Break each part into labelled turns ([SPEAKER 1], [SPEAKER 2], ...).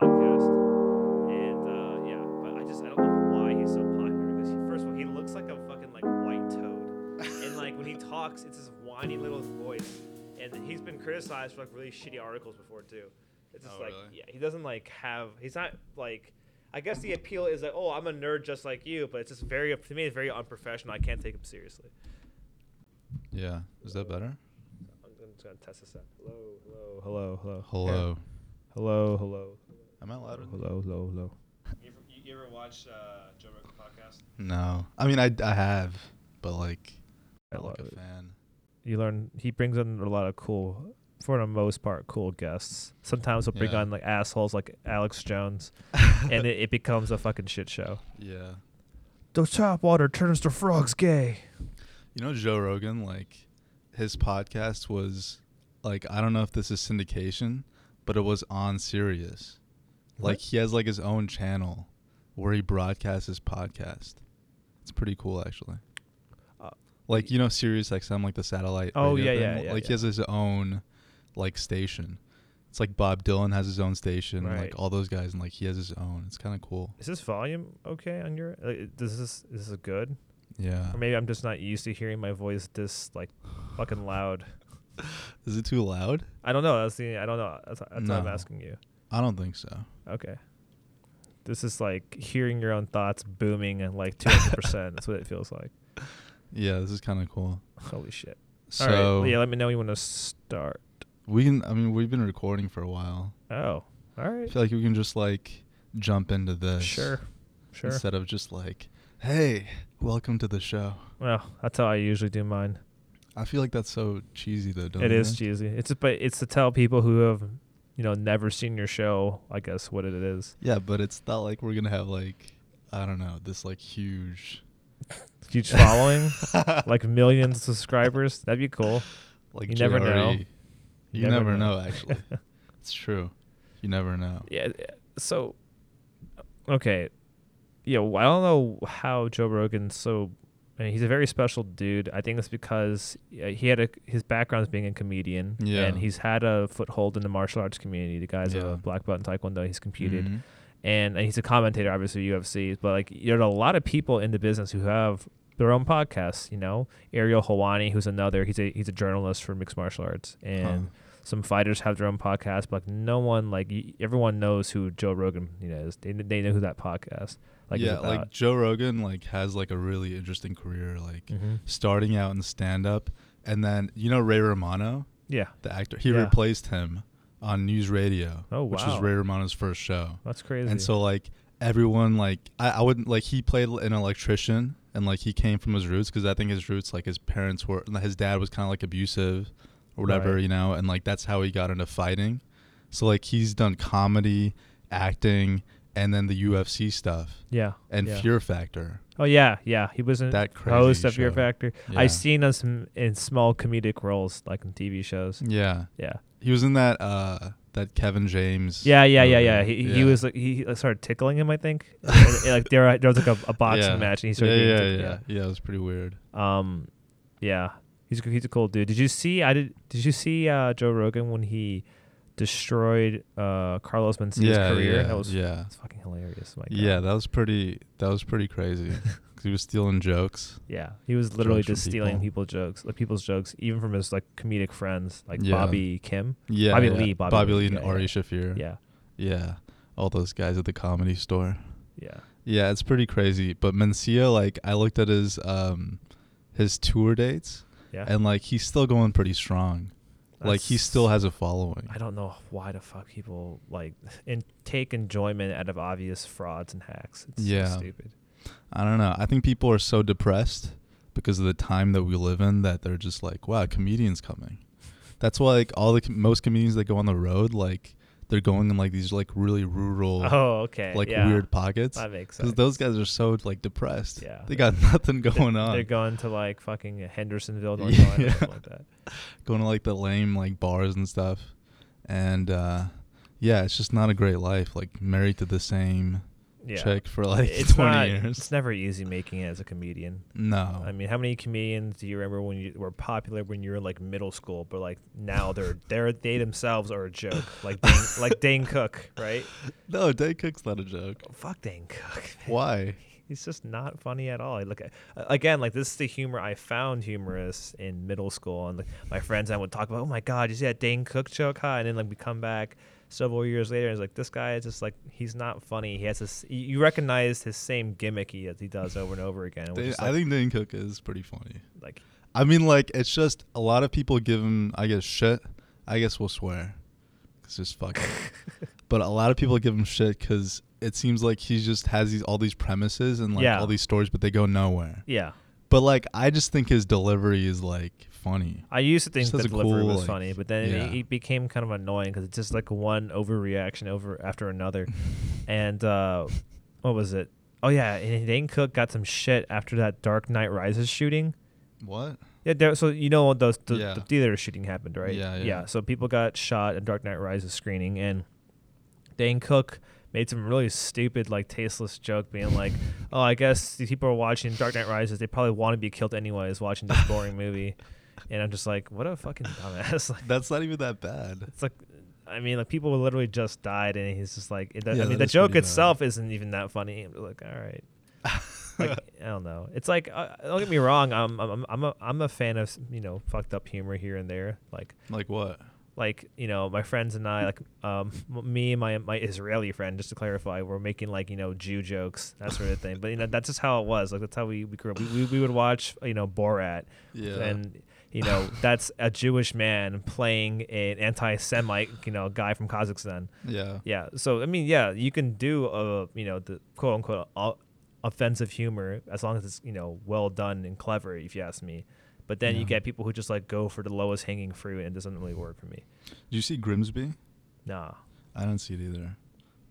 [SPEAKER 1] uh, sucks. It's this whiny little voice, and he's been criticized for like really shitty articles before too. It's just
[SPEAKER 2] Oh,
[SPEAKER 1] like
[SPEAKER 2] really?
[SPEAKER 1] yeah, he doesn't like have. He's not like. I guess the appeal is that oh, I'm a nerd just like you, but it's just very to me it's very unprofessional. I can't take him seriously.
[SPEAKER 2] Yeah. Is that better?
[SPEAKER 1] I'm just gonna test this out. Hello, hello, hello, hello, hello,
[SPEAKER 2] Hello.
[SPEAKER 1] hello,
[SPEAKER 2] Am I louder? than-
[SPEAKER 1] hello, hello, hello.
[SPEAKER 3] You ever, you ever watch uh, Joe Rogan podcast?
[SPEAKER 2] No. I mean, I, I have, but like,
[SPEAKER 1] I
[SPEAKER 2] I'm like
[SPEAKER 1] love
[SPEAKER 2] a
[SPEAKER 1] it.
[SPEAKER 2] fan.
[SPEAKER 1] you learn he brings in a lot of cool for the most part cool guests sometimes he'll bring
[SPEAKER 2] Yeah.
[SPEAKER 1] on like assholes like alex jones and it, it becomes a fucking shit show
[SPEAKER 2] Yeah.
[SPEAKER 1] the tap water turns the frogs gay
[SPEAKER 2] You know, Joe Rogan, like, his podcast was, like, I don't know if this is syndication, but it was on Sirius. Like, he has, like, his own channel where he broadcasts his podcast. It's pretty cool, actually.
[SPEAKER 1] Uh,
[SPEAKER 2] like, you know, Sirius XM, like the satellite.
[SPEAKER 1] Oh, yeah,
[SPEAKER 2] radio thing?
[SPEAKER 1] yeah, yeah,
[SPEAKER 2] Like,
[SPEAKER 1] yeah.
[SPEAKER 2] he has his own, like, station. It's like Bob Dylan has his own station,
[SPEAKER 1] Right.
[SPEAKER 2] like all those guys, and like he has his own. It's kind of cool.
[SPEAKER 1] is this volume okay on your like, does this is this good
[SPEAKER 2] Yeah.
[SPEAKER 1] or maybe i'm just not used to hearing my voice this like fucking loud
[SPEAKER 2] Is it too loud?
[SPEAKER 1] i don't know that's the i don't know that's, that's what i'm
[SPEAKER 2] No.
[SPEAKER 1] asking you
[SPEAKER 2] I don't think so.
[SPEAKER 1] okay this is like hearing your own thoughts booming at like 200% that's what it feels like
[SPEAKER 2] Yeah, this is kind of cool.
[SPEAKER 1] holy shit
[SPEAKER 2] So
[SPEAKER 1] All right. Yeah, let me know when you want to start.
[SPEAKER 2] we can. I mean, we've been recording for a while.
[SPEAKER 1] Oh, all
[SPEAKER 2] I
[SPEAKER 1] right.
[SPEAKER 2] feel like we can just like jump into this.
[SPEAKER 1] Sure. Sure.
[SPEAKER 2] Instead of just like, hey, welcome to the show.
[SPEAKER 1] Well, that's how I usually do mine.
[SPEAKER 2] I feel like that's so cheesy though. Don't
[SPEAKER 1] It
[SPEAKER 2] you
[SPEAKER 1] is
[SPEAKER 2] think?
[SPEAKER 1] cheesy. It's but it's to tell people who have, you know, never seen your show, I guess what it is.
[SPEAKER 2] Yeah, but it's not like we're gonna have like I don't know this like huge
[SPEAKER 1] Huge following, like millions of subscribers. That'd be cool.
[SPEAKER 2] like
[SPEAKER 1] You never know.
[SPEAKER 2] JRE. You never know, actually. It's true. You never know.
[SPEAKER 1] yeah. So, okay. Yeah, well, I don't know how Joe Rogan's so. I mean, he's a very special dude. I think that's because uh, he had a his background's being a comedian,
[SPEAKER 2] Yeah.
[SPEAKER 1] and he's had a foothold in the martial arts community. The guy's
[SPEAKER 2] Yeah.
[SPEAKER 1] a black belt in taekwondo. He's competed,
[SPEAKER 2] Mhm.
[SPEAKER 1] and, and he's a commentator, obviously UFC. But like, there are a lot of people in the business who have their own podcasts. You know, Ariel Hawani, who's another. He's a he's a journalist for mixed martial arts, and
[SPEAKER 2] Um,
[SPEAKER 1] some fighters have their own podcast, but like no one like y- everyone knows who Joe Rogan you know is. They they know who that podcast like
[SPEAKER 2] yeah,
[SPEAKER 1] is
[SPEAKER 2] like
[SPEAKER 1] about.
[SPEAKER 2] Joe Rogan like has like a really interesting career, like
[SPEAKER 1] Mhm.
[SPEAKER 2] starting out in stand up, and then you know Ray Romano,
[SPEAKER 1] yeah,
[SPEAKER 2] the actor, he
[SPEAKER 1] Yeah.
[SPEAKER 2] replaced him on News Radio,
[SPEAKER 1] Oh,
[SPEAKER 2] which was
[SPEAKER 1] wow.
[SPEAKER 2] Ray Romano's first show,
[SPEAKER 1] that's crazy.
[SPEAKER 2] and so like everyone like I, I wouldn't like he played an electrician and like he came from his roots because I think his roots like his parents were his dad was kind of like abusive or whatever
[SPEAKER 1] Right.
[SPEAKER 2] you know and like that's how he got into fighting, so like he's done comedy, acting, and then the UFC stuff
[SPEAKER 1] yeah,
[SPEAKER 2] and
[SPEAKER 1] yeah.
[SPEAKER 2] Fear Factor.
[SPEAKER 1] Oh yeah, yeah. He was in
[SPEAKER 2] That
[SPEAKER 1] host
[SPEAKER 2] crazy
[SPEAKER 1] of Fear
[SPEAKER 2] show.
[SPEAKER 1] Factor.
[SPEAKER 2] Yeah.
[SPEAKER 1] I've seen us in, in small comedic roles like in TV shows.
[SPEAKER 2] Yeah,
[SPEAKER 1] Yeah,
[SPEAKER 2] he was in that uh that Kevin James.
[SPEAKER 1] yeah, yeah, yeah,
[SPEAKER 2] movie.
[SPEAKER 1] yeah. He, he
[SPEAKER 2] Yeah.
[SPEAKER 1] was like, he he started tickling him, I think. And, and, like there, there was like a, a boxing
[SPEAKER 2] Yeah.
[SPEAKER 1] match, and he
[SPEAKER 2] yeah,
[SPEAKER 1] started
[SPEAKER 2] yeah,
[SPEAKER 1] getting tick-
[SPEAKER 2] yeah, yeah. It was pretty weird.
[SPEAKER 1] Um, yeah, he's a- he's a cool dude. Did you see? I did. Did you see uh, Joe Rogan when he destroyed uh, Carlos Mencia's
[SPEAKER 2] yeah,
[SPEAKER 1] career?
[SPEAKER 2] yeah,
[SPEAKER 1] that was uh,
[SPEAKER 2] yeah,
[SPEAKER 1] that's fucking hilarious. My God.
[SPEAKER 2] yeah. That was pretty. That was pretty crazy. 'Cause he was stealing jokes.
[SPEAKER 1] yeah. He was literally
[SPEAKER 2] Jokes from
[SPEAKER 1] just stealing
[SPEAKER 2] people.
[SPEAKER 1] people. jokes, like people's jokes, even from his like comedic friends, like
[SPEAKER 2] Yeah.
[SPEAKER 1] Bobby Kim.
[SPEAKER 2] Yeah,
[SPEAKER 1] Bobby
[SPEAKER 2] yeah.
[SPEAKER 1] Lee, Bobby Lee,
[SPEAKER 2] Lee, and
[SPEAKER 1] yeah,
[SPEAKER 2] Ari
[SPEAKER 1] yeah.
[SPEAKER 2] Shafir.
[SPEAKER 1] Yeah,
[SPEAKER 2] yeah. All those guys at the comedy store.
[SPEAKER 1] yeah.
[SPEAKER 2] Yeah, it's pretty crazy. But Mencia, like, I looked at his um his tour dates,
[SPEAKER 1] Yeah.
[SPEAKER 2] and like he's still going pretty strong. like he
[SPEAKER 1] That's-
[SPEAKER 2] still has a following.
[SPEAKER 1] I don't know why the fuck people like and take enjoyment out of obvious frauds and hacks. It's so
[SPEAKER 2] Yeah.
[SPEAKER 1] stupid.
[SPEAKER 2] I don't know. I think people are so depressed because of the time that we live in that they're just like, wow, comedians coming. That's why like all the com- most comedians that go on the road, like they're going in like these like really rural,
[SPEAKER 1] Oh, okay.
[SPEAKER 2] like
[SPEAKER 1] yeah.
[SPEAKER 2] weird pockets.
[SPEAKER 1] That makes sense.
[SPEAKER 2] Because those guys are so like depressed.
[SPEAKER 1] Yeah.
[SPEAKER 2] they got nothing going on.
[SPEAKER 1] They're going to like fucking Hendersonville, North
[SPEAKER 2] Yeah.
[SPEAKER 1] Carolina, something like that.
[SPEAKER 2] going to like the lame like bars and stuff, and uh yeah, it's just not a great life. Like married to the same
[SPEAKER 1] Yeah.
[SPEAKER 2] chick for like
[SPEAKER 1] it's
[SPEAKER 2] twenty
[SPEAKER 1] not,
[SPEAKER 2] years. Oh.
[SPEAKER 1] It's never easy making it as a comedian.
[SPEAKER 2] No,
[SPEAKER 1] I mean, how many comedians do you remember when you were popular when you were in like middle school, but like now they're they're they themselves are a joke, like Dane, like Dane Cook, right?
[SPEAKER 2] no, Dane Cook's not a joke.
[SPEAKER 1] Fuck Dane Cook. man.
[SPEAKER 2] Why?
[SPEAKER 1] he's just not funny at all. I look at, again, like this is the humor I found humorous in middle school, and like my friends and I would talk about, oh my god, you see that Dane Cook joke, huh? And then like we come back several years later, and it's like this guy is just like he's not funny. He has this, you- you recognize his same gimmicky that he does over and over again. Which
[SPEAKER 2] Dane-
[SPEAKER 1] is,
[SPEAKER 2] I
[SPEAKER 1] like,
[SPEAKER 2] think Dane Cook is pretty funny.
[SPEAKER 1] like
[SPEAKER 2] I mean, like it's just a lot of people give him, I guess, shit. I guess we'll swear, cause just fuck it. But a lot of people give him shit because it seems like he just has these all these premises and like
[SPEAKER 1] Yeah.
[SPEAKER 2] all these stories, but they go nowhere.
[SPEAKER 1] yeah.
[SPEAKER 2] But like, I just think his delivery is like funny.
[SPEAKER 1] I used to think
[SPEAKER 2] Just
[SPEAKER 1] the
[SPEAKER 2] has a
[SPEAKER 1] delivery
[SPEAKER 2] cool,
[SPEAKER 1] was
[SPEAKER 2] like-
[SPEAKER 1] funny, but then
[SPEAKER 2] yeah.
[SPEAKER 1] it, it became kind of annoying because it's just like one overreaction over after another. and uh, what was it? Oh yeah, and Dane Cook got some shit after that Dark Knight Rises shooting.
[SPEAKER 2] What?
[SPEAKER 1] Yeah, there, so you know those the,
[SPEAKER 2] Yeah.
[SPEAKER 1] the theater shooting happened, right?
[SPEAKER 2] Yeah, yeah.
[SPEAKER 1] So people got shot at Dark Knight Rises screening, and Dane Cook made some really stupid, like tasteless joke, being like, "Oh, I guess the people are watching Dark Knight Rises. They probably want to be killed anyways, watching this boring movie." And I'm just like, "What a fucking dumbass!" like,
[SPEAKER 2] That's not even that bad.
[SPEAKER 1] it's like, I mean, like people literally just died, and he's just like, it,
[SPEAKER 2] Yeah,
[SPEAKER 1] I mean,
[SPEAKER 2] that
[SPEAKER 1] the
[SPEAKER 2] is
[SPEAKER 1] joke
[SPEAKER 2] pretty bad.
[SPEAKER 1] itself isn't even that funny. I'm like, all right, like I don't know. It's like, uh, don't get me wrong, I'm I'm I'm a I'm a fan of you know fucked up humor here and there, like
[SPEAKER 2] Like what?
[SPEAKER 1] like you know my friends and I like um m- me and my my Israeli friend just to clarify we're making like you know Jew jokes that sort of thing but you know that's just how it was like that's how we, we grew up we, we, we would watch uh, you know Borat
[SPEAKER 2] Yeah.
[SPEAKER 1] and you know that's a Jewish man playing an anti-Semite you know guy from Kazakhstan
[SPEAKER 2] Yeah.
[SPEAKER 1] yeah so I mean yeah you can do uh you know the quote unquote o- offensive humor as long as it's you know well done and clever if you ask me but then you
[SPEAKER 2] Yeah.
[SPEAKER 1] get people who just like go for the lowest hanging fruit and it doesn't really work for me.
[SPEAKER 2] Did you see Grimsby?
[SPEAKER 1] Nah.
[SPEAKER 2] I didn't see it either,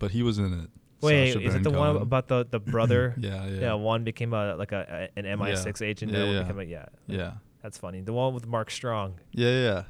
[SPEAKER 2] but he was in it.
[SPEAKER 1] Wait,
[SPEAKER 2] Sacha
[SPEAKER 1] is it
[SPEAKER 2] Baron
[SPEAKER 1] the one
[SPEAKER 2] Cohen.
[SPEAKER 1] about the, the brother?
[SPEAKER 2] Yeah, yeah.
[SPEAKER 1] one became a like a, a- an MI6 agent.
[SPEAKER 2] Yeah,
[SPEAKER 1] Yeah,
[SPEAKER 2] yeah.
[SPEAKER 1] yeah. Became a, yeah,
[SPEAKER 2] Yeah.
[SPEAKER 1] that's funny. The one with Mark Strong.
[SPEAKER 2] Yeah, yeah,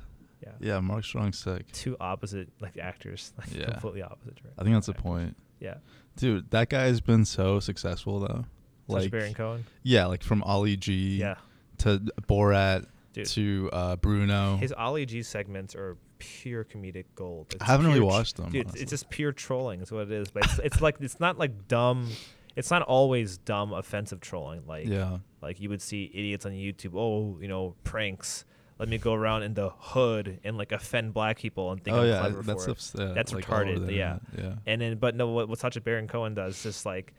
[SPEAKER 1] Yeah.
[SPEAKER 2] yeah. Mark Strong's sick.
[SPEAKER 1] Two opposite like actors, like
[SPEAKER 2] Yeah.
[SPEAKER 1] completely opposite. Right?
[SPEAKER 2] I think that's the
[SPEAKER 1] Actors.
[SPEAKER 2] point,
[SPEAKER 1] Yeah.
[SPEAKER 2] dude. That guy has been so successful though.
[SPEAKER 1] Like,
[SPEAKER 2] Like,
[SPEAKER 1] Baron Cohen.
[SPEAKER 2] yeah, like from Ollie G
[SPEAKER 1] Yeah.
[SPEAKER 2] to Borat
[SPEAKER 1] Dude.
[SPEAKER 2] to uh, Bruno.
[SPEAKER 1] His Ollie G segments are pure comedic gold. It's
[SPEAKER 2] I haven't
[SPEAKER 1] pure
[SPEAKER 2] really
[SPEAKER 1] tr-
[SPEAKER 2] watched them,
[SPEAKER 1] Dude, it's-
[SPEAKER 2] honestly.
[SPEAKER 1] it's just pure trolling is what it is. But it's, it's like it's not like dumb. It's not always dumb offensive trolling. Like
[SPEAKER 2] yeah,
[SPEAKER 1] Like you would see idiots on YouTube, oh, you know, pranks. Let me go around in the hood and like offend black people and think
[SPEAKER 2] oh
[SPEAKER 1] I'm
[SPEAKER 2] yeah,
[SPEAKER 1] clever
[SPEAKER 2] that's
[SPEAKER 1] for it.
[SPEAKER 2] ups- yeah,
[SPEAKER 1] That's
[SPEAKER 2] like all over
[SPEAKER 1] retarded.
[SPEAKER 2] the
[SPEAKER 1] yeah.
[SPEAKER 2] internet, yeah.
[SPEAKER 1] And then, but no, what, what Sacha Baron Cohen does is just like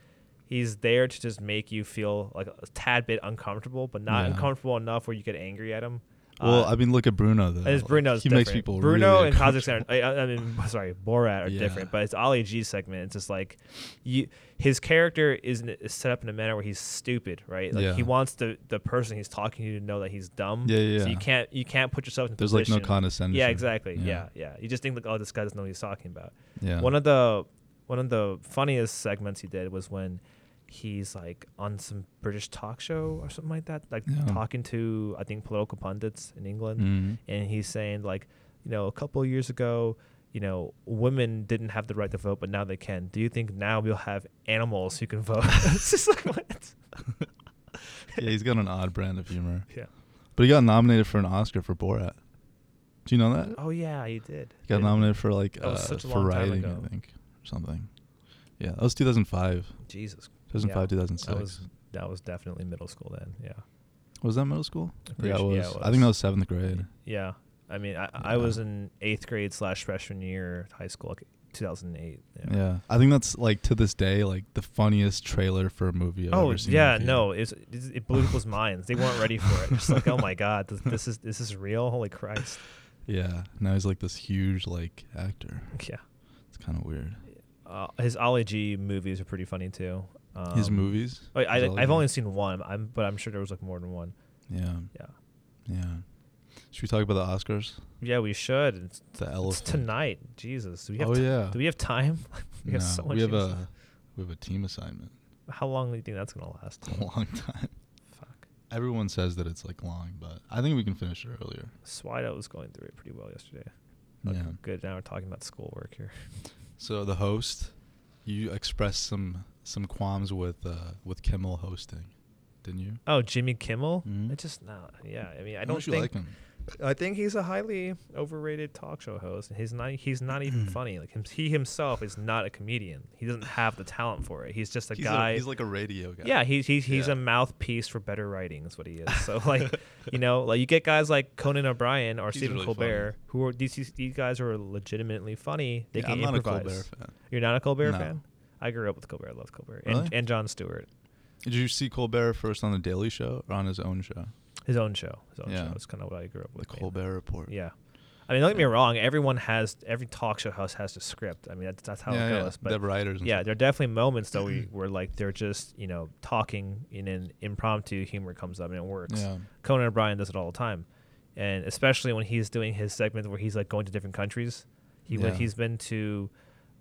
[SPEAKER 1] he's there to just make you feel like a tad bit uncomfortable, but not
[SPEAKER 2] Yeah.
[SPEAKER 1] uncomfortable enough where you get angry at him.
[SPEAKER 2] Well,
[SPEAKER 1] Uh,
[SPEAKER 2] I mean, look at Bruno though.
[SPEAKER 1] and it's
[SPEAKER 2] Like,
[SPEAKER 1] Bruno's
[SPEAKER 2] he
[SPEAKER 1] different.
[SPEAKER 2] makes people
[SPEAKER 1] Bruno
[SPEAKER 2] really
[SPEAKER 1] and Kazakhstan. I, I I mean, sorry, Borat are
[SPEAKER 2] Yeah.
[SPEAKER 1] different, but it's Ali G segment. It's just like, you, his character is, n- is set up in a manner where he's stupid, right? Like
[SPEAKER 2] Yeah.
[SPEAKER 1] he wants the, the person he's talking to to know that he's dumb.
[SPEAKER 2] Yeah, yeah,
[SPEAKER 1] So
[SPEAKER 2] yeah.
[SPEAKER 1] you can't you can't put yourself in. a
[SPEAKER 2] There's, like, no
[SPEAKER 1] position-
[SPEAKER 2] condescension.
[SPEAKER 1] Yeah, exactly.
[SPEAKER 2] Yeah.
[SPEAKER 1] Yeah. yeah, You just think like, oh, this guy doesn't know what he's talking about.
[SPEAKER 2] Yeah.
[SPEAKER 1] One of the one of the funniest segments he did was when he's like on some British talk show or something like that, like
[SPEAKER 2] Yeah.
[SPEAKER 1] talking to I think political pundits in England,
[SPEAKER 2] Mhm.
[SPEAKER 1] and he's saying like, you know, a couple of years ago, you know, women didn't have the right to vote, but now they can. Do you think now we'll have animals who can vote? it's just like what?
[SPEAKER 2] yeah, he's got an odd brand of humor.
[SPEAKER 1] Yeah.
[SPEAKER 2] But he got nominated for an Oscar for Borat. Do you know that?
[SPEAKER 1] Oh yeah, you did.
[SPEAKER 2] He got
[SPEAKER 1] Yeah.
[SPEAKER 2] nominated for like
[SPEAKER 1] That
[SPEAKER 2] uh,
[SPEAKER 1] was such a
[SPEAKER 2] for
[SPEAKER 1] long time
[SPEAKER 2] writing,
[SPEAKER 1] ago.
[SPEAKER 2] I think, or something. Yeah, that was 2005,
[SPEAKER 1] Jesus.
[SPEAKER 2] 2005,
[SPEAKER 1] Yeah.
[SPEAKER 2] 2006.
[SPEAKER 1] That was
[SPEAKER 2] was,
[SPEAKER 1] that was definitely middle school then. Yeah.
[SPEAKER 2] that middle school?
[SPEAKER 1] I'm pretty
[SPEAKER 2] Yeah, it
[SPEAKER 1] sure-
[SPEAKER 2] was.
[SPEAKER 1] yeah, it
[SPEAKER 2] I think
[SPEAKER 1] was.
[SPEAKER 2] that was seventh grade.
[SPEAKER 1] Yeah. I mean, I, I was
[SPEAKER 2] Yeah.
[SPEAKER 1] in eighth grade slash freshman year of high school, like 2008.
[SPEAKER 2] Yeah. I think that's like to this day like the funniest trailer for a movie I've
[SPEAKER 1] Oh
[SPEAKER 2] ever seen. in
[SPEAKER 1] yeah,
[SPEAKER 2] a theater.
[SPEAKER 1] no, it's, it's, it blew people's minds. They weren't ready for it. It's like, oh my god, this, this is this is real. Holy Christ.
[SPEAKER 2] Yeah, now he's like this huge like actor.
[SPEAKER 1] Yeah.
[SPEAKER 2] It's kind of weird.
[SPEAKER 1] Uh, his Ollie G movies are pretty funny too. Um,
[SPEAKER 2] His movies.
[SPEAKER 1] wait, I,
[SPEAKER 2] His Ollie
[SPEAKER 1] I've
[SPEAKER 2] G?
[SPEAKER 1] only seen one, I'm, but I'm sure there was like more than one.
[SPEAKER 2] Yeah,
[SPEAKER 1] Yeah.
[SPEAKER 2] yeah. Should we talk about the Oscars?
[SPEAKER 1] Yeah, we should. It's,
[SPEAKER 2] The
[SPEAKER 1] it's
[SPEAKER 2] elephant.
[SPEAKER 1] tonight. Jesus, do we have?
[SPEAKER 2] Oh,
[SPEAKER 1] ti-
[SPEAKER 2] yeah.
[SPEAKER 1] Do we have time? we have
[SPEAKER 2] No,
[SPEAKER 1] so much.
[SPEAKER 2] we have
[SPEAKER 1] things to-
[SPEAKER 2] a we have a team assignment.
[SPEAKER 1] How long do you think that's gonna last?
[SPEAKER 2] It's a long time.
[SPEAKER 1] Fuck.
[SPEAKER 2] Everyone says that it's like long, but I think we can finish it earlier.
[SPEAKER 1] Swido was going through it pretty well yesterday. Like,
[SPEAKER 2] Yeah.
[SPEAKER 1] Good. Now we're talking about schoolwork here.
[SPEAKER 2] So the host, you expressed some some qualms with uh, with Kimmel hosting, didn't you?
[SPEAKER 1] Oh, Jimmy Kimmel.
[SPEAKER 2] Mhm.
[SPEAKER 1] I just not. Yeah. I mean, I
[SPEAKER 2] How
[SPEAKER 1] don't
[SPEAKER 2] much you
[SPEAKER 1] think
[SPEAKER 2] like him.
[SPEAKER 1] I think he's a highly overrated talk show host. He's not. He's not even
[SPEAKER 2] Mm-hmm.
[SPEAKER 1] funny. Like him, he himself is not a comedian. He doesn't have the talent for it. He's just a
[SPEAKER 2] he's
[SPEAKER 1] guy.
[SPEAKER 2] A, he's like a radio guy.
[SPEAKER 1] yeah, he's he's, he's
[SPEAKER 2] Yeah.
[SPEAKER 1] a mouthpiece for better writing. Is what he is. So like, you know, like you get guys like Conan O'Brien or
[SPEAKER 2] He's
[SPEAKER 1] Stephen
[SPEAKER 2] really
[SPEAKER 1] Colbert, who are these these guys are legitimately funny. They
[SPEAKER 2] Yeah,
[SPEAKER 1] can
[SPEAKER 2] I'm not
[SPEAKER 1] improvise.
[SPEAKER 2] a Colbert fan.
[SPEAKER 1] You're not a Colbert
[SPEAKER 2] No.
[SPEAKER 1] fan. I grew up with Colbert. I love Colbert
[SPEAKER 2] Really?
[SPEAKER 1] and and John Stewart.
[SPEAKER 2] Did you see Colbert first on the Daily Show or on his own show,
[SPEAKER 1] His own show. His own
[SPEAKER 2] Yeah.
[SPEAKER 1] show. It's kind of what I grew up
[SPEAKER 2] the
[SPEAKER 1] with. mainly.
[SPEAKER 2] Colbert Report?
[SPEAKER 1] Yeah. I mean, don't get me wrong. Everyone has every talk show host has a script. I mean, that's, that's how
[SPEAKER 2] yeah,
[SPEAKER 1] it
[SPEAKER 2] yeah.
[SPEAKER 1] goes.
[SPEAKER 2] the
[SPEAKER 1] But
[SPEAKER 2] writers. And
[SPEAKER 1] yeah,
[SPEAKER 2] stuff.
[SPEAKER 1] there are definitely moments though we where like they're just you know talking and an impromptu humor comes up and it works.
[SPEAKER 2] Yeah.
[SPEAKER 1] Conan O'Brien does it all the time, and especially when he's doing his segments where he's like going to different countries. He went-
[SPEAKER 2] Yeah.
[SPEAKER 1] he's been to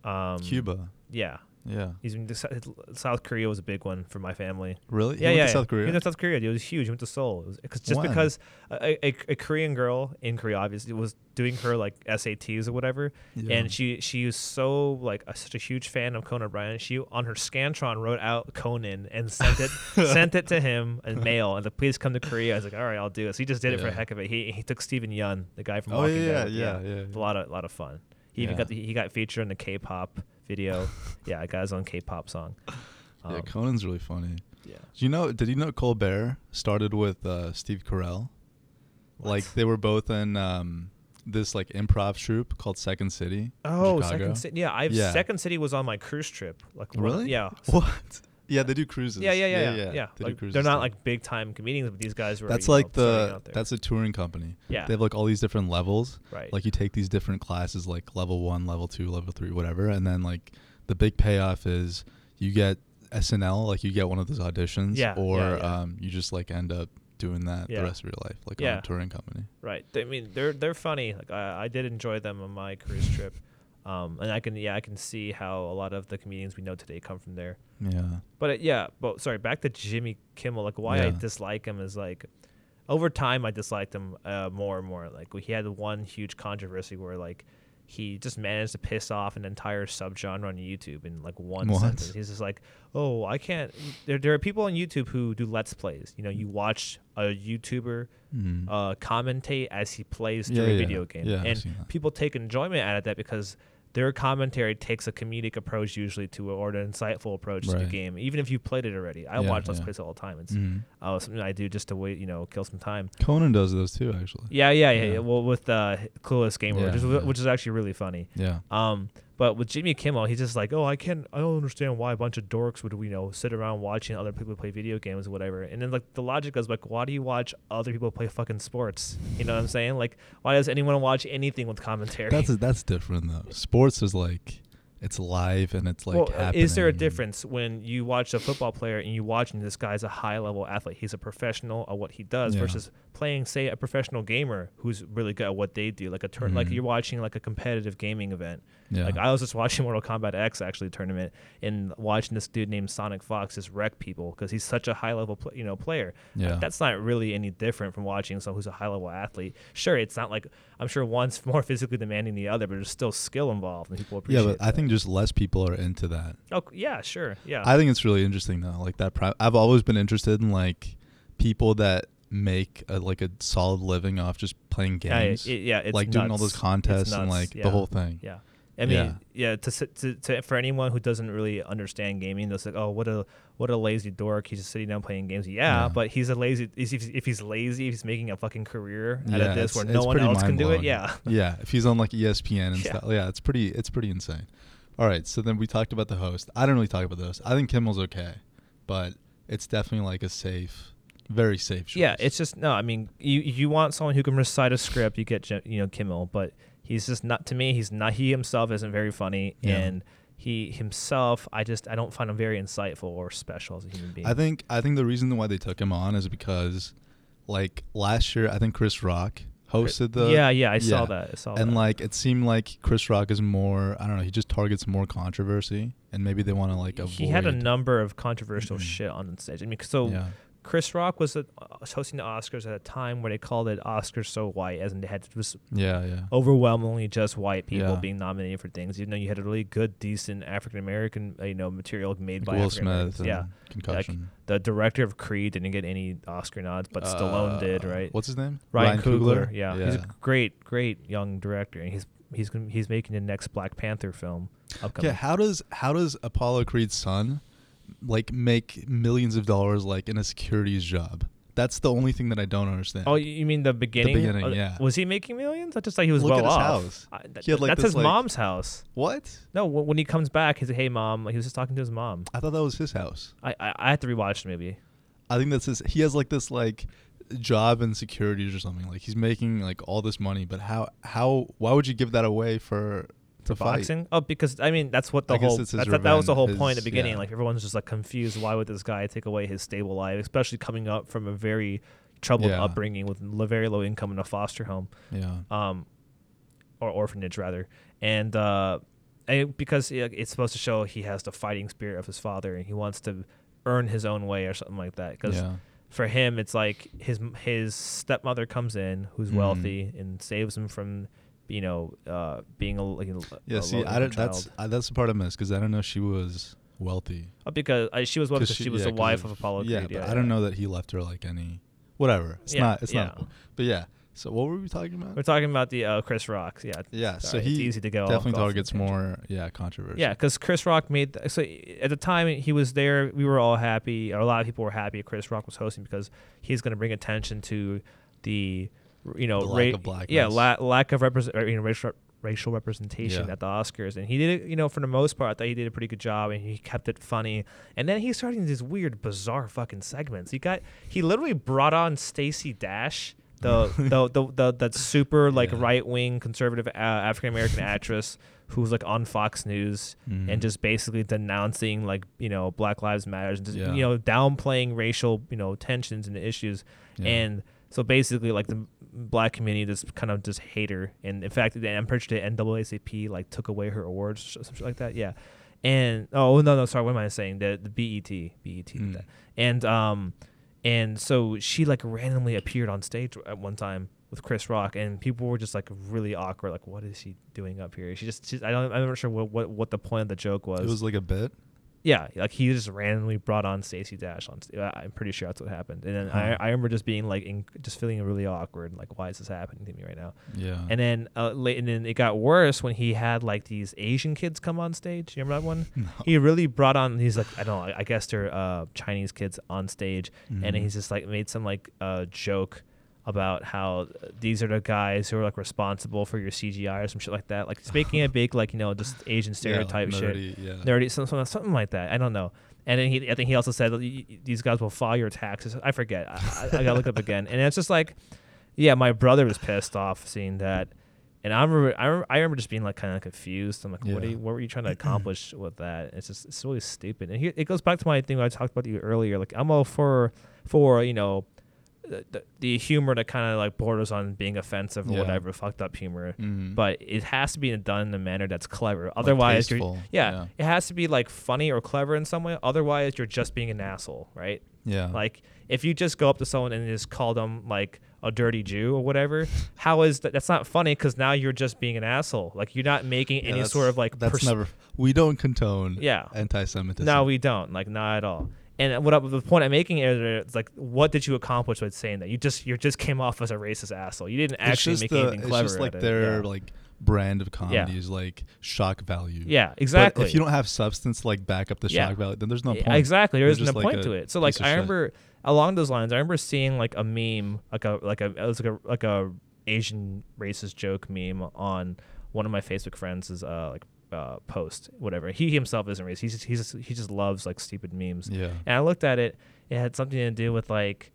[SPEAKER 1] um,
[SPEAKER 2] Cuba.
[SPEAKER 1] Yeah,
[SPEAKER 2] Yeah.
[SPEAKER 1] he's been to Sou- South Korea was a big one for my family.
[SPEAKER 2] Really? He
[SPEAKER 1] Yeah,
[SPEAKER 2] went
[SPEAKER 1] yeah,
[SPEAKER 2] to
[SPEAKER 1] yeah.
[SPEAKER 2] South Korea.
[SPEAKER 1] He went to South Korea. dude. It was huge. He went to Seoul. It was, cause just
[SPEAKER 2] When?
[SPEAKER 1] because a, a, a Korean girl in Korea obviously was doing her like SATs or whatever,
[SPEAKER 2] Yeah.
[SPEAKER 1] and she she was so like a, such a huge fan of Conan O'Brien. She on her scantron wrote out Conan and sent it sent it to him in mail and like please come to Korea. I was like, all right, I'll do this. He just did it for
[SPEAKER 2] Yeah.
[SPEAKER 1] the heck of it. He he took Stephen Yun, the guy from
[SPEAKER 2] Oh,
[SPEAKER 1] Walking
[SPEAKER 2] yeah,
[SPEAKER 1] Dead.
[SPEAKER 2] yeah, yeah,
[SPEAKER 1] It's A
[SPEAKER 2] yeah.
[SPEAKER 1] lot of lot of fun. He even
[SPEAKER 2] Yeah.
[SPEAKER 1] got the, he got featured in the K-pop video. yeah, I got his own K-pop song.
[SPEAKER 2] yeah,
[SPEAKER 1] Um,
[SPEAKER 2] Conan's really funny.
[SPEAKER 1] yeah.
[SPEAKER 2] Do you know? Did you know Colbert started with uh, Steve Carell?
[SPEAKER 1] What?
[SPEAKER 2] Like they were both in um, this like improv troupe called Second City. in
[SPEAKER 1] Oh,
[SPEAKER 2] Chicago.
[SPEAKER 1] Second City. Yeah, I've
[SPEAKER 2] Yeah.
[SPEAKER 1] Second City was on my cruise trip. Like one-
[SPEAKER 2] Really?
[SPEAKER 1] Yeah.
[SPEAKER 2] What? Yeah, they do cruises.
[SPEAKER 1] Yeah, yeah, yeah, yeah. yeah.
[SPEAKER 2] They do
[SPEAKER 1] Like,
[SPEAKER 2] cruises
[SPEAKER 1] they're
[SPEAKER 2] too.
[SPEAKER 1] not like big time comedians, but these guys were.
[SPEAKER 2] That's
[SPEAKER 1] you know,
[SPEAKER 2] like
[SPEAKER 1] starting
[SPEAKER 2] the
[SPEAKER 1] out there.
[SPEAKER 2] that's a touring company.
[SPEAKER 1] Yeah.
[SPEAKER 2] They have like all these different levels.
[SPEAKER 1] Right.
[SPEAKER 2] Like you take these different classes like level 1, level 2, level 3, whatever, and then like the big payoff is you get SNL, like you get one of those auditions
[SPEAKER 1] Yeah, yeah,
[SPEAKER 2] or
[SPEAKER 1] yeah.
[SPEAKER 2] um you just like end up doing that
[SPEAKER 1] Yeah.
[SPEAKER 2] the rest of your life like on
[SPEAKER 1] Yeah.
[SPEAKER 2] a touring company.
[SPEAKER 1] right. I mean, they're they're funny. Like I, I did enjoy them on my cruise trip, um, and I can yeah I can see how a lot of the comedians we know today come from there.
[SPEAKER 2] Yeah.
[SPEAKER 1] But it, yeah, but sorry, back to Jimmy Kimmel. Like why I
[SPEAKER 2] Yeah.
[SPEAKER 1] dislike him is like, over time I disliked him uh, more and more. Like he had one huge controversy where like he just managed to piss off an entire subgenre on YouTube in like one
[SPEAKER 2] What?
[SPEAKER 1] sentence. He's just like, oh, I can't. There, there are people on YouTube who do let's plays. You know, you watch a YouTuber
[SPEAKER 2] Mm.
[SPEAKER 1] uh, commentate as he plays
[SPEAKER 2] Yeah,
[SPEAKER 1] through a
[SPEAKER 2] yeah.
[SPEAKER 1] video game.
[SPEAKER 2] Yeah, I've
[SPEAKER 1] and
[SPEAKER 2] seen that.
[SPEAKER 1] people take enjoyment out of that because their commentary takes a comedic approach usually to it or an insightful approach to the
[SPEAKER 2] Right.
[SPEAKER 1] game, even if you played it already. I
[SPEAKER 2] Yeah,
[SPEAKER 1] watch Let's
[SPEAKER 2] yeah.
[SPEAKER 1] Plays all the time. It's
[SPEAKER 2] Mhm.
[SPEAKER 1] uh, something I do just to wait, you know, kill some time.
[SPEAKER 2] Conan does those too actually.
[SPEAKER 1] Yeah, yeah, yeah.
[SPEAKER 2] Yeah.
[SPEAKER 1] yeah. Well, with uh, Clueless Gamer,
[SPEAKER 2] Yeah,
[SPEAKER 1] which, is,
[SPEAKER 2] yeah.
[SPEAKER 1] which is actually really funny.
[SPEAKER 2] Yeah.
[SPEAKER 1] Um, but with Jimmy Kimmel, he's just like, oh, I can't, I don't understand why a bunch of dorks would, you know, sit around watching other people play video games or whatever. And then like the logic goes like, why do you watch other people play fucking sports? You know what I'm saying? Like, why does anyone watch anything with commentary?
[SPEAKER 2] That's that's different though. Sports is like it's live and it's like
[SPEAKER 1] well, uh,
[SPEAKER 2] happening.
[SPEAKER 1] is there a
[SPEAKER 2] and-
[SPEAKER 1] difference when you watch a football player and you watching this guy's a high level athlete? He's a professional at what he does
[SPEAKER 2] Yeah.
[SPEAKER 1] versus playing, say, a professional gamer who's really good at what they do. Like a turn, like
[SPEAKER 2] Mhm.
[SPEAKER 1] you're watching like a competitive gaming event.
[SPEAKER 2] Yeah.
[SPEAKER 1] Like I was just watching Mortal Kombat X actually tournament and watching this dude named Sonic Fox just wreck people because he's such a high level pl- you know player. Like,
[SPEAKER 2] Yeah.
[SPEAKER 1] that's not really any different from watching someone who's a high level athlete. Sure, it's not like I'm sure one's more physically demanding than the other, but there's still skill involved and people appreciate.
[SPEAKER 2] Yeah, but I
[SPEAKER 1] that.
[SPEAKER 2] think just less people are into that.
[SPEAKER 1] Oh yeah, sure, yeah.
[SPEAKER 2] I think it's really interesting though. Like that, pri- I've always been interested in like people that make a, like a solid living off just playing
[SPEAKER 1] Yeah,
[SPEAKER 2] games.
[SPEAKER 1] it- yeah, it's
[SPEAKER 2] like doing all
[SPEAKER 1] nuts.
[SPEAKER 2] those
[SPEAKER 1] It's
[SPEAKER 2] contests and
[SPEAKER 1] nuts,
[SPEAKER 2] like
[SPEAKER 1] yeah.
[SPEAKER 2] the whole thing.
[SPEAKER 1] Yeah. I mean, yeah.
[SPEAKER 2] Yeah.
[SPEAKER 1] to, sit- to, to for anyone who doesn't really understand gaming, they'll say, "Oh, what a what a lazy dork! He's just sitting down playing games." Yeah,
[SPEAKER 2] Yeah.
[SPEAKER 1] but he's a lazy. If, he's- if he's lazy, if he's making a fucking career out
[SPEAKER 2] Yeah,
[SPEAKER 1] of this
[SPEAKER 2] it's-
[SPEAKER 1] where
[SPEAKER 2] it's
[SPEAKER 1] no one
[SPEAKER 2] pretty
[SPEAKER 1] else can do it,
[SPEAKER 2] mind-blowing.
[SPEAKER 1] yeah,
[SPEAKER 2] yeah. If he's on like E ESPN and
[SPEAKER 1] Yeah.
[SPEAKER 2] stuff, yeah, it's pretty, it's pretty insane. All right, so then we talked about the host. I didn't really talk about the host. I think Kimmel's okay, but it's definitely like a safe, very safe choice.
[SPEAKER 1] yeah. It's just no. I mean, you you want someone who can recite a script. You get Jim- you know Kimmel, but he's just not to me. He's not. He himself isn't very funny,
[SPEAKER 2] Yeah.
[SPEAKER 1] and he himself, I just I don't find him very insightful or special as a human being.
[SPEAKER 2] I think I think the reason why they took him on is because, like last year, I think Chris Rock hosted the.
[SPEAKER 1] Yeah, yeah, I saw that, I saw
[SPEAKER 2] and
[SPEAKER 1] that.
[SPEAKER 2] like it seemed like Chris Rock is more. I don't know. He just targets more controversy, and maybe they want to like avoid.
[SPEAKER 1] he had a number of controversial
[SPEAKER 2] Mhm.
[SPEAKER 1] shit on stage. I mean, so
[SPEAKER 2] Yeah.
[SPEAKER 1] Chris Rock was, uh, was hosting the Oscars at a time where they called it Oscars so white, as in they had just
[SPEAKER 2] Yeah, yeah.
[SPEAKER 1] overwhelmingly just white people
[SPEAKER 2] Yeah.
[SPEAKER 1] being nominated for things, even though you had a really good, decent African American, you know, material made by
[SPEAKER 2] Will
[SPEAKER 1] African-Americans.
[SPEAKER 2] Smith. And
[SPEAKER 1] Yeah,
[SPEAKER 2] Concussion.
[SPEAKER 1] the director of Creed didn't get any Oscar nods, but
[SPEAKER 2] Uh,
[SPEAKER 1] Stallone did, right?
[SPEAKER 2] What's his name?
[SPEAKER 1] Ryan, Coogler,
[SPEAKER 2] Coogler?
[SPEAKER 1] yeah. he's a great, great young director, and he's he's gonna, he's making the next Black Panther film upcoming.
[SPEAKER 2] Yeah, how does how does Apollo Creed's son like make millions of dollars like in a securities job? That's the only thing that I don't understand.
[SPEAKER 1] Oh, you you mean the beginning?
[SPEAKER 2] beginning,
[SPEAKER 1] Uh,
[SPEAKER 2] yeah.
[SPEAKER 1] Was he making millions? I just thought he was
[SPEAKER 2] Look
[SPEAKER 1] well
[SPEAKER 2] at his
[SPEAKER 1] off.
[SPEAKER 2] house.
[SPEAKER 1] I- th-
[SPEAKER 2] He had, like,
[SPEAKER 1] that's
[SPEAKER 2] this,
[SPEAKER 1] his
[SPEAKER 2] like-
[SPEAKER 1] mom's house.
[SPEAKER 2] What?
[SPEAKER 1] No, wh- when he comes back, he's like, "Hey, mom." Like, he was just talking to his mom.
[SPEAKER 2] I thought that was his house.
[SPEAKER 1] I I, I have to rewatch the movie.
[SPEAKER 2] I think that's his. He has like this like job in securities or something. Like he's making like all this money, but how how why would you give that away for to
[SPEAKER 1] For
[SPEAKER 2] fight?
[SPEAKER 1] boxing? Oh, because I mean that's what the
[SPEAKER 2] I guess
[SPEAKER 1] whole
[SPEAKER 2] it's his
[SPEAKER 1] that's, that, that was the whole
[SPEAKER 2] revenge,
[SPEAKER 1] point at the
[SPEAKER 2] his-
[SPEAKER 1] beginning.
[SPEAKER 2] yeah.
[SPEAKER 1] Like everyone's just like confused. Why would this guy take away his stable life, especially coming up from a very troubled
[SPEAKER 2] Yeah.
[SPEAKER 1] upbringing with lo- very low income in a foster home,
[SPEAKER 2] Yeah.
[SPEAKER 1] um, or orphanage rather, and uh, and because it- it's supposed to show he has the fighting spirit of his father and he wants to earn his own way or something like that. Because
[SPEAKER 2] Yeah.
[SPEAKER 1] for him, it's like his his stepmother comes in, who's
[SPEAKER 2] Mhm.
[SPEAKER 1] wealthy, and saves him from, you know, uh, being a like, a-
[SPEAKER 2] Yeah.
[SPEAKER 1] a
[SPEAKER 2] See,
[SPEAKER 1] low-income
[SPEAKER 2] I don't. That's
[SPEAKER 1] child.
[SPEAKER 2] I, that's the part I miss because I don't know she was wealthy.
[SPEAKER 1] Uh, because uh, she was wealthy.
[SPEAKER 2] 'Cause
[SPEAKER 1] Because she, was
[SPEAKER 2] yeah,
[SPEAKER 1] the
[SPEAKER 2] 'cause
[SPEAKER 1] wife of Apollo
[SPEAKER 2] Yeah,
[SPEAKER 1] Creed.
[SPEAKER 2] but I don't know that he left her like any. Whatever. It's
[SPEAKER 1] Yeah,
[SPEAKER 2] not. It's
[SPEAKER 1] yeah.
[SPEAKER 2] not. But yeah. So what were we talking about?
[SPEAKER 1] We're talking about the uh, Chris Rock's. Yeah.
[SPEAKER 2] yeah. so
[SPEAKER 1] Sorry,
[SPEAKER 2] he
[SPEAKER 1] it's easy to go off-
[SPEAKER 2] definitely
[SPEAKER 1] go off the
[SPEAKER 2] targets
[SPEAKER 1] tangent.
[SPEAKER 2] more. Yeah. Controversy.
[SPEAKER 1] Yeah, because Chris Rock made th- so at the time he was there, we were all happy. Or a lot of people were happy. Chris Rock was hosting because he's going to bring attention to the, you know,
[SPEAKER 2] The lack
[SPEAKER 1] ra-
[SPEAKER 2] of blackness.
[SPEAKER 1] yeah, la- lack of represent, you know, racial racial representation
[SPEAKER 2] Yeah.
[SPEAKER 1] at the Oscars, and he did it. You know, for the most part, I thought he did a pretty good job, and he kept it funny. And then he started these weird, bizarre fucking segments. He got he literally brought on Stacey Dash. The, the the the that super like
[SPEAKER 2] Yeah.
[SPEAKER 1] right wing conservative uh, African American actress who was like on Fox News
[SPEAKER 2] Mhm.
[SPEAKER 1] and just basically denouncing like you know Black Lives Matters and just
[SPEAKER 2] Yeah.
[SPEAKER 1] you know downplaying racial you know tensions and issues,
[SPEAKER 2] Yeah.
[SPEAKER 1] and so basically like the black community just kind of just hate her, and in fact the I'm pretty sure the NAACP like took away her awards or something like that, yeah, and oh no no sorry what am I saying the E the BET BET did
[SPEAKER 2] Mm.
[SPEAKER 1] that. and um and so she like randomly appeared on stage at one time with Chris Rock, and people were just like really awkward, like, "What is she doing up here?" She just, she, I don't, I'm not sure what, what what the point of the joke was.
[SPEAKER 2] It was like a bit.
[SPEAKER 1] yeah, like he just randomly brought on Stacey Dash on. st- I'm pretty sure that's what happened, and then I,
[SPEAKER 2] Huh.
[SPEAKER 1] I remember just being like, in, just feeling really awkward, like, "Why is this happening to me right now?"
[SPEAKER 2] Yeah.
[SPEAKER 1] And then, uh, late, and then it got worse when he had like these Asian kids come on stage. You remember that one?
[SPEAKER 2] No.
[SPEAKER 1] He really brought on. He's like, I don't. know, I guess they're uh, Chinese kids on stage, and
[SPEAKER 2] Mhm.
[SPEAKER 1] he's just like made some like uh, joke about how uh, these are the guys who are like responsible for your CGI or some shit like that. Like he's making a big like you know just Asian stereotype shit
[SPEAKER 2] nerdy, yeah.
[SPEAKER 1] nerdy, some- some- something like that. I don't know. And then he, I think he also said "Y- y- these guys will file your taxes. I forget. I, I, I gotta look it up again. And it's just like, yeah, my brother was pissed off seeing that, and I remember, I remember, I remember just being like kind of confused. I'm like, what, are
[SPEAKER 2] Yeah.
[SPEAKER 1] you, what were you trying to accomplish with that? It's just it's really stupid. And here, it goes back to my thing I talked about to you earlier. Like I'm all for for you know. The, the- the humor that kind of like borders on being offensive or
[SPEAKER 2] Yeah.
[SPEAKER 1] whatever, fucked up humor,
[SPEAKER 2] Mhm.
[SPEAKER 1] but it has to be done in a manner that's clever. Otherwise, you're,
[SPEAKER 2] tasteful,
[SPEAKER 1] yeah,
[SPEAKER 2] yeah.
[SPEAKER 1] it has to be like funny or clever in some way. Otherwise, you're just being an asshole, right?
[SPEAKER 2] yeah.
[SPEAKER 1] Like if you just go up to someone and just call them like a dirty Jew or whatever, how is that? That's not funny because now you're just being an asshole. Like you're not making
[SPEAKER 2] Yeah,
[SPEAKER 1] any
[SPEAKER 2] that's-
[SPEAKER 1] sort of like
[SPEAKER 2] that's
[SPEAKER 1] pers-
[SPEAKER 2] never. We don't condone.
[SPEAKER 1] Yeah.
[SPEAKER 2] Anti-Semitism.
[SPEAKER 1] No, we don't. Like not at all. And what I, the point I'm making is that it's like, what did you accomplish with saying that? You just you just came off as a racist asshole. You didn't
[SPEAKER 2] It's
[SPEAKER 1] actually
[SPEAKER 2] just
[SPEAKER 1] make
[SPEAKER 2] the-
[SPEAKER 1] anything clever.
[SPEAKER 2] It's just
[SPEAKER 1] at
[SPEAKER 2] like
[SPEAKER 1] it.
[SPEAKER 2] their
[SPEAKER 1] yeah.
[SPEAKER 2] like brand of comedy is like shock value.
[SPEAKER 1] yeah,
[SPEAKER 2] But
[SPEAKER 1] exactly.
[SPEAKER 2] if you don't have substance to, like back up the
[SPEAKER 1] Yeah.
[SPEAKER 2] shock value, then there's no
[SPEAKER 1] Yeah,
[SPEAKER 2] point.
[SPEAKER 1] Exactly, there
[SPEAKER 2] You're
[SPEAKER 1] isn't a
[SPEAKER 2] just, like,
[SPEAKER 1] point
[SPEAKER 2] a
[SPEAKER 1] to it. So
[SPEAKER 2] piece
[SPEAKER 1] like
[SPEAKER 2] of
[SPEAKER 1] I
[SPEAKER 2] shit.
[SPEAKER 1] remember along those lines, I remember seeing like a meme, like a like a it was like a like a Asian racist joke meme on one of my Facebook friends' uh like uh post whatever. He himself isn't racist. He's just, he's just, he just loves like stupid memes.
[SPEAKER 2] Yeah.
[SPEAKER 1] And I looked at it. It had something to do with like,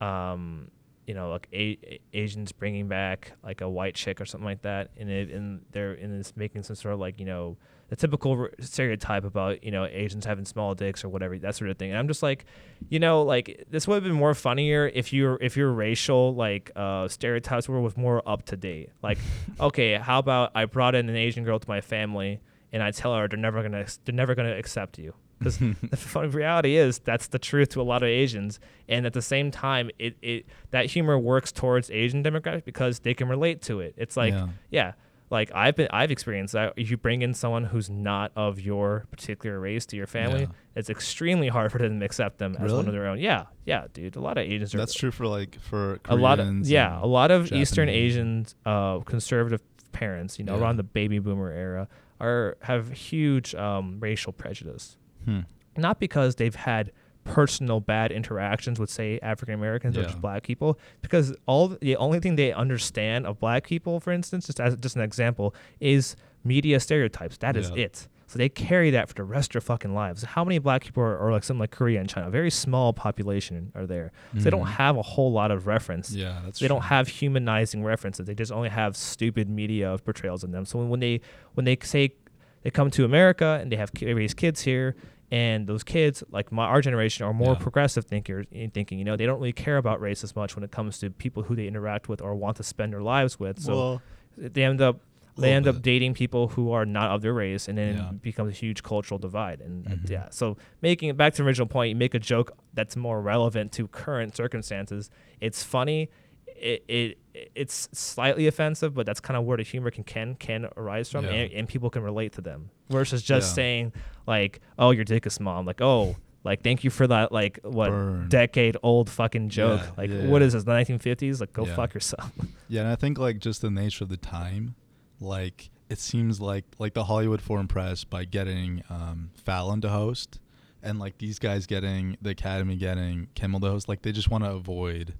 [SPEAKER 1] um, you know, like a- A- Asians bringing back like a white chick or something like that, and it, and they're and it's making some sort of like you know the typical r- stereotype about you know Asians having small dicks or whatever that sort of thing. And I'm just like, you know, like this would have been more funnier if your if your racial like uh, stereotypes were with more up to date. Like, okay, how about I brought in an Asian girl to my family and I tell her they're never gonna they're never gonna accept you. Because the funny reality is that's the truth to a lot of Asians, and at the same time, it, it that humor works towards Asian demographics because they can relate to it. It's like
[SPEAKER 2] Yeah.
[SPEAKER 1] yeah, like I've been I've experienced that. If you bring in someone who's not of your particular race to your family,
[SPEAKER 2] Yeah.
[SPEAKER 1] it's extremely hard for them to accept them as one
[SPEAKER 2] Really?
[SPEAKER 1] of their own. Yeah, yeah, dude. A lot of Asians are
[SPEAKER 2] That's true for like for
[SPEAKER 1] a lot of
[SPEAKER 2] Koreans
[SPEAKER 1] yeah,
[SPEAKER 2] and
[SPEAKER 1] a lot of Eastern
[SPEAKER 2] Japanese.
[SPEAKER 1] Asian uh, conservative parents, you know,
[SPEAKER 2] Yeah.
[SPEAKER 1] around the baby boomer era, are have huge um, racial prejudice.
[SPEAKER 2] Hmm.
[SPEAKER 1] Not because they've had personal bad interactions with say African Americans or
[SPEAKER 2] Yeah.
[SPEAKER 1] just black people, because all the only thing they understand of black people, for instance, just as just an example, is media stereotypes. That is
[SPEAKER 2] Yeah.
[SPEAKER 1] it. So they carry that for the rest of their fucking lives. How many black people are, are like something like Korea and China? A very small population are there. So they don't
[SPEAKER 2] Mhm.
[SPEAKER 1] have a whole lot of reference
[SPEAKER 2] Yeah, that's
[SPEAKER 1] they
[SPEAKER 2] true.
[SPEAKER 1] don't have humanizing references. They just only have stupid media of portrayals in them. So when, when they when they say they come to America and they have ki- raise kids here, and those kids like my our generation are more
[SPEAKER 2] Yeah.
[SPEAKER 1] progressive thinkers in thinking. You know, they don't really care about race as much when it comes to people who they interact with or want to spend their lives with. So
[SPEAKER 2] well,
[SPEAKER 1] they end up they
[SPEAKER 2] little
[SPEAKER 1] end up
[SPEAKER 2] bit.
[SPEAKER 1] dating people who are not of their race, and then
[SPEAKER 2] Yeah.
[SPEAKER 1] it becomes a huge cultural divide. And uh,
[SPEAKER 2] Mhm.
[SPEAKER 1] yeah, so making it back to the original point, you make a joke that's more relevant to current circumstances. It's funny. It, it it's slightly offensive, but that's kind of where the humor can can, can arise from,
[SPEAKER 2] Yeah.
[SPEAKER 1] and, and people can relate to them versus just
[SPEAKER 2] Yeah.
[SPEAKER 1] saying like, "Oh, your dick is small." I'm like, "Oh, like thank you for that like what
[SPEAKER 2] Burn.
[SPEAKER 1] decade old fucking joke.
[SPEAKER 2] Yeah,
[SPEAKER 1] like
[SPEAKER 2] yeah,
[SPEAKER 1] what
[SPEAKER 2] yeah.
[SPEAKER 1] is this 1950s? Like go
[SPEAKER 2] Yeah.
[SPEAKER 1] fuck yourself."
[SPEAKER 2] yeah, and I think like just the nature of the time, like it seems like like the Hollywood Foreign Press by getting um, Fallon to host, and like these guys getting the Academy getting Kimmel to host, like they just want to avoid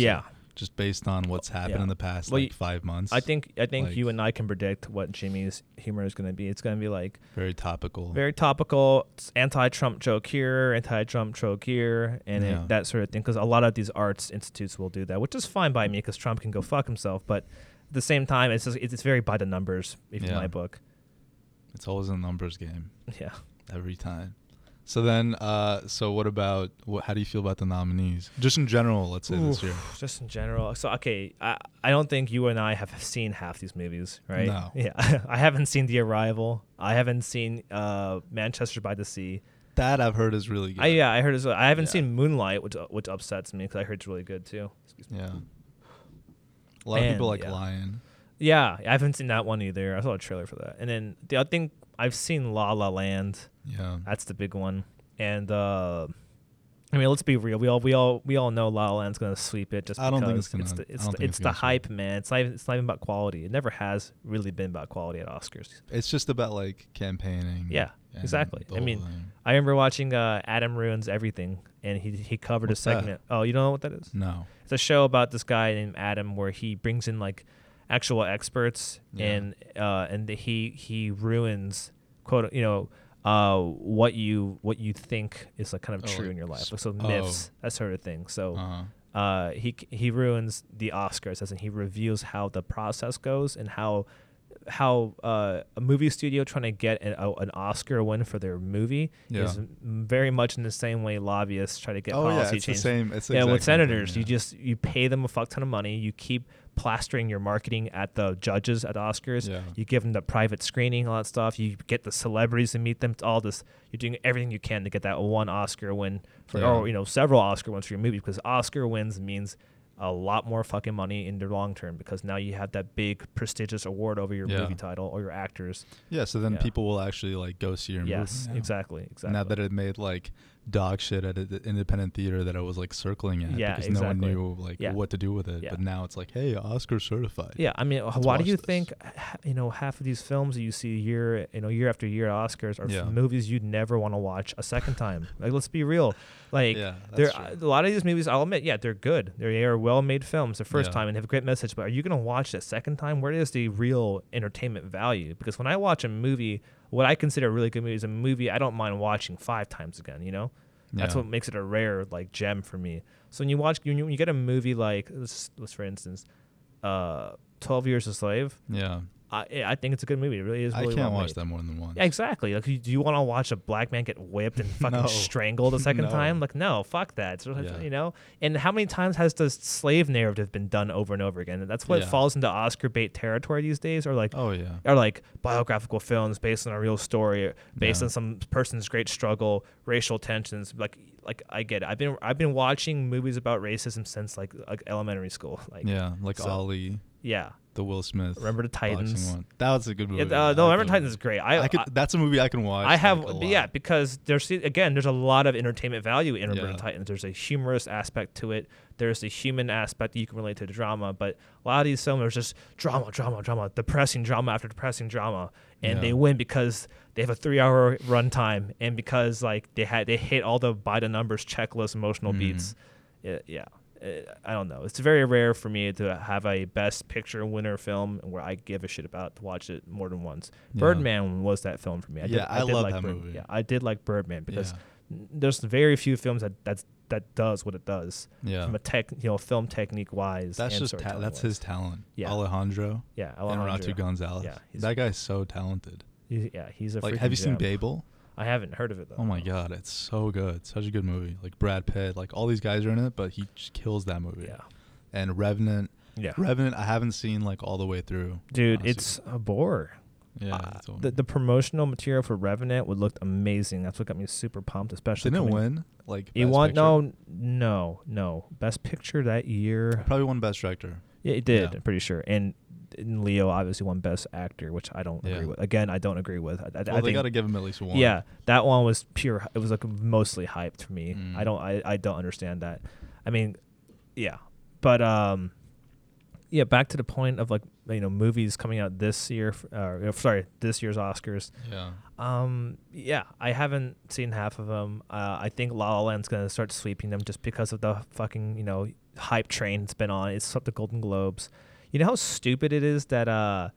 [SPEAKER 1] Yeah.
[SPEAKER 2] just based on what's happened
[SPEAKER 1] Yeah.
[SPEAKER 2] in the past
[SPEAKER 1] Well,
[SPEAKER 2] like
[SPEAKER 1] y-
[SPEAKER 2] five months.
[SPEAKER 1] I think I think
[SPEAKER 2] Like-
[SPEAKER 1] you and I can predict what Jimmy's humor is going to be. It's going to be like
[SPEAKER 2] very topical.
[SPEAKER 1] very topical, it's anti-Trump joke here, anti-Trump joke here, and it-
[SPEAKER 2] Yeah.
[SPEAKER 1] that sort of thing. Because a lot of these arts institutes will do that, which is fine by me because Trump can go fuck himself. But at the same time, it's just, it's, it's very by the numbers, if in
[SPEAKER 2] Yeah.
[SPEAKER 1] my book.
[SPEAKER 2] it's always a numbers game.
[SPEAKER 1] Yeah.
[SPEAKER 2] every time. So then, uh, so what about what, how do you feel about the nominees? Just in general, let's say this
[SPEAKER 1] Oof,
[SPEAKER 2] year.
[SPEAKER 1] Just in general. So okay, I I don't think you and I have seen half these movies, right?
[SPEAKER 2] No.
[SPEAKER 1] Yeah. I haven't seen The Arrival. I haven't seen uh, Manchester by the Sea.
[SPEAKER 2] That I've heard is really good.
[SPEAKER 1] I, yeah, I heard as well. I haven't
[SPEAKER 2] Yeah.
[SPEAKER 1] seen Moonlight, which uh, which upsets me because I heard it's really good too. Excuse me.
[SPEAKER 2] yeah. A lot of people
[SPEAKER 1] And,
[SPEAKER 2] like
[SPEAKER 1] yeah.
[SPEAKER 2] Lion.
[SPEAKER 1] Yeah, I haven't seen that one either. I saw a trailer for that, and then the other thing I've seen La La Land.
[SPEAKER 2] Yeah,
[SPEAKER 1] That's the big one, and uh, I mean, let's be real. We all we all we all know La La Land's gonna sweep it. Just
[SPEAKER 2] I don't think
[SPEAKER 1] because
[SPEAKER 2] it's gonna-
[SPEAKER 1] the,
[SPEAKER 2] I
[SPEAKER 1] it's
[SPEAKER 2] don't
[SPEAKER 1] the,
[SPEAKER 2] think
[SPEAKER 1] it's
[SPEAKER 2] it's
[SPEAKER 1] the
[SPEAKER 2] gonna sweep
[SPEAKER 1] hype, man. It's not even, it's not even about quality. It never has really been about quality at Oscars.
[SPEAKER 2] it's just about like campaigning.
[SPEAKER 1] Yeah,
[SPEAKER 2] and
[SPEAKER 1] exactly.
[SPEAKER 2] the
[SPEAKER 1] I
[SPEAKER 2] whole
[SPEAKER 1] mean,
[SPEAKER 2] thing.
[SPEAKER 1] I remember watching uh, Adam ruins everything, and he he covered
[SPEAKER 2] What's
[SPEAKER 1] a
[SPEAKER 2] that?
[SPEAKER 1] segment. Oh, you don't know what that is?
[SPEAKER 2] no.
[SPEAKER 1] it's a show about this guy named Adam where he brings in like actual experts
[SPEAKER 2] Yeah.
[SPEAKER 1] and uh, and he he ruins quote you know uh, what you what you think is like kind of
[SPEAKER 2] Oh,
[SPEAKER 1] true
[SPEAKER 2] like
[SPEAKER 1] in your life
[SPEAKER 2] sp-
[SPEAKER 1] like so
[SPEAKER 2] oh.
[SPEAKER 1] myths that sort of thing so
[SPEAKER 2] Uh-huh.
[SPEAKER 1] uh, he he ruins the Oscars as in he reveals how the process goes and how how uh, a movie studio trying to get an, a, an Oscar win for their movie
[SPEAKER 2] Yeah.
[SPEAKER 1] is very much in the same way lobbyists try to get
[SPEAKER 2] Oh
[SPEAKER 1] policy
[SPEAKER 2] yeah, it's the
[SPEAKER 1] change
[SPEAKER 2] same. It's the
[SPEAKER 1] yeah, with
[SPEAKER 2] exact same thing,
[SPEAKER 1] senators, you
[SPEAKER 2] yeah.
[SPEAKER 1] just you pay them a fuck ton of money. You keep plastering your marketing at the judges at the Oscars.
[SPEAKER 2] Yeah.
[SPEAKER 1] You give them the private screening, all that stuff. You get the celebrities to meet them. It's all this. You're doing everything you can to get that one Oscar win for,
[SPEAKER 2] Yeah.
[SPEAKER 1] or you know, several Oscar wins for your movie because Oscar wins means a lot more fucking money in the long term because now you have that big prestigious award over your
[SPEAKER 2] Yeah.
[SPEAKER 1] movie title or your actors.
[SPEAKER 2] yeah. So then
[SPEAKER 1] yeah.
[SPEAKER 2] people will actually like go see your
[SPEAKER 1] yes,
[SPEAKER 2] movie. now.
[SPEAKER 1] exactly, exactly.
[SPEAKER 2] Now that it made like dog shit at an independent theater that I was like circling at
[SPEAKER 1] Yeah,
[SPEAKER 2] because
[SPEAKER 1] exactly.
[SPEAKER 2] no one knew like
[SPEAKER 1] Yeah.
[SPEAKER 2] what to do with it.
[SPEAKER 1] Yeah.
[SPEAKER 2] But now it's like, hey, Oscar certified.
[SPEAKER 1] Yeah, I mean, h-
[SPEAKER 2] Let's
[SPEAKER 1] why do
[SPEAKER 2] watch
[SPEAKER 1] you
[SPEAKER 2] this.
[SPEAKER 1] think h- you know half of these films that you see year, you know, year after year at Oscars are f-
[SPEAKER 2] Yeah.
[SPEAKER 1] movies you'd never want to watch a second time? like, let's be real. Like,
[SPEAKER 2] Yeah,
[SPEAKER 1] there
[SPEAKER 2] that's
[SPEAKER 1] a
[SPEAKER 2] true.
[SPEAKER 1] lot of these movies. I'll admit, yeah, they're good. They're- They are well-made films the first
[SPEAKER 2] Yeah.
[SPEAKER 1] time and have a great message. But are you going to watch it a second time? Where is the real entertainment value? Because when I watch a movie, what I consider a really good movie is a movie I don't mind watching five times again. You know. That's
[SPEAKER 2] Yeah.
[SPEAKER 1] what makes it a rare like gem for me. So when you watch, when you, when you get a movie like let's, let's for instance, uh, Twelve Years a Slave,
[SPEAKER 2] Yeah.
[SPEAKER 1] I I think it's a good movie. It really is. Really
[SPEAKER 2] I can't
[SPEAKER 1] well
[SPEAKER 2] watch
[SPEAKER 1] made.
[SPEAKER 2] that more than once.
[SPEAKER 1] Yeah, exactly. Like, you- do you want to watch a black man get whipped and fucking
[SPEAKER 2] No.
[SPEAKER 1] strangled a second
[SPEAKER 2] No.
[SPEAKER 1] time? Like, no, fuck that. It's really-
[SPEAKER 2] Yeah.
[SPEAKER 1] You know. And how many times has the slave narrative been done over and over again? And that's what
[SPEAKER 2] Yeah.
[SPEAKER 1] falls into Oscar bait territory these days. Or like,
[SPEAKER 2] Oh yeah.
[SPEAKER 1] or like biographical films based on a real story, based on some person's great struggle, racial tensions. Like, like I get it. I've been I've been watching movies about racism since like like elementary school. Like,
[SPEAKER 2] Yeah, like
[SPEAKER 1] so-
[SPEAKER 2] Ali,
[SPEAKER 1] yeah.
[SPEAKER 2] the Will Smith.
[SPEAKER 1] Remember the
[SPEAKER 2] boxing
[SPEAKER 1] Titans?
[SPEAKER 2] One. That was a good movie.
[SPEAKER 1] Yeah, uh,
[SPEAKER 2] I
[SPEAKER 1] no,
[SPEAKER 2] like
[SPEAKER 1] Remember
[SPEAKER 2] that
[SPEAKER 1] Titans
[SPEAKER 2] movie.
[SPEAKER 1] is great. I,
[SPEAKER 2] I could,
[SPEAKER 1] I-
[SPEAKER 2] that's a movie I can watch.
[SPEAKER 1] I have,
[SPEAKER 2] like, a
[SPEAKER 1] yeah,
[SPEAKER 2] lot.
[SPEAKER 1] because there's again, there's a lot of entertainment value in Remember
[SPEAKER 2] Yeah.
[SPEAKER 1] the Titans. There's a humorous aspect to it. There's the human aspect that you can relate to the drama, but a lot of these films are just drama, drama, drama, depressing drama after depressing drama, and
[SPEAKER 2] Yeah.
[SPEAKER 1] they win because they have a three-hour runtime and because like they had they hit all the by the numbers checklist emotional
[SPEAKER 2] Mm-hmm.
[SPEAKER 1] beats. Yeah, yeah. Uh, I don't know. It's very rare for me to have a best picture winner film where I give a shit about to watch it more than once.
[SPEAKER 2] Yeah.
[SPEAKER 1] Birdman was that film for me. I
[SPEAKER 2] Yeah, I love
[SPEAKER 1] like
[SPEAKER 2] that
[SPEAKER 1] Bird-
[SPEAKER 2] movie.
[SPEAKER 1] Yeah, I did like Birdman because
[SPEAKER 2] Yeah.
[SPEAKER 1] n- there's very few films that that's, that does what it does
[SPEAKER 2] Yeah.
[SPEAKER 1] from a tech, you know, film technique wise.
[SPEAKER 2] That's
[SPEAKER 1] and
[SPEAKER 2] just ta-
[SPEAKER 1] storytelling
[SPEAKER 2] that's
[SPEAKER 1] wise.
[SPEAKER 2] his talent.
[SPEAKER 1] Yeah.
[SPEAKER 2] Alejandro.
[SPEAKER 1] Yeah,
[SPEAKER 2] And
[SPEAKER 1] Alejandro.
[SPEAKER 2] Renato Gonzalez.
[SPEAKER 1] Yeah, he's-
[SPEAKER 2] that guy's so talented.
[SPEAKER 1] He's, yeah, he's a.
[SPEAKER 2] Like,
[SPEAKER 1] freaking
[SPEAKER 2] have you seen
[SPEAKER 1] gem.
[SPEAKER 2] Babel?
[SPEAKER 1] I haven't heard of it though.
[SPEAKER 2] Oh my god, it's so good. Such a good movie. Like Brad Pitt, like all these guys are in it, but he just kills that movie.
[SPEAKER 1] Yeah.
[SPEAKER 2] And Revenant.
[SPEAKER 1] Yeah.
[SPEAKER 2] Revenant, I haven't seen like all the way through.
[SPEAKER 1] Dude,
[SPEAKER 2] honestly.
[SPEAKER 1] it's a bore.
[SPEAKER 2] yeah.
[SPEAKER 1] Uh,
[SPEAKER 2] it's all-
[SPEAKER 1] the, the promotional material for Revenant would look amazing. That's what got me super pumped, especially.
[SPEAKER 2] Didn't it
[SPEAKER 1] coming-
[SPEAKER 2] win? Like
[SPEAKER 1] It
[SPEAKER 2] Best
[SPEAKER 1] won.
[SPEAKER 2] Picture?
[SPEAKER 1] No, no, no. Best picture that year.
[SPEAKER 2] Probably won Best Director.
[SPEAKER 1] Yeah, it did.
[SPEAKER 2] Yeah.
[SPEAKER 1] I'm pretty sure. And, and Leo obviously won Best Actor, which I don't
[SPEAKER 2] Yeah.
[SPEAKER 1] agree with. Again, I don't agree with. I, I- I
[SPEAKER 2] well, they
[SPEAKER 1] think-
[SPEAKER 2] got to give him at least one.
[SPEAKER 1] Yeah, that one was pure. It was like mostly hyped for me.
[SPEAKER 2] Mm.
[SPEAKER 1] I don't. I, I don't understand that. I mean, yeah, but um, yeah. Back to the point of like you know movies coming out this year. f- Uh, you know, sorry, this year's Oscars.
[SPEAKER 2] Yeah.
[SPEAKER 1] Um, yeah, I haven't seen half of them. Uh, I think La La Land's gonna start sweeping them just because of the fucking you know hype train it's been on. It's swept the Golden Globes. You know how stupid it is that uh.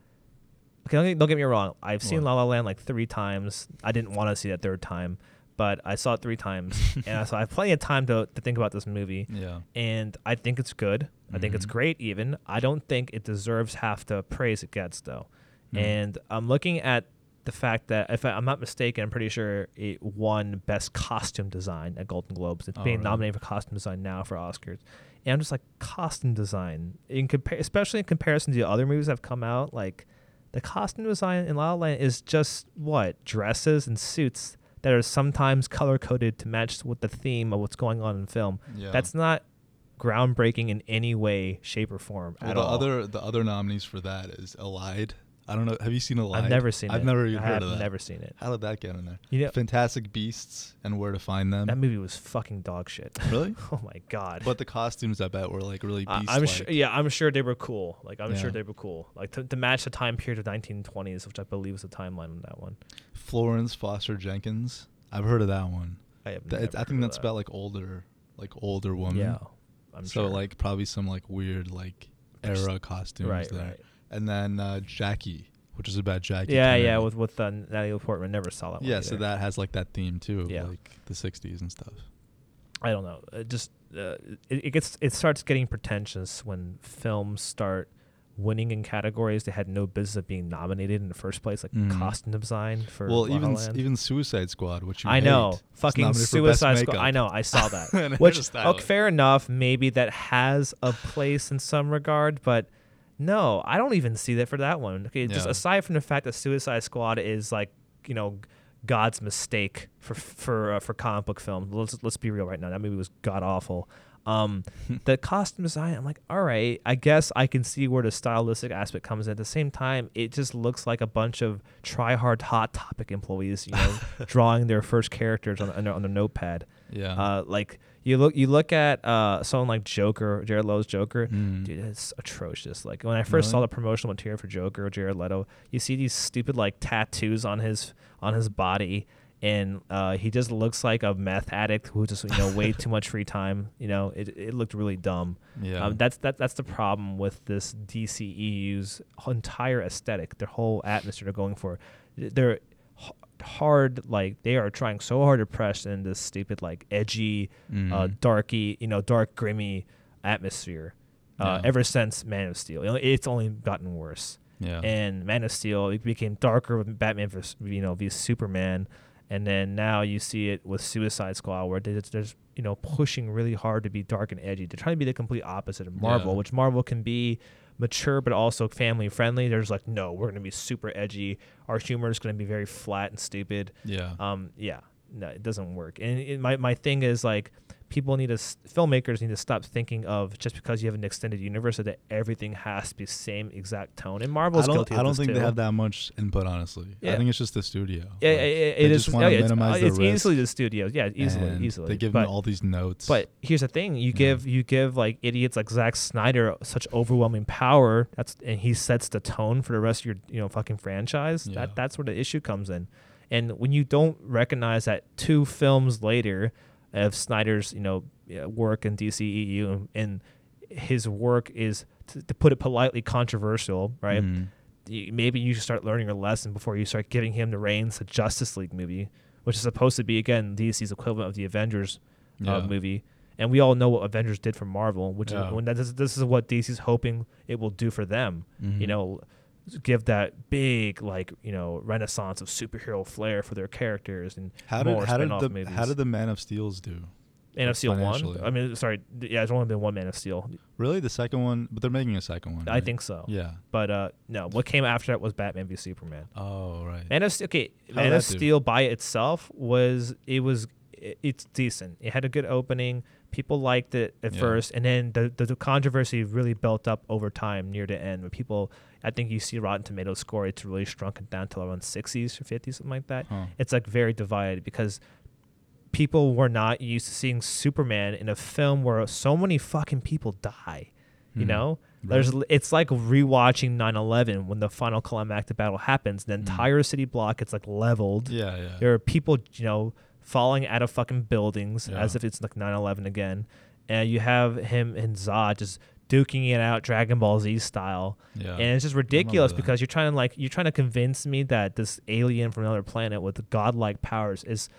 [SPEAKER 1] Okay, don't get, don't get me wrong. I've seen
[SPEAKER 2] What?
[SPEAKER 1] La La Land like three times. I didn't want to see that third time, but I saw it three times, and I- so I have plenty of time to to think about this movie.
[SPEAKER 2] Yeah.
[SPEAKER 1] And I think it's good. I think it's
[SPEAKER 2] Mhm.
[SPEAKER 1] great. Even I don't think it deserves half the praise it gets though.
[SPEAKER 2] Mm.
[SPEAKER 1] And I'm looking at the fact that if I, I'm not mistaken, I'm pretty sure it won best costume design at Golden Globes. It's
[SPEAKER 2] Oh,
[SPEAKER 1] being
[SPEAKER 2] really?
[SPEAKER 1] nominated for costume design now for Oscars. And I'm just like costume design in compar- especially in comparison to the other movies that have come out. Like the costume design in La La Land is just what dresses and suits that are sometimes color coded to match with the theme of what's going on in film.
[SPEAKER 2] Yeah.
[SPEAKER 1] That's not groundbreaking in any way, shape, or form
[SPEAKER 2] Well,
[SPEAKER 1] at
[SPEAKER 2] the
[SPEAKER 1] all.
[SPEAKER 2] other the other nominees for that is Allied. I don't know. Have you seen Allied?
[SPEAKER 1] I've never seen
[SPEAKER 2] I've
[SPEAKER 1] it.
[SPEAKER 2] never even
[SPEAKER 1] I
[SPEAKER 2] heard
[SPEAKER 1] have
[SPEAKER 2] of that.
[SPEAKER 1] never seen it.
[SPEAKER 2] How did that get in there?
[SPEAKER 1] You know-
[SPEAKER 2] Fantastic Beasts and Where to Find Them.
[SPEAKER 1] That movie was fucking dog shit.
[SPEAKER 2] Really?
[SPEAKER 1] oh my god.
[SPEAKER 2] But the costumes, I bet, were like really
[SPEAKER 1] I-
[SPEAKER 2] beast.
[SPEAKER 1] I'm sure. Yeah, I'm sure they were cool. Like I'm sure
[SPEAKER 2] Yeah.
[SPEAKER 1] they were cool. Like to, to match the time period of 1920s, which I believe is the timeline on that one.
[SPEAKER 2] Florence Foster Jenkins. I've heard of that one.
[SPEAKER 1] I have.
[SPEAKER 2] That-
[SPEAKER 1] never
[SPEAKER 2] it's- I
[SPEAKER 1] heard of
[SPEAKER 2] think that's
[SPEAKER 1] that.
[SPEAKER 2] about like older, like older woman.
[SPEAKER 1] Yeah, I'm
[SPEAKER 2] so
[SPEAKER 1] sure.
[SPEAKER 2] like probably some like weird like
[SPEAKER 1] Just-
[SPEAKER 2] era costumes
[SPEAKER 1] right,
[SPEAKER 2] there.
[SPEAKER 1] right.
[SPEAKER 2] And then uh, Jackie, which is about Jackie.
[SPEAKER 1] yeah,
[SPEAKER 2] Kennedy.
[SPEAKER 1] yeah, with with uh, Natalie Portman, never saw that. one
[SPEAKER 2] yeah. So
[SPEAKER 1] either.
[SPEAKER 2] that has like that theme too, of,
[SPEAKER 1] Yeah.
[SPEAKER 2] like the '60s and stuff.
[SPEAKER 1] I don't know. It just uh, it, it gets it starts getting pretentious when films start winning in categories they had no business of being nominated in the first place, like
[SPEAKER 2] Mhm.
[SPEAKER 1] costume design for
[SPEAKER 2] well,
[SPEAKER 1] La La
[SPEAKER 2] even s-
[SPEAKER 1] Land.
[SPEAKER 2] even Suicide Squad, which you
[SPEAKER 1] I
[SPEAKER 2] hate,
[SPEAKER 1] know.
[SPEAKER 2] is
[SPEAKER 1] Fucking
[SPEAKER 2] nominated for Best
[SPEAKER 1] Suicide Squad.
[SPEAKER 2] Makeup.
[SPEAKER 1] I know. I saw
[SPEAKER 2] And
[SPEAKER 1] that.
[SPEAKER 2] it
[SPEAKER 1] Which,
[SPEAKER 2] just died
[SPEAKER 1] okay,
[SPEAKER 2] away.
[SPEAKER 1] fair enough. Maybe that has a place in some regard, but no, I don't even see that for that one. Okay, just
[SPEAKER 2] Yeah.
[SPEAKER 1] aside from the fact that Suicide Squad is like, you know, God's mistake for for uh, for comic book film. Let's let's be real right now. That movie was god awful. Um, the costume design, I'm like, all right, I guess I can see where the stylistic aspect comes in. At the same time, it just looks like a bunch of try hard hot topic employees, you know, drawing their first characters on on their, on their notepad.
[SPEAKER 2] Yeah.
[SPEAKER 1] Uh, like you look you look at uh someone like Joker, Jared Leto's Joker,
[SPEAKER 2] Mm.
[SPEAKER 1] dude, it's atrocious. Like when I first saw
[SPEAKER 2] Really?
[SPEAKER 1] the promotional material for Joker, Jared Leto, you see these stupid like tattoos on his on his body. And uh, he just looks like a meth addict who just you know way too much free time. You know, it, it looked really dumb.
[SPEAKER 2] Yeah.
[SPEAKER 1] Um, that's that that's the problem with this DCEU's entire aesthetic, their whole atmosphere they're going for. They're h- hard like they are trying so hard to press in this stupid like edgy, uh,
[SPEAKER 2] Mhm.
[SPEAKER 1] darky, you know, dark grimy atmosphere. Uh,
[SPEAKER 2] Yeah.
[SPEAKER 1] Ever since Man of Steel, You know, it's only gotten worse.
[SPEAKER 2] Yeah.
[SPEAKER 1] and Man of Steel. It became darker with Batman versus you know v Superman, and then now you see it with Suicide Squad, where they just- they're just, you know pushing really hard to be dark and edgy. They're trying to be the complete opposite of Marvel,
[SPEAKER 2] Yeah.
[SPEAKER 1] which Marvel can be mature but also family friendly. They're just like, no, we're gonna be super edgy. Our humor is gonna be very flat and stupid.
[SPEAKER 2] yeah.
[SPEAKER 1] Um, yeah, no, it doesn't work. And it, my my thing is like, people need to s- filmmakers need to stop thinking of just because you have an extended universe that everything has to be same exact tone. And Marvel's
[SPEAKER 2] I don't,
[SPEAKER 1] guilty.
[SPEAKER 2] I
[SPEAKER 1] of
[SPEAKER 2] don't
[SPEAKER 1] this
[SPEAKER 2] think
[SPEAKER 1] too.
[SPEAKER 2] they have that much input, honestly.
[SPEAKER 1] Yeah.
[SPEAKER 2] I think it's just the studio.
[SPEAKER 1] Yeah, it,
[SPEAKER 2] Like,
[SPEAKER 1] it,
[SPEAKER 2] they
[SPEAKER 1] it
[SPEAKER 2] just
[SPEAKER 1] is-
[SPEAKER 2] want
[SPEAKER 1] yeah,
[SPEAKER 2] to
[SPEAKER 1] it's, uh,
[SPEAKER 2] minimize the
[SPEAKER 1] it's
[SPEAKER 2] risk.
[SPEAKER 1] easily the studios. Yeah, easily,
[SPEAKER 2] and
[SPEAKER 1] easily.
[SPEAKER 2] They give
[SPEAKER 1] but,
[SPEAKER 2] them all these notes.
[SPEAKER 1] But here's the thing: you give you give like idiots like Zack Snyder such overwhelming power. That's and he sets the tone for the rest of your you know fucking franchise.
[SPEAKER 2] Yeah.
[SPEAKER 1] That that's where the issue comes in. And when you don't recognize that two films later of Snyder's you know yeah, work in DCEU and, and his work is to, to put it politely controversial, right?
[SPEAKER 2] Mhm.
[SPEAKER 1] y- maybe you should start learning your lesson before you start giving him the reins to Justice League movie, which is supposed to be again DC's equivalent of the Avengers uh,
[SPEAKER 2] Yeah.
[SPEAKER 1] movie. And we all know what Avengers did for Marvel, which
[SPEAKER 2] Yeah.
[SPEAKER 1] is when that this, this is what DC's hoping it will do for them. You
[SPEAKER 2] Mhm.
[SPEAKER 1] know, give that big like you know renaissance of superhero flair for their characters and
[SPEAKER 2] how
[SPEAKER 1] more
[SPEAKER 2] did how did
[SPEAKER 1] spin-off
[SPEAKER 2] the
[SPEAKER 1] movies.
[SPEAKER 2] how did the Man of Steel's do?
[SPEAKER 1] Man of Steel one?
[SPEAKER 2] financially?
[SPEAKER 1] I mean, sorry, th- yeah, there's only been one Man of Steel.
[SPEAKER 2] Really, the second one, but they're making a second one.
[SPEAKER 1] I
[SPEAKER 2] right?
[SPEAKER 1] think so.
[SPEAKER 2] Mm-hmm. Yeah.
[SPEAKER 1] But uh, no, what came after that was Batman v Superman.
[SPEAKER 2] Oh right.
[SPEAKER 1] Man of Steel, okay,
[SPEAKER 2] How'd
[SPEAKER 1] Man of
[SPEAKER 2] that do?
[SPEAKER 1] Steel by itself was it was i- it's decent. It had a good opening. People liked it at
[SPEAKER 2] Yeah.
[SPEAKER 1] first, and then the, the the controversy really built up over time near the end. When people, I think you see Rotten Tomatoes score, it's really shrunken down to around sixties or fifties, something like that.
[SPEAKER 2] Huh.
[SPEAKER 1] It's like very divided because people were not used to seeing Superman in a film where so many fucking people die. You
[SPEAKER 2] Hmm.
[SPEAKER 1] know, there's
[SPEAKER 2] Right.
[SPEAKER 1] l- it's like rewatching 9/11 when the final climactic battle happens.
[SPEAKER 2] Hmm.
[SPEAKER 1] The entire city block gets like leveled.
[SPEAKER 2] yeah, yeah.
[SPEAKER 1] There are people, you know, falling out of fucking buildings
[SPEAKER 2] Yeah.
[SPEAKER 1] as if it's like 9/11 again, and you have him and Zod just duking it out, Dragon Ball Z style.
[SPEAKER 2] Yeah.
[SPEAKER 1] And it's just ridiculous
[SPEAKER 2] that.
[SPEAKER 1] because you're trying to like you're trying to convince me that this alien from another planet with godlike powers is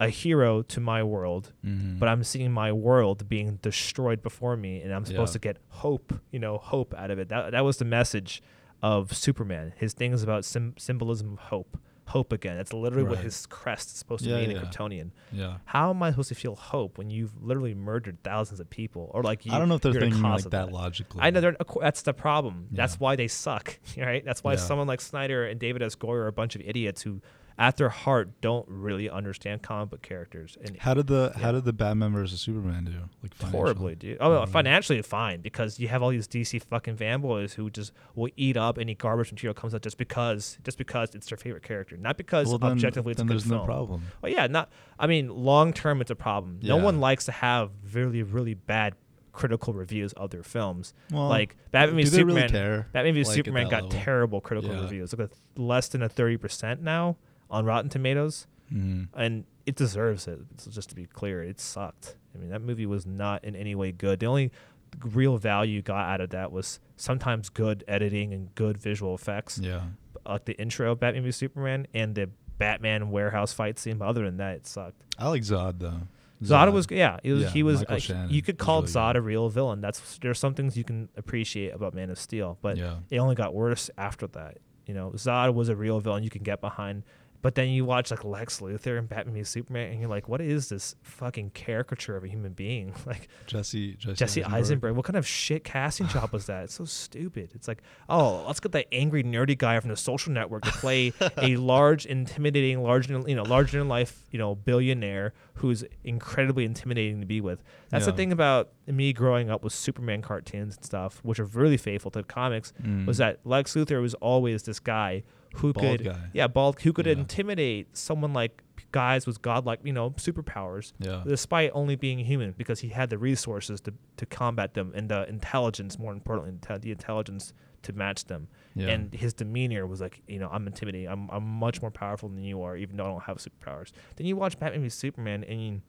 [SPEAKER 1] a hero to my world,
[SPEAKER 2] Mhm.
[SPEAKER 1] but I'm seeing my world being destroyed before me, and I'm supposed
[SPEAKER 2] Yeah.
[SPEAKER 1] to get hope, you know, hope out of it. That that was the message of Superman. His thing is about sym symbolism of hope, hope again. That's literally what
[SPEAKER 2] Right.
[SPEAKER 1] his crest is supposed to
[SPEAKER 2] Yeah,
[SPEAKER 1] mean
[SPEAKER 2] yeah.
[SPEAKER 1] in Kryptonian.
[SPEAKER 2] yeah.
[SPEAKER 1] How am I supposed to feel hope when you've literally murdered thousands of people, or like you,
[SPEAKER 2] I don't know if they're
[SPEAKER 1] you're the
[SPEAKER 2] thinking
[SPEAKER 1] cause
[SPEAKER 2] like
[SPEAKER 1] of
[SPEAKER 2] that, logically.
[SPEAKER 1] I know they're, of cour- that's the problem. That's
[SPEAKER 2] Yeah.
[SPEAKER 1] why they suck, right? That's why
[SPEAKER 2] Yeah.
[SPEAKER 1] someone like Snyder and David S. Goyer are a bunch of idiots who, at their heart, don't really understand comic book characters. And
[SPEAKER 2] How did the
[SPEAKER 1] Yeah.
[SPEAKER 2] How did the Batman versus Superman do? Like financially? Mm-hmm.
[SPEAKER 1] horribly, dude. Oh,
[SPEAKER 2] Alright.
[SPEAKER 1] financially fine because you have all these DC fucking fanboys who just will eat up any garbage material comes out just because, just because it's their favorite character, not because
[SPEAKER 2] then,
[SPEAKER 1] objectively it's a
[SPEAKER 2] then
[SPEAKER 1] good
[SPEAKER 2] there's no
[SPEAKER 1] film.
[SPEAKER 2] problem.
[SPEAKER 1] Well, yeah, not. I mean, long term, it's a problem. No
[SPEAKER 2] Yeah.
[SPEAKER 1] one likes to have really, really bad critical reviews of their films.
[SPEAKER 2] Well,
[SPEAKER 1] like Batman v
[SPEAKER 2] do they really
[SPEAKER 1] Superman.
[SPEAKER 2] care,
[SPEAKER 1] Batman v
[SPEAKER 2] like, at
[SPEAKER 1] Superman
[SPEAKER 2] that
[SPEAKER 1] got
[SPEAKER 2] level?
[SPEAKER 1] terrible critical
[SPEAKER 2] Yeah.
[SPEAKER 1] reviews, like a, th- less than a thirty percent now on Rotten Tomatoes,
[SPEAKER 2] Mhm.
[SPEAKER 1] and it deserves it. So just to be clear, it sucked. I mean, that movie was not in any way good. The only real value got out of that was sometimes good editing and good visual effects
[SPEAKER 2] Yeah.
[SPEAKER 1] like the intro of Batman v Superman and the Batman warehouse fight scene. But other than that, it sucked.
[SPEAKER 2] I like Zod though.
[SPEAKER 1] Zod was yeah, it was,
[SPEAKER 2] Yeah,
[SPEAKER 1] he was.
[SPEAKER 2] Michael
[SPEAKER 1] uh,
[SPEAKER 2] Shannon
[SPEAKER 1] you could
[SPEAKER 2] was
[SPEAKER 1] call
[SPEAKER 2] really
[SPEAKER 1] Zod
[SPEAKER 2] good.
[SPEAKER 1] a real villain. That's there's some things you can appreciate about Man of Steel, but
[SPEAKER 2] Yeah.
[SPEAKER 1] it only got worse after that. You know, Zod was a real villain you can get behind. But then you watch like Lex Luthor and Batman v Superman, and you're like, what is this fucking caricature of a human being? Like
[SPEAKER 2] Jesse Jesse,
[SPEAKER 1] Jesse Eisenberg. What kind of shit casting job was that? It's so stupid. It's like, oh, let's get that angry nerdy guy from the social network to play a large, intimidating, large in- you know, larger than life, you know, billionaire who's incredibly intimidating to be with. That's the
[SPEAKER 2] Yeah.
[SPEAKER 1] thing about me growing up with Superman cartoons and stuff, which are really faithful to comics,
[SPEAKER 2] Mm.
[SPEAKER 1] was that Lex Luthor was always this guy who
[SPEAKER 2] Bald
[SPEAKER 1] could
[SPEAKER 2] guy.
[SPEAKER 1] Yeah, bald who could
[SPEAKER 2] Yeah.
[SPEAKER 1] intimidate someone like guys with godlike, you know, superpowers
[SPEAKER 2] Yeah.
[SPEAKER 1] despite only being human, because he had the resources to, to combat them and the intelligence, more importantly, inte- the intelligence to match them.
[SPEAKER 2] Yeah.
[SPEAKER 1] And his demeanor was like, you know, I'm intimidating. I'm, I'm much more powerful than you are, even though I don't have superpowers. Then you watch Batman v Superman, and you,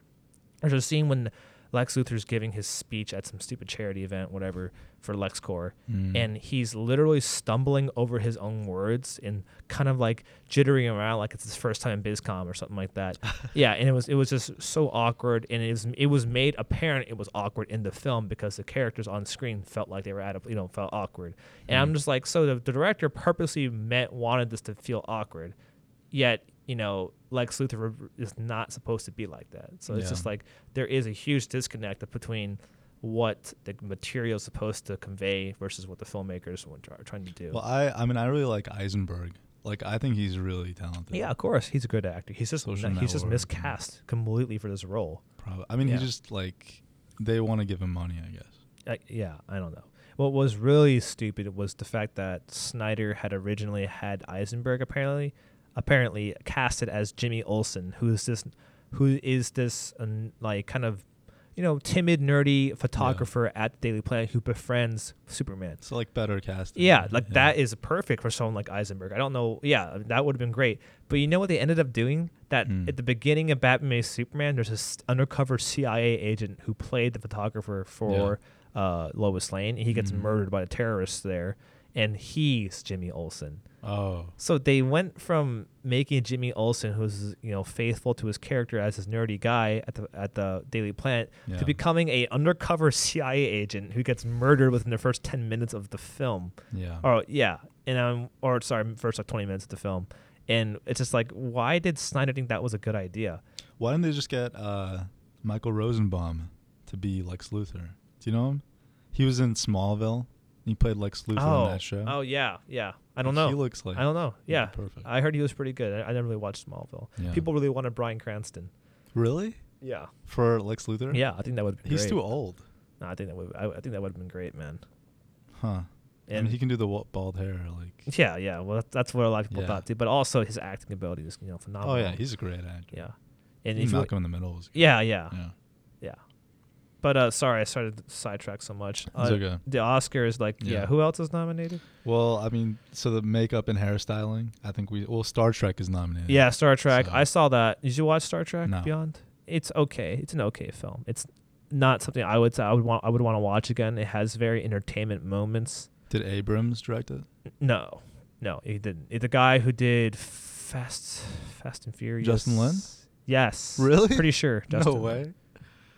[SPEAKER 1] there's a scene when Lex Luthor's giving his speech at some stupid charity event, whatever, for LexCorp,
[SPEAKER 2] Mm.
[SPEAKER 1] and he's literally stumbling over his own words and kind of like jittering around like it's his first time in BizCom or something like that. yeah, and it was it was just so awkward, and it was it was made apparent it was awkward in the film because the characters on screen felt like they were at a you know felt awkward, and
[SPEAKER 2] Mm.
[SPEAKER 1] I'm just like so the, the director purposely meant wanted this to feel awkward, yet you know Lex Luthor re- is not supposed to be like that. So it's
[SPEAKER 2] Yeah.
[SPEAKER 1] just like there is a huge disconnect between what the material is supposed to convey versus what the filmmakers want- are trying to do.
[SPEAKER 2] Well, I I mean I really like Eisenberg. Like I think he's really talented.
[SPEAKER 1] yeah, of course, he's a good actor. He's just
[SPEAKER 2] Social
[SPEAKER 1] he's just
[SPEAKER 2] network.
[SPEAKER 1] miscast completely for this role.
[SPEAKER 2] Probably. I mean
[SPEAKER 1] Yeah.
[SPEAKER 2] he just like they want to give him money, I guess.
[SPEAKER 1] I, yeah, I don't know. What was really stupid was the fact that Snyder had originally had Eisenberg apparently, apparently casted as Jimmy Olsen, who is this, who is this um, like kind of, you know, timid, nerdy photographer at the Daily Planet who befriends Superman.
[SPEAKER 2] So like better casting.
[SPEAKER 1] Yeah, like that is perfect for someone like Eisenberg. I don't know. Yeah, that would have been great. But you know what they ended up doing? That
[SPEAKER 2] Hmm.
[SPEAKER 1] at the beginning of Batman v Superman, there's this undercover CIA agent who played the photographer for uh, Lois Lane, and he gets
[SPEAKER 2] Mhm.
[SPEAKER 1] murdered by the terrorists there, and he's Jimmy Olsen.
[SPEAKER 2] Oh.
[SPEAKER 1] So they went from making Jimmy Olsen, who's you know faithful to his character as this nerdy guy at the at the Daily Planet,
[SPEAKER 2] Yeah.
[SPEAKER 1] to becoming a undercover CIA agent who gets murdered within the first ten minutes of the film.
[SPEAKER 2] Yeah.
[SPEAKER 1] Oh yeah, and um, or sorry, first like twenty minutes of the film, and it's just like, why did Snyder think that was a good idea?
[SPEAKER 2] Why didn't they just get uh, Michael Rosenbaum to be Lex Luthor? Do you know him? He was in Smallville. He played Lex Luthor
[SPEAKER 1] oh,
[SPEAKER 2] in that show.
[SPEAKER 1] oh yeah, yeah. I don't
[SPEAKER 2] Like,
[SPEAKER 1] know.
[SPEAKER 2] He looks like
[SPEAKER 1] I don't know. Yeah,
[SPEAKER 2] perfect.
[SPEAKER 1] I heard he was pretty good. I, I never really watched Smallville.
[SPEAKER 2] Yeah.
[SPEAKER 1] People really wanted Brian Cranston.
[SPEAKER 2] really
[SPEAKER 1] Yeah,
[SPEAKER 2] for Lex Luthor.
[SPEAKER 1] yeah. I think that would.
[SPEAKER 2] he's too old,
[SPEAKER 1] No, I think that would. I, I think that would have been great, man.
[SPEAKER 2] huh? And
[SPEAKER 1] And-
[SPEAKER 2] he can do the wa- bald hair, like. oh,
[SPEAKER 1] Yeah, yeah. Well, that's, that's what a lot of people
[SPEAKER 2] Yeah.
[SPEAKER 1] thought too. But also his acting ability is you know
[SPEAKER 2] Oh
[SPEAKER 1] phenomenal.
[SPEAKER 2] yeah, he's a great actor.
[SPEAKER 1] yeah. And
[SPEAKER 2] Even
[SPEAKER 1] if you,
[SPEAKER 2] Malcolm in the Middle was.
[SPEAKER 1] yeah, yeah,
[SPEAKER 2] Yeah.
[SPEAKER 1] Yeah. But uh, sorry, I started to sidetrack so much. Uh,
[SPEAKER 2] okay.
[SPEAKER 1] The Oscars, like, yeah.
[SPEAKER 2] Yeah.
[SPEAKER 1] Who else is nominated?
[SPEAKER 2] Well, I mean, so the makeup and hairstyling. I think we well, Star Trek is nominated.
[SPEAKER 1] Yeah, Star Trek.
[SPEAKER 2] So-
[SPEAKER 1] I saw that. Did you watch Star Trek
[SPEAKER 2] No.
[SPEAKER 1] Beyond? It's okay. It's an okay film. It's not something I would say I would want I would want to watch again. It has very entertainment moments.
[SPEAKER 2] Did Abrams direct it?
[SPEAKER 1] No, no, he didn't. It, the guy who did Fast Fast and Furious.
[SPEAKER 2] Justin Lin?
[SPEAKER 1] Yes.
[SPEAKER 2] Really?
[SPEAKER 1] Pretty sure. Justin
[SPEAKER 2] no
[SPEAKER 1] Lin.
[SPEAKER 2] way.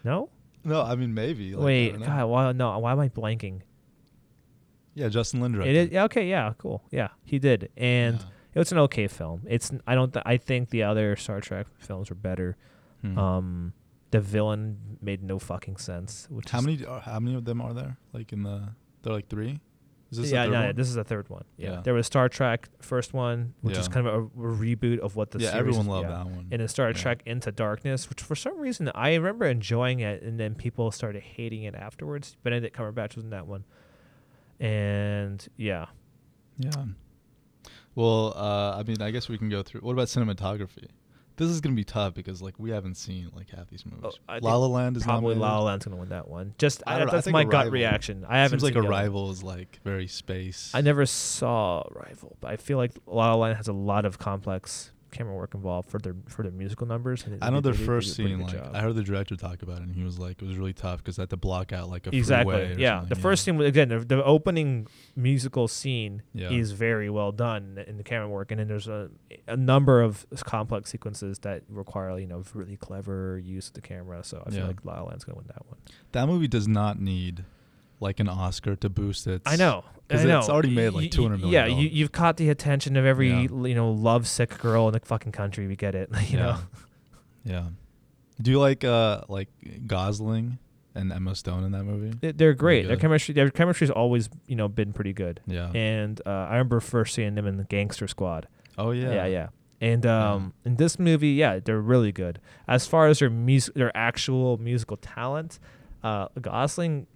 [SPEAKER 1] No.
[SPEAKER 2] No, I mean maybe. Like, I
[SPEAKER 1] Wait,
[SPEAKER 2] don't know.
[SPEAKER 1] God, why no? Why am I blanking?
[SPEAKER 2] Yeah, Justin Lin directed.
[SPEAKER 1] It is yeah, okay. Yeah, cool. Yeah, he did, and
[SPEAKER 2] Yeah.
[SPEAKER 1] it was an okay film. It's I don't th- I think the other Star Trek films were better.
[SPEAKER 2] Hmm.
[SPEAKER 1] Um, the villain made no fucking sense. Which
[SPEAKER 2] How
[SPEAKER 1] is,
[SPEAKER 2] many? Are, how many of them are there? Like in the? They're like three. Is this
[SPEAKER 1] yeah,
[SPEAKER 2] the third
[SPEAKER 1] no,
[SPEAKER 2] one?
[SPEAKER 1] this is the third one. Yeah.
[SPEAKER 2] Yeah.
[SPEAKER 1] there was Star Trek first one, which is
[SPEAKER 2] Yeah.
[SPEAKER 1] kind of a, a reboot of what the
[SPEAKER 2] yeah,
[SPEAKER 1] series
[SPEAKER 2] everyone
[SPEAKER 1] is-
[SPEAKER 2] loved
[SPEAKER 1] yeah.
[SPEAKER 2] that one.
[SPEAKER 1] And then Star
[SPEAKER 2] Yeah.
[SPEAKER 1] Trek Into Darkness, which for some reason I remember enjoying it, and then people started hating it afterwards. Benedict Cumberbatch was in that one, and yeah,
[SPEAKER 2] Yeah. Well, uh, I mean, I guess we can go through. What about cinematography? This is gonna be tough because like we haven't seen like half these movies.
[SPEAKER 1] Oh, I
[SPEAKER 2] La
[SPEAKER 1] think
[SPEAKER 2] La Land is
[SPEAKER 1] probably
[SPEAKER 2] nominated.
[SPEAKER 1] La La Land's gonna win that one. Just
[SPEAKER 2] I
[SPEAKER 1] I
[SPEAKER 2] don't know, I
[SPEAKER 1] that's
[SPEAKER 2] think
[SPEAKER 1] my
[SPEAKER 2] Arrival.
[SPEAKER 1] gut reaction. I haven't
[SPEAKER 2] Seems like
[SPEAKER 1] seen the other-
[SPEAKER 2] Arrival is like very space.
[SPEAKER 1] I never saw Arrival, but I feel like La La Land has a lot of complex camera work involved for their for their musical numbers. And
[SPEAKER 2] I know
[SPEAKER 1] they
[SPEAKER 2] their
[SPEAKER 1] did- they did
[SPEAKER 2] first
[SPEAKER 1] a pretty
[SPEAKER 2] scene.
[SPEAKER 1] good
[SPEAKER 2] Like
[SPEAKER 1] job.
[SPEAKER 2] I heard the director talk about it, and he was like, it was really tough because they had to block out like a freeway
[SPEAKER 1] exactly.
[SPEAKER 2] or
[SPEAKER 1] Yeah, the
[SPEAKER 2] something,
[SPEAKER 1] first scene was- again. The, the opening musical scene
[SPEAKER 2] Yeah.
[SPEAKER 1] is very well done in the camera work, and then there's a a number of complex sequences that require you know really clever use of the camera. So I feel
[SPEAKER 2] Yeah.
[SPEAKER 1] like La La Land's gonna win that one.
[SPEAKER 2] That movie does not need like an Oscar to boost it.
[SPEAKER 1] I know.
[SPEAKER 2] 'Cause
[SPEAKER 1] I know.
[SPEAKER 2] it's already made,
[SPEAKER 1] Y-
[SPEAKER 2] like,
[SPEAKER 1] y-
[SPEAKER 2] $200 million
[SPEAKER 1] Yeah, you, you've caught the attention of every
[SPEAKER 2] Yeah.
[SPEAKER 1] you know lovesick girl in the fucking country. We get it. You know.
[SPEAKER 2] Yeah. Do you like uh like Gosling and Emma Stone in that movie?
[SPEAKER 1] They- They're great. Their
[SPEAKER 2] good.
[SPEAKER 1] chemistry, their chemistry's always, you know, been pretty good.
[SPEAKER 2] Yeah.
[SPEAKER 1] And uh, I remember first seeing them in the Gangster Squad.
[SPEAKER 2] oh yeah.
[SPEAKER 1] yeah, And um, in this movie, yeah, they're really good. As far as their mus- their actual musical talent, uh, Gosling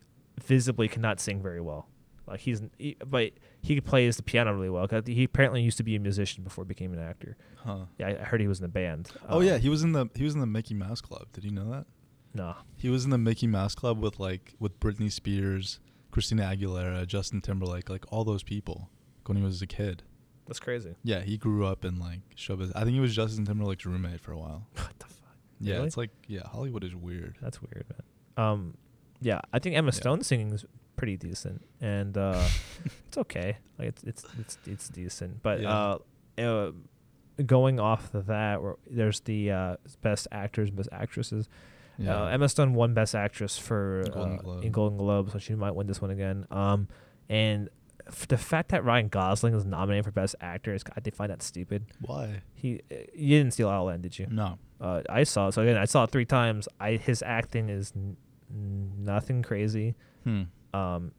[SPEAKER 1] visibly cannot sing very well. Like he's, he, but he plays the piano really well. 'cause He apparently used to be a musician before he became an actor.
[SPEAKER 2] Huh.
[SPEAKER 1] Yeah, I I heard he was in a band.
[SPEAKER 2] Oh
[SPEAKER 1] Um,
[SPEAKER 2] yeah, he was in the he was in the Mickey Mouse Club. Did you know that?
[SPEAKER 1] Nah.
[SPEAKER 2] He was in the Mickey Mouse Club with like with Britney Spears, Christina Aguilera, Justin Timberlake, like all those people when he was a kid.
[SPEAKER 1] That's crazy.
[SPEAKER 2] Yeah, he grew up in like showbiz. I think he was Justin Timberlake's roommate for a while.
[SPEAKER 1] What the fuck?
[SPEAKER 2] Yeah,
[SPEAKER 1] Really?
[SPEAKER 2] it's like yeah, Hollywood is weird.
[SPEAKER 1] That's weird, man. Um, yeah, I think Emma
[SPEAKER 2] Yeah.
[SPEAKER 1] Stone's singing is pretty decent, and uh, it's okay. Like it's it's it's it's decent, but
[SPEAKER 2] Yeah.
[SPEAKER 1] uh, uh, going off of that, we're- there's the uh, best actors, and best actresses. Uh, Emma Stone won Best Actress for
[SPEAKER 2] Golden
[SPEAKER 1] uh, in
[SPEAKER 2] Globe.
[SPEAKER 1] Golden Globe, so she might win this one again. Um, and f- the fact that Ryan Gosling is nominated for Best Actor is I find that stupid.
[SPEAKER 2] Why?
[SPEAKER 1] He uh, you didn't see La La Land, did you?
[SPEAKER 2] No.
[SPEAKER 1] Uh, I saw it. so again. I saw it three times. I his acting is n- n- nothing crazy.
[SPEAKER 2] Hmm.
[SPEAKER 1] Um,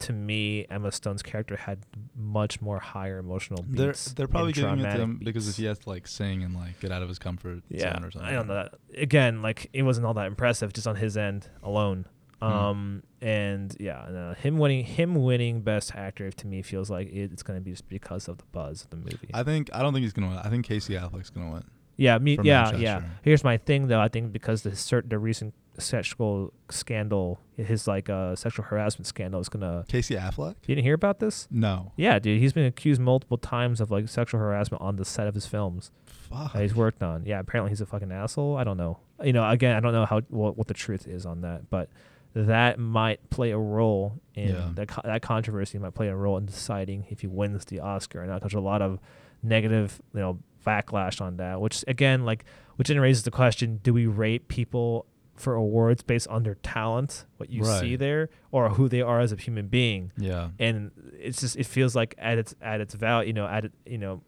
[SPEAKER 1] to me, Emma Stone's character had much more higher emotional
[SPEAKER 2] They're
[SPEAKER 1] beats.
[SPEAKER 2] they're probably
[SPEAKER 1] and
[SPEAKER 2] giving it to
[SPEAKER 1] dramatic
[SPEAKER 2] him because if
[SPEAKER 1] beats.
[SPEAKER 2] he has to like sing and like get out of his comfort
[SPEAKER 1] yeah,
[SPEAKER 2] zone or something.
[SPEAKER 1] I don't know. That. Again, like it wasn't all that impressive just on his end alone.
[SPEAKER 2] Hmm.
[SPEAKER 1] Um, and yeah, no, him winning him winning best actor to me feels like it, it's gonna be just because of the buzz of the movie.
[SPEAKER 2] I think I don't think he's gonna win. I think Casey Affleck's gonna win.
[SPEAKER 1] Yeah, me.
[SPEAKER 2] for
[SPEAKER 1] Yeah, yeah.
[SPEAKER 2] Manchester.
[SPEAKER 1] Here's my thing, though. I think because the cert, the recent sexual scandal, his like uh, sexual harassment scandal is gonna.
[SPEAKER 2] Casey Affleck?
[SPEAKER 1] You didn't hear about this?
[SPEAKER 2] No.
[SPEAKER 1] Yeah, dude. He's been accused multiple times of like sexual harassment on the set of his films
[SPEAKER 2] Fuck.
[SPEAKER 1] that he's worked on. Yeah, apparently he's a fucking asshole. I don't know. You know, again, I don't know how what, what the truth is on that, but that might play a role in
[SPEAKER 2] Yeah.
[SPEAKER 1] that co- that controversy might play a role in deciding if he wins the Oscar or not. There's a lot of negative, you know, backlash on that, which again, like, which then raises the question: Do we rate people for awards based on their talent, what you see
[SPEAKER 2] Right.
[SPEAKER 1] there, or who they are as a human being?
[SPEAKER 2] Yeah.
[SPEAKER 1] and it's just it feels like at its at its value you know at it you know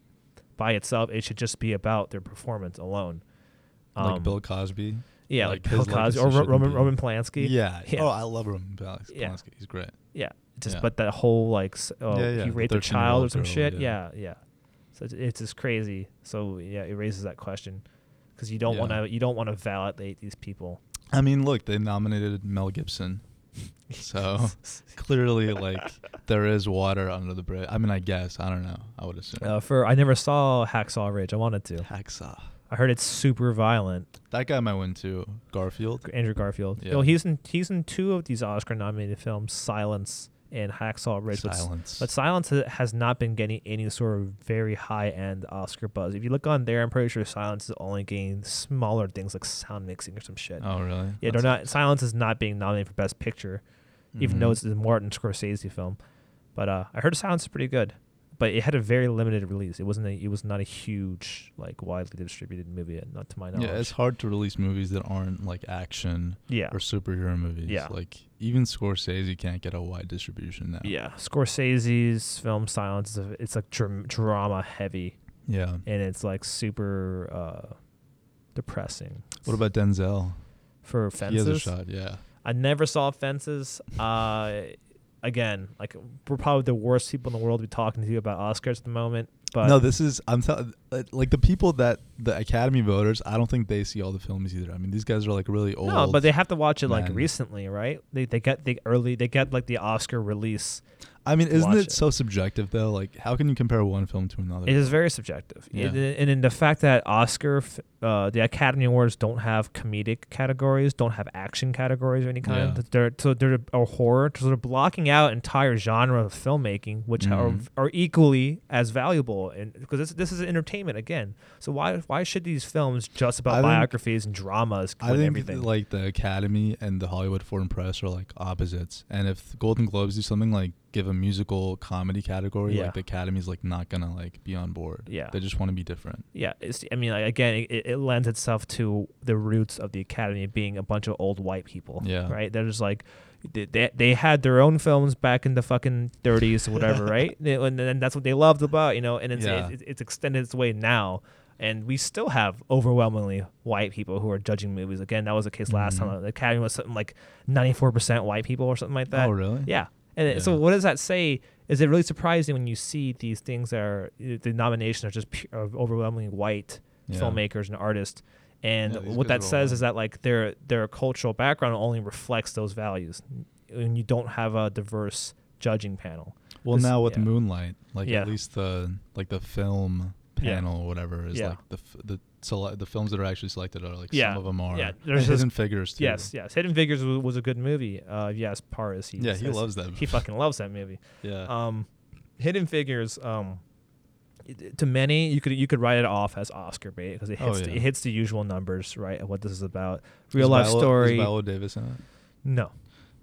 [SPEAKER 1] by itself it should just be about their performance alone Um,
[SPEAKER 2] like Bill Cosby.
[SPEAKER 1] yeah like,
[SPEAKER 2] like,
[SPEAKER 1] bill
[SPEAKER 2] his
[SPEAKER 1] cosby
[SPEAKER 2] legacy
[SPEAKER 1] or Ro-
[SPEAKER 2] shouldn't
[SPEAKER 1] roman
[SPEAKER 2] be-
[SPEAKER 1] roman polanski
[SPEAKER 2] Yeah.
[SPEAKER 1] yeah
[SPEAKER 2] Oh, I love him. Alex
[SPEAKER 1] Yeah.
[SPEAKER 2] Polanski. He's great.
[SPEAKER 1] yeah just
[SPEAKER 2] Yeah.
[SPEAKER 1] but that whole like s- oh,
[SPEAKER 2] Yeah, yeah,
[SPEAKER 1] he
[SPEAKER 2] the
[SPEAKER 1] raped a
[SPEAKER 2] 13-year-old
[SPEAKER 1] child or some
[SPEAKER 2] girl,
[SPEAKER 1] shit yeah
[SPEAKER 2] yeah.
[SPEAKER 1] yeah so it's, it's just crazy so yeah it raises that question because you don't
[SPEAKER 2] Yeah.
[SPEAKER 1] want to you don't want to validate these people
[SPEAKER 2] I mean, look, they nominated Mel Gibson. So clearly, like, there is water under the bridge. I mean, I guess. I don't know. I would assume.
[SPEAKER 1] uh, for i never saw hacksaw ridge i wanted to
[SPEAKER 2] Hacksaw.
[SPEAKER 1] i heard it's super violent
[SPEAKER 2] That guy might win too. Garfield.
[SPEAKER 1] Andrew Garfield.
[SPEAKER 2] Yeah.
[SPEAKER 1] No, he's in he's in two of these Oscar nominated films, Silence and Hacksaw Ridge. but s-
[SPEAKER 2] Silence.
[SPEAKER 1] But Silence ha- has not been getting any sort of very high end Oscar buzz. If you look on there, I'm pretty sure Silence is only getting smaller things like sound mixing or some shit.
[SPEAKER 2] oh, really?
[SPEAKER 1] yeah, they're not. Silence is not being nominated for Best Picture,
[SPEAKER 2] mm-hmm.
[SPEAKER 1] even though it's a Martin Scorsese film. But uh, I heard Silence is pretty good. But it had a very limited release. It wasn't. A, it was not a huge, like, widely distributed movie. Not to my knowledge.
[SPEAKER 2] Yeah, it's hard to release movies that aren't like action
[SPEAKER 1] Yeah.
[SPEAKER 2] or superhero movies.
[SPEAKER 1] Yeah.
[SPEAKER 2] Like even Scorsese can't get a wide distribution now.
[SPEAKER 1] Yeah, Scorsese's film Silence is a, it's like dram- drama heavy
[SPEAKER 2] Yeah.
[SPEAKER 1] and it's like super uh depressing.
[SPEAKER 2] What about Denzel?
[SPEAKER 1] for
[SPEAKER 2] He has a
[SPEAKER 1] fences?
[SPEAKER 2] shot. Yeah.
[SPEAKER 1] I never saw fences. Uh again, like we're probably the worst people in the world to be talking to you about Oscars at the moment, but
[SPEAKER 2] no, this is I'm telling like the people that the Academy voters. I don't think they see all the films either. I mean, these guys are like really old.
[SPEAKER 1] No, but they have to watch it like
[SPEAKER 2] man.
[SPEAKER 1] recently, right? They they get the early they get like the Oscar release.
[SPEAKER 2] I mean, isn't
[SPEAKER 1] watch
[SPEAKER 2] it
[SPEAKER 1] it.
[SPEAKER 2] so subjective though? Like, how can you compare one film to another?
[SPEAKER 1] It is very subjective,
[SPEAKER 2] Yeah.
[SPEAKER 1] and, and in the fact that Oscar, f- uh, the Academy Awards don't have comedic categories, don't have action categories or any kind.
[SPEAKER 2] Yeah.
[SPEAKER 1] They're so they're or horror, so they're blocking out entire genre of filmmaking, which are,
[SPEAKER 2] Mhm.
[SPEAKER 1] are equally as valuable, and because this this is entertainment again. So why why should these films just about
[SPEAKER 2] I think-
[SPEAKER 1] biographies and dramas
[SPEAKER 2] I
[SPEAKER 1] and
[SPEAKER 2] think
[SPEAKER 1] everything?
[SPEAKER 2] like the Academy and the Hollywood Foreign Press are like opposites. And if the Golden Globes do something like give a musical comedy category,
[SPEAKER 1] Yeah.
[SPEAKER 2] like the Academy's like not gonna like be on board.
[SPEAKER 1] Yeah.
[SPEAKER 2] they just want to be different.
[SPEAKER 1] yeah, it's, I mean, like, again, it, it lends itself to the roots of the academy being a bunch of old white people.
[SPEAKER 2] Yeah.
[SPEAKER 1] right. They're just like they- they they had their own films back in the fucking 30s or whatever, right? They- And then that's what they loved about you know, and it's
[SPEAKER 2] Yeah.
[SPEAKER 1] it, it's extended its way now. And we still have overwhelmingly white people who are judging movies. Again, that was the case last
[SPEAKER 2] Mm-hmm.
[SPEAKER 1] time. The Academy was something like 94% white people or something like that.
[SPEAKER 2] oh, really?
[SPEAKER 1] Yeah. And it- so
[SPEAKER 2] Yeah.
[SPEAKER 1] what does that say? Is it really surprising when you see these things that are eh, the nominations are just pu- are overwhelmingly white
[SPEAKER 2] Yeah.
[SPEAKER 1] filmmakers and artists? And
[SPEAKER 2] Yeah, these
[SPEAKER 1] what
[SPEAKER 2] guys
[SPEAKER 1] that
[SPEAKER 2] are all
[SPEAKER 1] says
[SPEAKER 2] white.
[SPEAKER 1] is that like their their cultural background only reflects those values, and you don't have a diverse judging panel.
[SPEAKER 2] Well,
[SPEAKER 1] This-
[SPEAKER 2] now with
[SPEAKER 1] yeah.
[SPEAKER 2] Moonlight, like
[SPEAKER 1] Yeah.
[SPEAKER 2] at least the like the film
[SPEAKER 1] Yeah.
[SPEAKER 2] panel or whatever is
[SPEAKER 1] Yeah.
[SPEAKER 2] like the f- the sele- the films that are actually selected are like
[SPEAKER 1] Yeah.
[SPEAKER 2] some of them are.
[SPEAKER 1] Yeah,
[SPEAKER 2] There's
[SPEAKER 1] there's
[SPEAKER 2] Hidden Figures too.
[SPEAKER 1] Yes, yes. Hidden Figures was, was a good movie. Uh, yes, Par is he.
[SPEAKER 2] Yeah, he
[SPEAKER 1] says-
[SPEAKER 2] loves that
[SPEAKER 1] He
[SPEAKER 2] movie.
[SPEAKER 1] fucking loves that movie.
[SPEAKER 2] Yeah.
[SPEAKER 1] Um, Hidden Figures. Um, it- to many, you could you could write it off as Oscar bait because it
[SPEAKER 2] Oh,
[SPEAKER 1] hits the,
[SPEAKER 2] yeah.
[SPEAKER 1] it hits the usual numbers, right? Of what this is about.
[SPEAKER 2] Is
[SPEAKER 1] Real life
[SPEAKER 2] Viola- is
[SPEAKER 1] story.
[SPEAKER 2] Viola Davis in it?
[SPEAKER 1] No.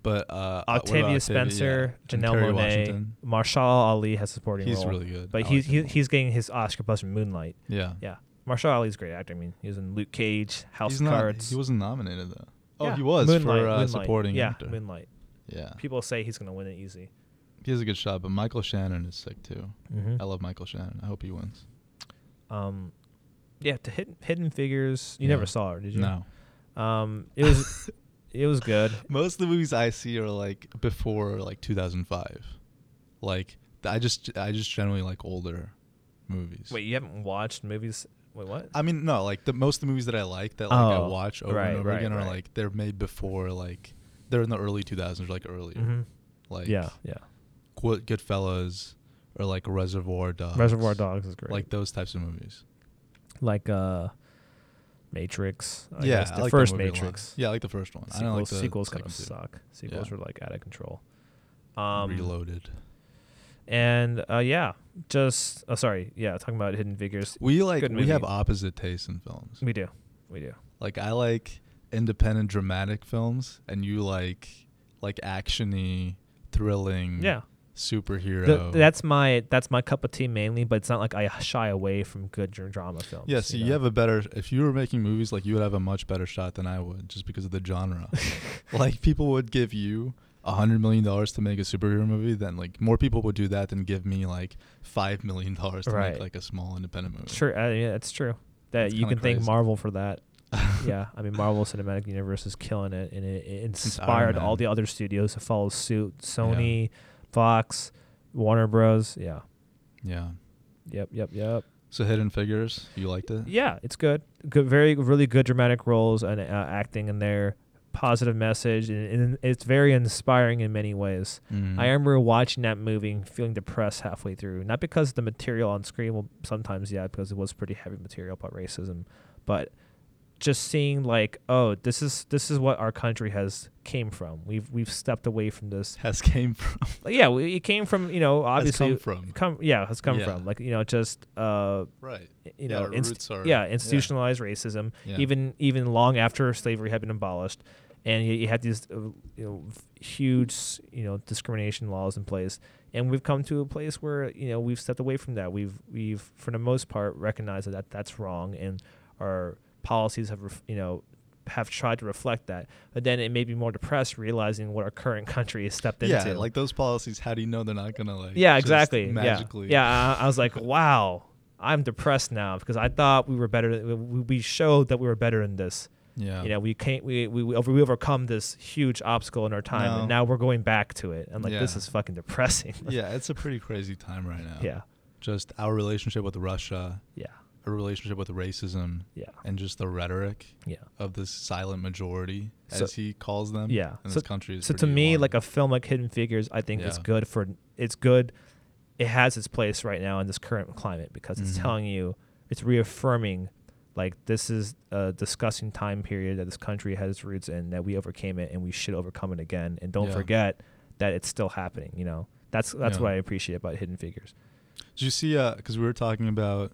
[SPEAKER 2] But uh, what about
[SPEAKER 1] Octavia Spencer,
[SPEAKER 2] Yeah. And
[SPEAKER 1] Janelle
[SPEAKER 2] Kerry
[SPEAKER 1] Monae,
[SPEAKER 2] Washington.
[SPEAKER 1] Marshall Ali has a supporting
[SPEAKER 2] He's
[SPEAKER 1] role.
[SPEAKER 2] really good.
[SPEAKER 1] But
[SPEAKER 2] I
[SPEAKER 1] he's
[SPEAKER 2] like him.
[SPEAKER 1] he, he's getting his Oscar buzz from Moonlight.
[SPEAKER 2] Yeah.
[SPEAKER 1] Yeah. Marshall Ali's a great actor. I mean, he was in Luke Cage, House
[SPEAKER 2] He's
[SPEAKER 1] of
[SPEAKER 2] not,
[SPEAKER 1] Cards.
[SPEAKER 2] He wasn't nominated though. Oh,
[SPEAKER 1] Yeah.
[SPEAKER 2] he was
[SPEAKER 1] Moonlight,
[SPEAKER 2] for uh,
[SPEAKER 1] Moonlight.
[SPEAKER 2] supporting
[SPEAKER 1] yeah,
[SPEAKER 2] actor.
[SPEAKER 1] Moonlight.
[SPEAKER 2] Yeah.
[SPEAKER 1] People say he's gonna win it easy.
[SPEAKER 2] He has a good shot, but Michael Shannon is sick too.
[SPEAKER 1] Mhm.
[SPEAKER 2] I love Michael Shannon. I hope he wins.
[SPEAKER 1] Um, yeah, to Hidden, Hidden Figures. You
[SPEAKER 2] Yeah.
[SPEAKER 1] never saw it, did you?
[SPEAKER 2] No.
[SPEAKER 1] Um, it was it was good.
[SPEAKER 2] Most of the movies I see are like before like 2005. Like th- I just I just generally like older movies.
[SPEAKER 1] Wait, you haven't watched movies? Wait, what?
[SPEAKER 2] I mean no, like the most of the movies that I like that like I
[SPEAKER 1] Oh,
[SPEAKER 2] watch over
[SPEAKER 1] right,
[SPEAKER 2] and over
[SPEAKER 1] right,
[SPEAKER 2] again
[SPEAKER 1] right.
[SPEAKER 2] are like they're made before like they're in the early 2000s, like earlier.
[SPEAKER 1] Mhm.
[SPEAKER 2] Like
[SPEAKER 1] yeah, yeah.
[SPEAKER 2] Good, Goodfellas or like Reservoir Dogs.
[SPEAKER 1] Reservoir Dogs is great.
[SPEAKER 2] Like those types of movies.
[SPEAKER 1] like uh Matrix. I guess
[SPEAKER 2] I
[SPEAKER 1] the
[SPEAKER 2] like
[SPEAKER 1] first
[SPEAKER 2] movie a lot.
[SPEAKER 1] Matrix.
[SPEAKER 2] Yeah, I like the first one. I
[SPEAKER 1] sequels,
[SPEAKER 2] don't like the
[SPEAKER 1] sequels kind
[SPEAKER 2] second
[SPEAKER 1] of
[SPEAKER 2] two.
[SPEAKER 1] suck. Sequels
[SPEAKER 2] Yeah.
[SPEAKER 1] were like out of control. Um,
[SPEAKER 2] Reloaded.
[SPEAKER 1] And uh, yeah, just oh, sorry, yeah, talking about Hidden Figures.
[SPEAKER 2] We like
[SPEAKER 1] good
[SPEAKER 2] we have
[SPEAKER 1] movie.
[SPEAKER 2] opposite tastes in films.
[SPEAKER 1] We do, we do.
[SPEAKER 2] Like I like independent dramatic films, and you like like actiony, thrilling,
[SPEAKER 1] Yeah,
[SPEAKER 2] superhero.
[SPEAKER 1] Th- that's my that's my cup of tea mainly, but it's not like I shy away from good dr- drama films.
[SPEAKER 2] yeah. See, you,
[SPEAKER 1] know?
[SPEAKER 2] have a better. If you were making movies, like you would have a much better shot than I would, just because of the genre. like people would give you a hundred million dollars to make a superhero movie, then like more people would do that than give me like five million dollars to
[SPEAKER 1] Right.
[SPEAKER 2] make like a small independent movie.
[SPEAKER 1] Sure, uh, yeah, it's true that
[SPEAKER 2] It's
[SPEAKER 1] you
[SPEAKER 2] kinda
[SPEAKER 1] can thank
[SPEAKER 2] crazy.
[SPEAKER 1] Marvel for that. yeah, I mean Marvel Cinematic Universe is killing it, and it, it inspired
[SPEAKER 2] Iron
[SPEAKER 1] all
[SPEAKER 2] Man.
[SPEAKER 1] the other studios to follow suit. Sony, Fox, Warner Bros. Yeah,
[SPEAKER 2] Yeah.
[SPEAKER 1] yep, yep, yep.
[SPEAKER 2] So Hidden Figures, you liked it?
[SPEAKER 1] Yeah, it's good. Good, very really good dramatic roles and uh, acting in there. Positive message, and, and it's very inspiring in many ways.
[SPEAKER 2] Mm.
[SPEAKER 1] I remember watching that movie and feeling depressed halfway through. Not because the material on screen, well, sometimes yeah, because it was pretty heavy material about racism, but just seeing like, oh, this is this is what our country has came from. We've we've stepped away from this.
[SPEAKER 2] has came from.
[SPEAKER 1] Like, yeah, we, it came from you know obviously
[SPEAKER 2] come from.
[SPEAKER 1] come yeah has come
[SPEAKER 2] Yeah.
[SPEAKER 1] from like you know just uh
[SPEAKER 2] Right.
[SPEAKER 1] you
[SPEAKER 2] Yeah,
[SPEAKER 1] know
[SPEAKER 2] our
[SPEAKER 1] inst-
[SPEAKER 2] roots are-
[SPEAKER 1] yeah
[SPEAKER 2] yeah.
[SPEAKER 1] institutionalized racism
[SPEAKER 2] Yeah.
[SPEAKER 1] even even long after slavery had been abolished and you, you had these uh, you know huge you know discrimination laws in place and we've come to a place where you know we've stepped away from that we've we've for the most part recognized that that's wrong and our policies have ref- you know have tried to reflect that but then it made me more depressed realizing what our current country has stepped
[SPEAKER 2] Yeah,
[SPEAKER 1] into
[SPEAKER 2] like those policies. How do you know they're not gonna like?
[SPEAKER 1] yeah
[SPEAKER 2] just
[SPEAKER 1] exactly
[SPEAKER 2] Magically.
[SPEAKER 1] yeah, yeah I, I was like wow i'm depressed now because i thought we were better we, we showed that we were better in this
[SPEAKER 2] Yeah.
[SPEAKER 1] you know we can't we we, we, over, we overcome this huge obstacle in our time
[SPEAKER 2] No.
[SPEAKER 1] and now we're going back to it and like this
[SPEAKER 2] Yeah.
[SPEAKER 1] is fucking depressing
[SPEAKER 2] Yeah, it's a pretty crazy time right now.
[SPEAKER 1] yeah
[SPEAKER 2] Just our relationship with Russia,
[SPEAKER 1] yeah
[SPEAKER 2] our relationship with racism,
[SPEAKER 1] yeah
[SPEAKER 2] and just the rhetoric
[SPEAKER 1] yeah
[SPEAKER 2] of this silent majority,
[SPEAKER 1] So-
[SPEAKER 2] as he calls them.
[SPEAKER 1] yeah
[SPEAKER 2] In
[SPEAKER 1] so,
[SPEAKER 2] this country. Is
[SPEAKER 1] so to
[SPEAKER 2] pretty
[SPEAKER 1] me
[SPEAKER 2] alarming.
[SPEAKER 1] like a film like hidden figures i think is
[SPEAKER 2] Yeah.
[SPEAKER 1] good for it's good it has its place right now in this current climate because it's
[SPEAKER 2] Mhm.
[SPEAKER 1] telling you it's reaffirming like this is a disgusting time period that this country has its roots in that we overcame it and we should overcome it again and don't
[SPEAKER 2] Yeah.
[SPEAKER 1] forget that it's still happening you know that's that's
[SPEAKER 2] Yeah.
[SPEAKER 1] what i appreciate about hidden figures
[SPEAKER 2] Did you see? Because we were talking about,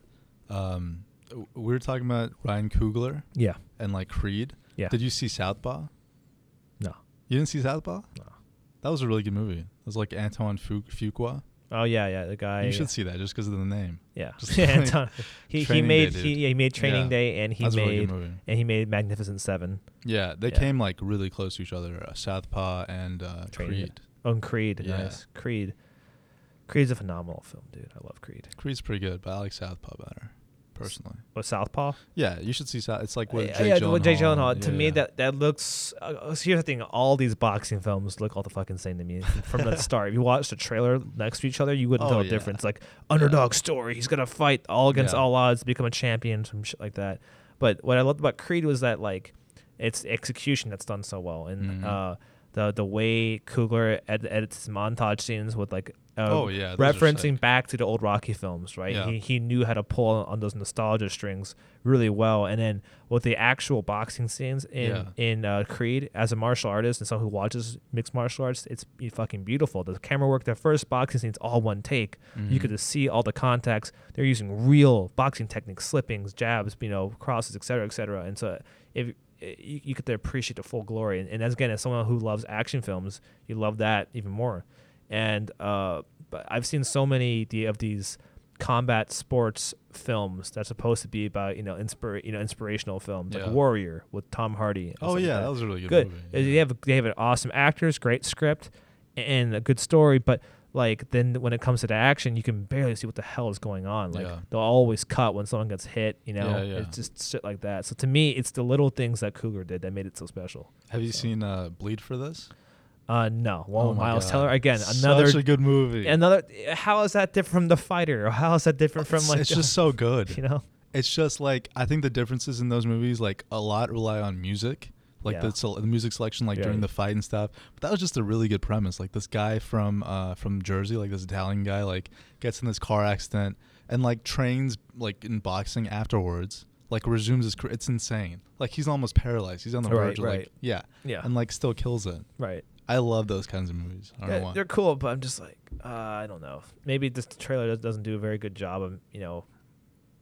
[SPEAKER 2] um, w- we were talking about Ryan Coogler
[SPEAKER 1] yeah
[SPEAKER 2] and like Creed.
[SPEAKER 1] Yeah.
[SPEAKER 2] Did you see Southpaw?
[SPEAKER 1] no
[SPEAKER 2] You didn't see Southpaw?
[SPEAKER 1] no
[SPEAKER 2] That was a really good movie. It was like Antoine Fu- Fuqua.
[SPEAKER 1] oh yeah yeah the guy
[SPEAKER 2] you should see that just because of the name.
[SPEAKER 1] yeah
[SPEAKER 2] just
[SPEAKER 1] Yeah,
[SPEAKER 2] like
[SPEAKER 1] Tom- he, he
[SPEAKER 2] Training Day,
[SPEAKER 1] made
[SPEAKER 2] dude.
[SPEAKER 1] he, yeah, he made training
[SPEAKER 2] Yeah.
[SPEAKER 1] day and he
[SPEAKER 2] That's a really
[SPEAKER 1] made
[SPEAKER 2] good movie.
[SPEAKER 1] and he made magnificent seven
[SPEAKER 2] Yeah, they
[SPEAKER 1] Yeah.
[SPEAKER 2] came like really close to each other. Uh, Southpaw and uh,
[SPEAKER 1] Training Day.
[SPEAKER 2] Creed.
[SPEAKER 1] Oh, and Creed.
[SPEAKER 2] Yeah.
[SPEAKER 1] Nice. Creed. Creed's a phenomenal film, dude. I love Creed.
[SPEAKER 2] Creed's pretty good, but I like Southpaw better, personally.
[SPEAKER 1] What Southpaw?
[SPEAKER 2] Yeah, you should see South. It's like with
[SPEAKER 1] Uh,
[SPEAKER 2] Jake
[SPEAKER 1] yeah,
[SPEAKER 2] Gyllenhaal.
[SPEAKER 1] with Jake Gyllenhaal. To
[SPEAKER 2] Yeah,
[SPEAKER 1] me,
[SPEAKER 2] yeah.
[SPEAKER 1] that that looks. Uh, uh, here's the thing: all these boxing films look all the fucking same to me from the start. If you watched the trailer next to each other, you wouldn't
[SPEAKER 2] Oh,
[SPEAKER 1] tell the
[SPEAKER 2] yeah.
[SPEAKER 1] difference. Like underdog story, he's gonna fight all against
[SPEAKER 2] Yeah.
[SPEAKER 1] all odds, to become a champion, some shit like that. But what I loved about Creed was that like, it's execution that's done so well, and
[SPEAKER 2] Mhm.
[SPEAKER 1] uh, the the way Coogler ed- edits his montage scenes with like uh,
[SPEAKER 2] Oh, yeah, those are
[SPEAKER 1] referencing
[SPEAKER 2] sick.
[SPEAKER 1] back to the old Rocky films, right?
[SPEAKER 2] Yeah.
[SPEAKER 1] He he knew how to pull on those nostalgia strings really well, and then with the actual boxing scenes in
[SPEAKER 2] Yeah.
[SPEAKER 1] in uh, Creed as a martial artist and someone who watches mixed martial arts, it's be- fucking beautiful. The camera work, the first boxing scenes, all one take.
[SPEAKER 2] Mm-hmm.
[SPEAKER 1] You could just see all the contacts. They're using real boxing techniques, slippings, jabs, you know, crosses, et cetera, et cetera. And so if eh, you, you get to appreciate the full glory. And, and as again, as someone who loves action films, you love that even more. And uh, but I've seen so many the, of these combat sports films that's supposed to be about you know inspira- you know inspirational films
[SPEAKER 2] Yeah.
[SPEAKER 1] like Warrior with Tom Hardy. and
[SPEAKER 2] Oh
[SPEAKER 1] stuff
[SPEAKER 2] yeah,
[SPEAKER 1] like
[SPEAKER 2] that was a really good,
[SPEAKER 1] good.
[SPEAKER 2] movie.
[SPEAKER 1] Uh, They
[SPEAKER 2] yeah.
[SPEAKER 1] have they have an awesome actors, great script, and a good story, but. Like then, when it comes to the action, you can barely see what the hell is going on. Like
[SPEAKER 2] Yeah.
[SPEAKER 1] they'll always cut when someone gets hit. You know,
[SPEAKER 2] Yeah, yeah.
[SPEAKER 1] it's just shit like that. So to me, it's the little things that Cougar did that made it so special.
[SPEAKER 2] Have you
[SPEAKER 1] so.
[SPEAKER 2] seen uh, Bleed for this?
[SPEAKER 1] Uh, no, well,
[SPEAKER 2] Oh my
[SPEAKER 1] Miles
[SPEAKER 2] God.
[SPEAKER 1] Teller again.
[SPEAKER 2] Such
[SPEAKER 1] another,
[SPEAKER 2] a good movie.
[SPEAKER 1] another. How is that different from the fighter? Or how is that different from
[SPEAKER 2] it's,
[SPEAKER 1] like?
[SPEAKER 2] it's
[SPEAKER 1] the-
[SPEAKER 2] just so good.
[SPEAKER 1] you know.
[SPEAKER 2] It's just like I think the differences in those movies like a lot rely on music, like
[SPEAKER 1] Yeah.
[SPEAKER 2] the, sel- the music selection, like
[SPEAKER 1] Yeah.
[SPEAKER 2] during the fight and stuff. But that was just a really good premise. Like this guy from uh, from Jersey, like this Italian guy, like gets in this car accident and like trains like in boxing afterwards. Like resumes his career. It's insane. Like he's almost paralyzed. He's on the
[SPEAKER 1] Right,
[SPEAKER 2] verge. of, Like
[SPEAKER 1] right.
[SPEAKER 2] yeah,
[SPEAKER 1] Yeah.
[SPEAKER 2] and like still kills it.
[SPEAKER 1] Right.
[SPEAKER 2] I love those kinds of movies. I don't know
[SPEAKER 1] Yeah,
[SPEAKER 2] why.
[SPEAKER 1] they're cool, but I'm just like, uh, I don't know. Maybe this trailer does- doesn't do a very good job of you know,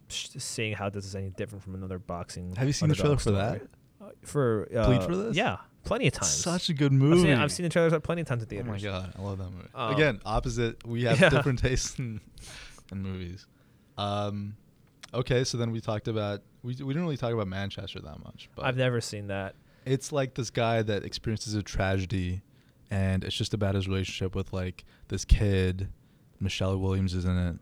[SPEAKER 1] sh- seeing how this is any different from another boxing.
[SPEAKER 2] Have you seen the trailer
[SPEAKER 1] underdog
[SPEAKER 2] for that?
[SPEAKER 1] story. Uh, for uh,
[SPEAKER 2] Bleed for this?
[SPEAKER 1] Yeah, plenty of times.
[SPEAKER 2] Such a good
[SPEAKER 1] I've
[SPEAKER 2] movie.
[SPEAKER 1] seen, I've seen the trailers like plenty of times at theaters.
[SPEAKER 2] Oh my god, I love that movie.
[SPEAKER 1] Um,
[SPEAKER 2] Again, opposite. We have
[SPEAKER 1] yeah.
[SPEAKER 2] different tastes in, in movies. Um, okay, so then we talked about we, we didn't really talk about Manchester that much, but
[SPEAKER 1] I've never seen that.
[SPEAKER 2] it's like this guy that experiences a tragedy, and it's just about his relationship with like this kid. Michelle Williams is in it,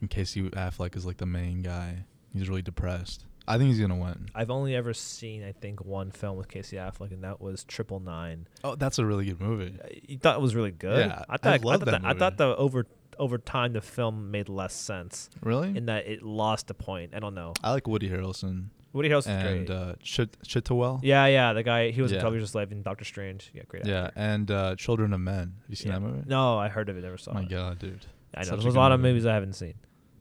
[SPEAKER 2] and Casey Affleck is like the main guy. He's really depressed. I think he's gonna win.
[SPEAKER 1] I've only ever seen, I think, one film with Casey Affleck, and that was Triple Nine.
[SPEAKER 2] Oh, that's a really good movie.
[SPEAKER 1] Uh, You thought it was really good.
[SPEAKER 2] Yeah,
[SPEAKER 1] I
[SPEAKER 2] I
[SPEAKER 1] thought, I
[SPEAKER 2] love
[SPEAKER 1] thought
[SPEAKER 2] that
[SPEAKER 1] the, I thought
[SPEAKER 2] movie.
[SPEAKER 1] the over over time the film made less sense,
[SPEAKER 2] Really?
[SPEAKER 1] in that it lost the point. I don't know.
[SPEAKER 2] I like Woody Harrelson
[SPEAKER 1] Woody Harrelson's
[SPEAKER 2] and
[SPEAKER 1] great.
[SPEAKER 2] uh, Chit- Chitowell.
[SPEAKER 1] yeah, yeah, the guy he was in
[SPEAKER 2] Yeah.
[SPEAKER 1] Television Slave in Doctor Strange. Yeah, great.
[SPEAKER 2] Yeah,
[SPEAKER 1] actor.
[SPEAKER 2] and uh, Children of Men. Have you seen
[SPEAKER 1] Yeah.
[SPEAKER 2] that movie?
[SPEAKER 1] No, I heard of it. Never saw
[SPEAKER 2] My
[SPEAKER 1] it.
[SPEAKER 2] God, dude.
[SPEAKER 1] I know
[SPEAKER 2] Such
[SPEAKER 1] there's a
[SPEAKER 2] good
[SPEAKER 1] lot of
[SPEAKER 2] movie.
[SPEAKER 1] movies I haven't seen,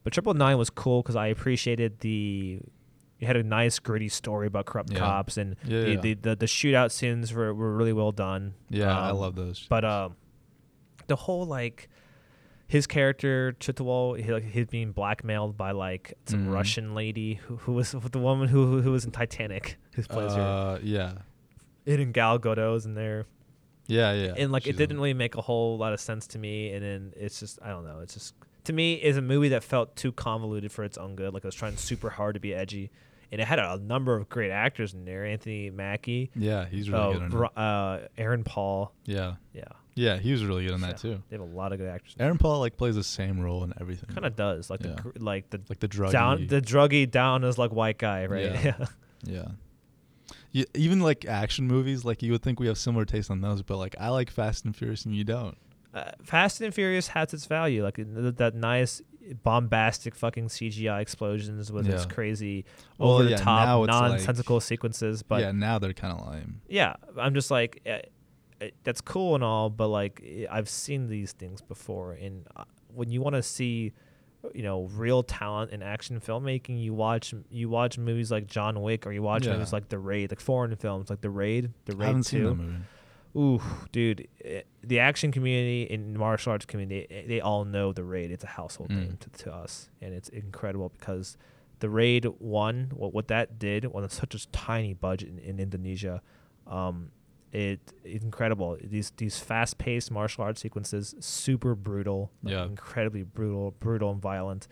[SPEAKER 1] but Triple Nine was cool because I appreciated the. It had a nice gritty story about corrupt
[SPEAKER 2] Yeah.
[SPEAKER 1] cops and
[SPEAKER 2] Yeah,
[SPEAKER 1] the,
[SPEAKER 2] yeah.
[SPEAKER 1] The, the the shootout scenes were, were really well done.
[SPEAKER 2] Yeah, I
[SPEAKER 1] Um,
[SPEAKER 2] love those.
[SPEAKER 1] But um, the whole like his character Chitwal, he, like, he's being blackmailed by like some
[SPEAKER 2] Mhm.
[SPEAKER 1] Russian lady who, who was the woman who who- who was in Titanic, who plays her.
[SPEAKER 2] Uh, yeah,
[SPEAKER 1] And in Gal Godot's in there,
[SPEAKER 2] yeah, yeah.
[SPEAKER 1] and like
[SPEAKER 2] she's
[SPEAKER 1] it
[SPEAKER 2] in
[SPEAKER 1] didn't really make a whole lot of sense to me. And then it's just I don't know. It's just to me is a movie that felt too convoluted for its own good. Like it was trying super hard to be edgy, and it had a, number of great actors in there: Anthony Mackie,
[SPEAKER 2] Yeah, he's really
[SPEAKER 1] uh,
[SPEAKER 2] good. In
[SPEAKER 1] Bra-
[SPEAKER 2] it.
[SPEAKER 1] uh, Aaron Paul.
[SPEAKER 2] Yeah,
[SPEAKER 1] Yeah,
[SPEAKER 2] yeah, he was really good in that
[SPEAKER 1] Yeah.
[SPEAKER 2] too.
[SPEAKER 1] They have a lot of good actors.
[SPEAKER 2] Aaron Paul like plays the same role in everything.
[SPEAKER 1] kind of does like
[SPEAKER 2] Yeah.
[SPEAKER 1] the gr- like the
[SPEAKER 2] like the drug.
[SPEAKER 1] down the druggy down is like white guy right
[SPEAKER 2] Yeah. yeah. yeah. Even like action movies, like you would think we have similar taste on those, but like I like Fast and Furious and you don't.
[SPEAKER 1] uh, fast and furious has its value like th- th- that nice bombastic fucking cgi explosions with its
[SPEAKER 2] Yeah.
[SPEAKER 1] crazy
[SPEAKER 2] Well,
[SPEAKER 1] over the
[SPEAKER 2] yeah, now
[SPEAKER 1] top
[SPEAKER 2] it's like-
[SPEAKER 1] nonsensical sequences but
[SPEAKER 2] yeah, now they're kind of lame.
[SPEAKER 1] yeah i'm just like uh, uh, that's cool and all but like i- i've seen these things before and uh, when you want to see you know real talent in action filmmaking you watch you watch movies like john wick or you watch
[SPEAKER 2] Yeah.
[SPEAKER 1] movies like the raid like foreign films like the raid the
[SPEAKER 2] I
[SPEAKER 1] raid
[SPEAKER 2] haven't
[SPEAKER 1] 2
[SPEAKER 2] seen that movie.
[SPEAKER 1] Ooh, dude, eh, the action community and martial arts community, eh, they all know the raid. It's a household
[SPEAKER 2] Mm.
[SPEAKER 1] name to, to us, and it's incredible because the raid one, what what that did on such a tiny budget in, in Indonesia, um, it it's incredible. These these fast paced martial arts sequences, super brutal, like,
[SPEAKER 2] Yeah.
[SPEAKER 1] incredibly brutal, brutal and violent,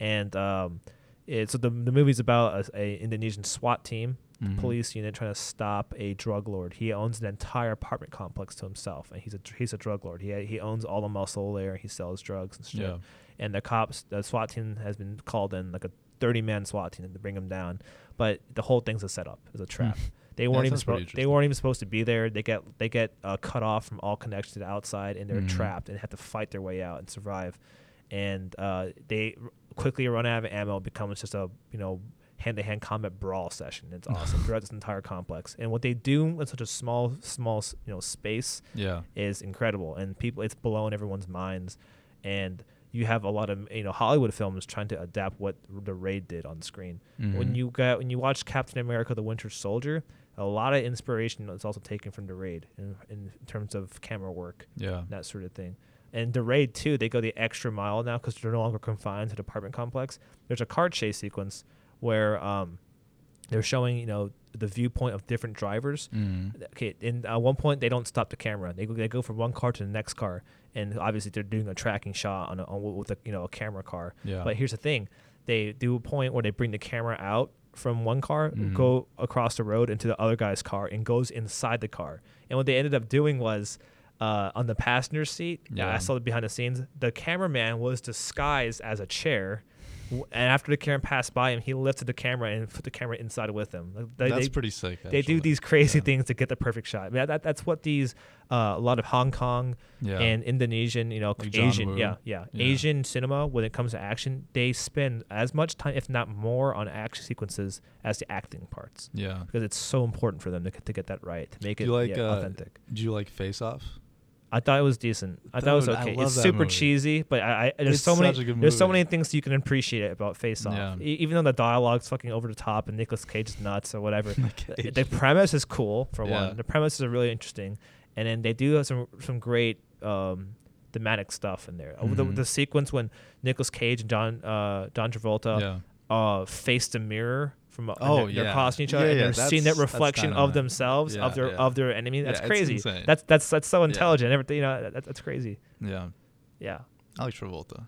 [SPEAKER 1] and um, it, so the the movie's about a, a Indonesian SWAT team
[SPEAKER 2] Mhm.
[SPEAKER 1] police unit trying to stop a drug lord. He owns an entire apartment complex to himself, and he's a he's a drug lord. He he owns all the muscle there. He sells drugs and shit.
[SPEAKER 2] Yeah.
[SPEAKER 1] And the cops, the SWAT team has been called in, like a thirty man SWAT team to bring him down. But the whole thing's a setup. It's a trap. They
[SPEAKER 2] Hmm. That
[SPEAKER 1] weren't even
[SPEAKER 2] sounds pretty
[SPEAKER 1] supposed. They weren't even supposed to be there. They get they get uh, cut off from all connection to the outside, and they're
[SPEAKER 2] Mhm.
[SPEAKER 1] trapped and have to fight their way out and survive. And uh, they r- quickly run out of ammo. It becomes just a you know hand to hand combat brawl session. It's awesome throughout this entire complex. And what they do in such a small small s- you know space
[SPEAKER 2] Yeah.
[SPEAKER 1] is incredible, and people it's blown everyone's minds. and you have a lot of you know Hollywood films trying to adapt what the Raid did on screen. When
[SPEAKER 2] Mhm.
[SPEAKER 1] you got when you watch Captain America: The Winter Soldier, a lot of inspiration is also taken from the Raid in, in terms of camera work,
[SPEAKER 2] Yeah.
[SPEAKER 1] that sort of thing. And the Raid too, they go the extra mile now because they're no longer confined to the apartment complex. There's a car chase sequence where um, they're showing you know the viewpoint of different drivers
[SPEAKER 2] Mm.
[SPEAKER 1] okay and at one point they don't stop the camera they go, they go from one car to the next car and obviously they're doing a tracking shot on, a, on with a you know a camera car
[SPEAKER 2] Yeah.
[SPEAKER 1] but here's the thing they do a point where they bring the camera out from one car
[SPEAKER 2] Mhm.
[SPEAKER 1] go across the road into the other guy's car and goes inside the car and what they ended up doing was uh, on the passenger seat yeah.
[SPEAKER 2] Yeah.
[SPEAKER 1] i saw the behind the scenes the cameraman was disguised as a chair W- and after the camera passed by him he lifted the camera and put the camera inside with him Like, they-
[SPEAKER 2] That's
[SPEAKER 1] they-
[SPEAKER 2] pretty sick.
[SPEAKER 1] they do
[SPEAKER 2] actually.
[SPEAKER 1] these crazy
[SPEAKER 2] Yeah.
[SPEAKER 1] things to get the perfect shot. I mean, that, that's what these uh, a lot of Hong Kong
[SPEAKER 2] Yeah.
[SPEAKER 1] and Indonesian, you know,
[SPEAKER 2] Like John
[SPEAKER 1] Asian,
[SPEAKER 2] Woo.
[SPEAKER 1] yeah, yeah,
[SPEAKER 2] Yeah.
[SPEAKER 1] Asian cinema when it comes to action, they spend as much time, if not more, on action sequences as the acting parts
[SPEAKER 2] Yeah.
[SPEAKER 1] because it's so important for them to, to get that right to make
[SPEAKER 2] Do
[SPEAKER 1] it
[SPEAKER 2] you like
[SPEAKER 1] yeah,
[SPEAKER 2] uh,
[SPEAKER 1] authentic.
[SPEAKER 2] Do you like Face Off?
[SPEAKER 1] I thought it was decent. I thought it was
[SPEAKER 2] Dude, I
[SPEAKER 1] okay.
[SPEAKER 2] love
[SPEAKER 1] It's
[SPEAKER 2] that
[SPEAKER 1] super
[SPEAKER 2] movie.
[SPEAKER 1] cheesy, but I, I there's
[SPEAKER 2] It's
[SPEAKER 1] so many
[SPEAKER 2] such a good
[SPEAKER 1] there's so
[SPEAKER 2] movie.
[SPEAKER 1] many things you can appreciate about Face Off.
[SPEAKER 2] Yeah.
[SPEAKER 1] E- even though the dialogue's fucking over the top and Nicolas Cage is nuts or whatever.
[SPEAKER 2] Cage.
[SPEAKER 1] the premise is cool for
[SPEAKER 2] Yeah.
[SPEAKER 1] one. The premises are really interesting, and then they do have some some great um, thematic stuff in there. Uh, The,
[SPEAKER 2] Mhm.
[SPEAKER 1] the sequence when Nicolas Cage and John uh, John Travolta
[SPEAKER 2] yeah.
[SPEAKER 1] uh, face the mirror from uh, and
[SPEAKER 2] Oh,
[SPEAKER 1] they're, they're
[SPEAKER 2] yeah.
[SPEAKER 1] crossing each
[SPEAKER 2] Yeah,
[SPEAKER 1] other and
[SPEAKER 2] yeah,
[SPEAKER 1] they're seeing that
[SPEAKER 2] that's- that's
[SPEAKER 1] reflection
[SPEAKER 2] kinda
[SPEAKER 1] of
[SPEAKER 2] mad.
[SPEAKER 1] themselves
[SPEAKER 2] Yeah,
[SPEAKER 1] of their
[SPEAKER 2] yeah.
[SPEAKER 1] of their enemy. That's
[SPEAKER 2] Yeah, it's
[SPEAKER 1] crazy.
[SPEAKER 2] insane.
[SPEAKER 1] That's that's that's so
[SPEAKER 2] Yeah.
[SPEAKER 1] intelligent. Everything you know that, that's crazy.
[SPEAKER 2] Yeah.
[SPEAKER 1] Yeah,
[SPEAKER 2] I like Travolta.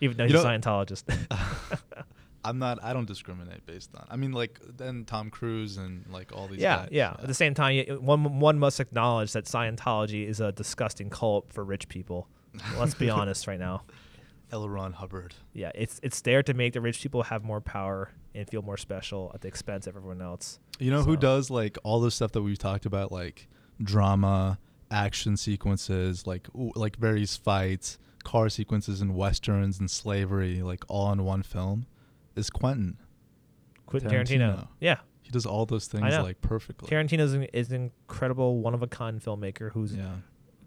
[SPEAKER 1] even though
[SPEAKER 2] You
[SPEAKER 1] he's a
[SPEAKER 2] know-
[SPEAKER 1] Scientologist.
[SPEAKER 2] I'm not. I don't discriminate based on. I mean, like then Tom Cruise and like all these.
[SPEAKER 1] yeah,
[SPEAKER 2] guys.
[SPEAKER 1] yeah. At the same time, you- one one must acknowledge that Scientology is a disgusting cult for rich people. Let's be honest right now.
[SPEAKER 2] L. Ron Hubbard.
[SPEAKER 1] Yeah, it's it's there to make the rich people have more power and feel more special at the expense of everyone else.
[SPEAKER 2] You know who
[SPEAKER 1] So-
[SPEAKER 2] does like all the stuff that we've talked about, like drama, action sequences, like ooh, like various fights, car sequences, and westerns and slavery, like all in one film, is Quentin.
[SPEAKER 1] Quentin Tarantino.
[SPEAKER 2] Tarantino.
[SPEAKER 1] Yeah,
[SPEAKER 2] He does all those things
[SPEAKER 1] know.
[SPEAKER 2] like perfectly.
[SPEAKER 1] Tarantino is an, is an incredible one of a kind filmmaker who's
[SPEAKER 2] yeah,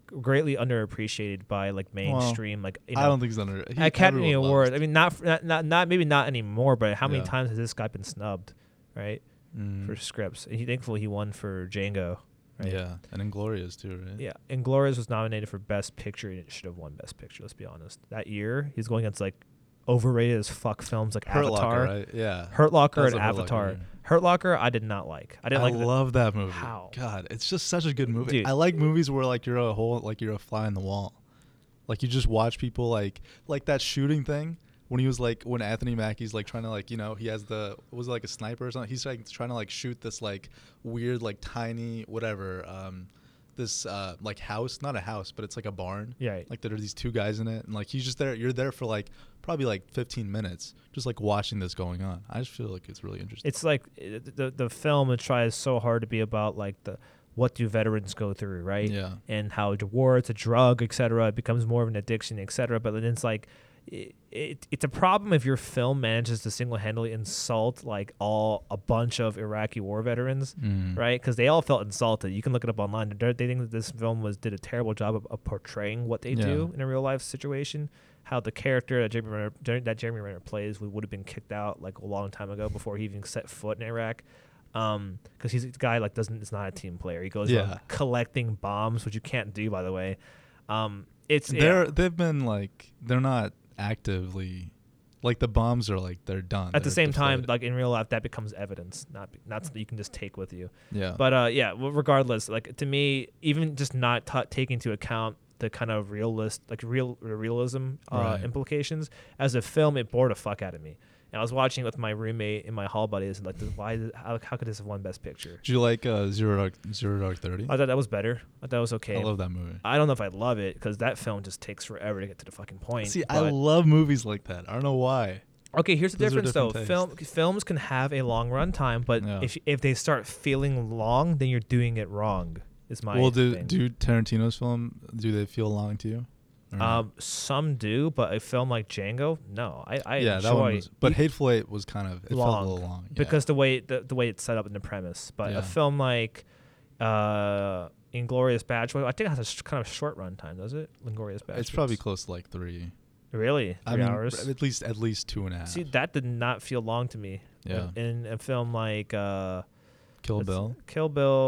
[SPEAKER 1] greatly underappreciated by like mainstream like you know,
[SPEAKER 2] I don't think he's under he-
[SPEAKER 1] Academy
[SPEAKER 2] everyone
[SPEAKER 1] Award. I
[SPEAKER 2] loves-
[SPEAKER 1] mean, not, f- not not not maybe not anymore, but how many
[SPEAKER 2] Yeah.
[SPEAKER 1] times has this guy been snubbed, right?
[SPEAKER 2] Mm.
[SPEAKER 1] For scripts, he thankfully he won for Django. Right?
[SPEAKER 2] yeah, and Inglorious too, right?
[SPEAKER 1] Yeah, Inglorious was nominated for Best Picture and it should have won Best Picture. Let's be honest. That year, he's going against like overrated as fuck films like
[SPEAKER 2] Hurt
[SPEAKER 1] Avatar,
[SPEAKER 2] Locker, right? Yeah,
[SPEAKER 1] Hurt Locker,
[SPEAKER 2] That was
[SPEAKER 1] and
[SPEAKER 2] a Hurt Locker
[SPEAKER 1] Avatar.
[SPEAKER 2] movie.
[SPEAKER 1] Hurt Locker, I did not like. I didn't
[SPEAKER 2] I
[SPEAKER 1] like. the-
[SPEAKER 2] love that movie.
[SPEAKER 1] How?
[SPEAKER 2] God, it's just such a good movie.
[SPEAKER 1] Dude.
[SPEAKER 2] I like movies where like you're a whole like you're a fly in the wall. Like you just watch people like like that shooting thing when he was like when Anthony Mackie's like trying to like you know he has the was it, like a sniper or something. He's like trying to like shoot this like weird like tiny whatever um this uh like house not a house but it's like a barn
[SPEAKER 1] Yeah.
[SPEAKER 2] like there are these two guys in it and like he's just there you're there for like probably like 15 minutes just like watching this going on i just feel like it's really interesting
[SPEAKER 1] it's like uh, the the film it tries so hard to be about like the what do veterans go through, right?
[SPEAKER 2] Yeah.
[SPEAKER 1] And how it's a war, it's a drug, etc. It becomes more of an addiction, etc. But then it's like. It, it, it's a problem if your film manages to single-handedly insult like all a bunch of Iraqi war veterans,
[SPEAKER 2] Mm.
[SPEAKER 1] right? Because they all felt insulted. You can look it up online. They're, they think that this film was did a terrible job of, of portraying what they
[SPEAKER 2] Yeah.
[SPEAKER 1] do in a real life situation. How the character that Jeremy Renner, Jer- that Jeremy Renner plays would, would have been kicked out like a long time ago before he even set foot in Iraq. Um, because he's a guy like doesn't is not a team player. He goes around
[SPEAKER 2] Yeah.
[SPEAKER 1] collecting bombs, which you can't do by the way. Um, it's yeah.
[SPEAKER 2] they're they've been like they're not actively like the bombs are like they're done
[SPEAKER 1] at the
[SPEAKER 2] They're
[SPEAKER 1] same time
[SPEAKER 2] deflated.
[SPEAKER 1] like in real life that becomes evidence, not not something you can just take with you.
[SPEAKER 2] yeah
[SPEAKER 1] But uh, yeah, well, regardless, like to me, even just not ta taking into account the kind of realist, like real the realism uh,
[SPEAKER 2] Right.
[SPEAKER 1] implications as a film, it bored the fuck out of me. And I was watching it with my roommate and my hall buddies, and like, this- why? did- How, how could this have won Best Picture?
[SPEAKER 2] do you like uh zero dark zero dark 30
[SPEAKER 1] I thought that was better. I thought it was Oh, okay.
[SPEAKER 2] i love that movie
[SPEAKER 1] I don't know if I love it because that film just takes forever to get to the fucking point.
[SPEAKER 2] see i
[SPEAKER 1] but-
[SPEAKER 2] love movies like that i don't know why
[SPEAKER 1] Okay, here's the
[SPEAKER 2] Those are
[SPEAKER 1] difference though.
[SPEAKER 2] different
[SPEAKER 1] Film films can have a long run time, but
[SPEAKER 2] Yeah.
[SPEAKER 1] if if they start feeling long, then you're doing it wrong. Is my
[SPEAKER 2] well do
[SPEAKER 1] thing.
[SPEAKER 2] do tarantino's film do they feel long to you Or not?
[SPEAKER 1] Um, some do, but a film like Django, no, I, I
[SPEAKER 2] yeah
[SPEAKER 1] enjoy
[SPEAKER 2] that one was but
[SPEAKER 1] e-
[SPEAKER 2] hateful eight was kind of it felt a
[SPEAKER 1] long,
[SPEAKER 2] little long yeah.
[SPEAKER 1] because the way the, the way it's set up in the premise. But
[SPEAKER 2] Yeah.
[SPEAKER 1] a film like, uh, Inglorious Bachelor. I think it has a kind of short run time, does it? Inglorious Bachelor.
[SPEAKER 2] It's probably close to like three.
[SPEAKER 1] really three
[SPEAKER 2] I mean,
[SPEAKER 1] hours.
[SPEAKER 2] at least at least two and a half.
[SPEAKER 1] See, that did not feel long to me.
[SPEAKER 2] Yeah.
[SPEAKER 1] In, in a film like uh,
[SPEAKER 2] Kill
[SPEAKER 1] let's-
[SPEAKER 2] Bill.
[SPEAKER 1] Kill Bill,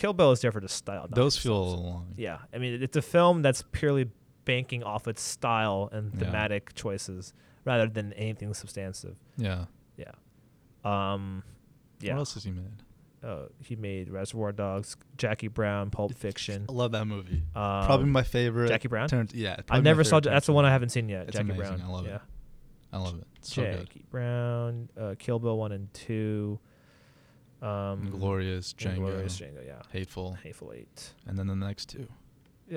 [SPEAKER 1] Kill Bill is different to style. not
[SPEAKER 2] Those
[SPEAKER 1] for
[SPEAKER 2] feel a
[SPEAKER 1] substance.
[SPEAKER 2] little long.
[SPEAKER 1] Yeah, I mean, it's a film that's purely banking off its style and
[SPEAKER 2] Yeah.
[SPEAKER 1] thematic choices rather than anything substantive.
[SPEAKER 2] Yeah.
[SPEAKER 1] Yeah. Um, yeah.
[SPEAKER 2] What else has he made?
[SPEAKER 1] Uh, he made Reservoir Dogs, Jackie Brown, Pulp Fiction.
[SPEAKER 2] I love that movie.
[SPEAKER 1] Um,
[SPEAKER 2] probably my favorite.
[SPEAKER 1] Jackie Brown?
[SPEAKER 2] Tarant- yeah.
[SPEAKER 1] I
[SPEAKER 2] probably my
[SPEAKER 1] never saw.
[SPEAKER 2] favorite
[SPEAKER 1] Ja- That's the one I
[SPEAKER 2] Tarantino.
[SPEAKER 1] haven't seen yet.
[SPEAKER 2] It's
[SPEAKER 1] Jackie
[SPEAKER 2] amazing.
[SPEAKER 1] Brown.
[SPEAKER 2] I love it.
[SPEAKER 1] yeah.
[SPEAKER 2] I love it. It's so good.
[SPEAKER 1] Jackie Brown, uh, Kill Bill one and two. Um,
[SPEAKER 2] Glorious Django.
[SPEAKER 1] Inglorious Django. Yeah.
[SPEAKER 2] Hateful.
[SPEAKER 1] Hateful Eight.
[SPEAKER 2] And then the next two.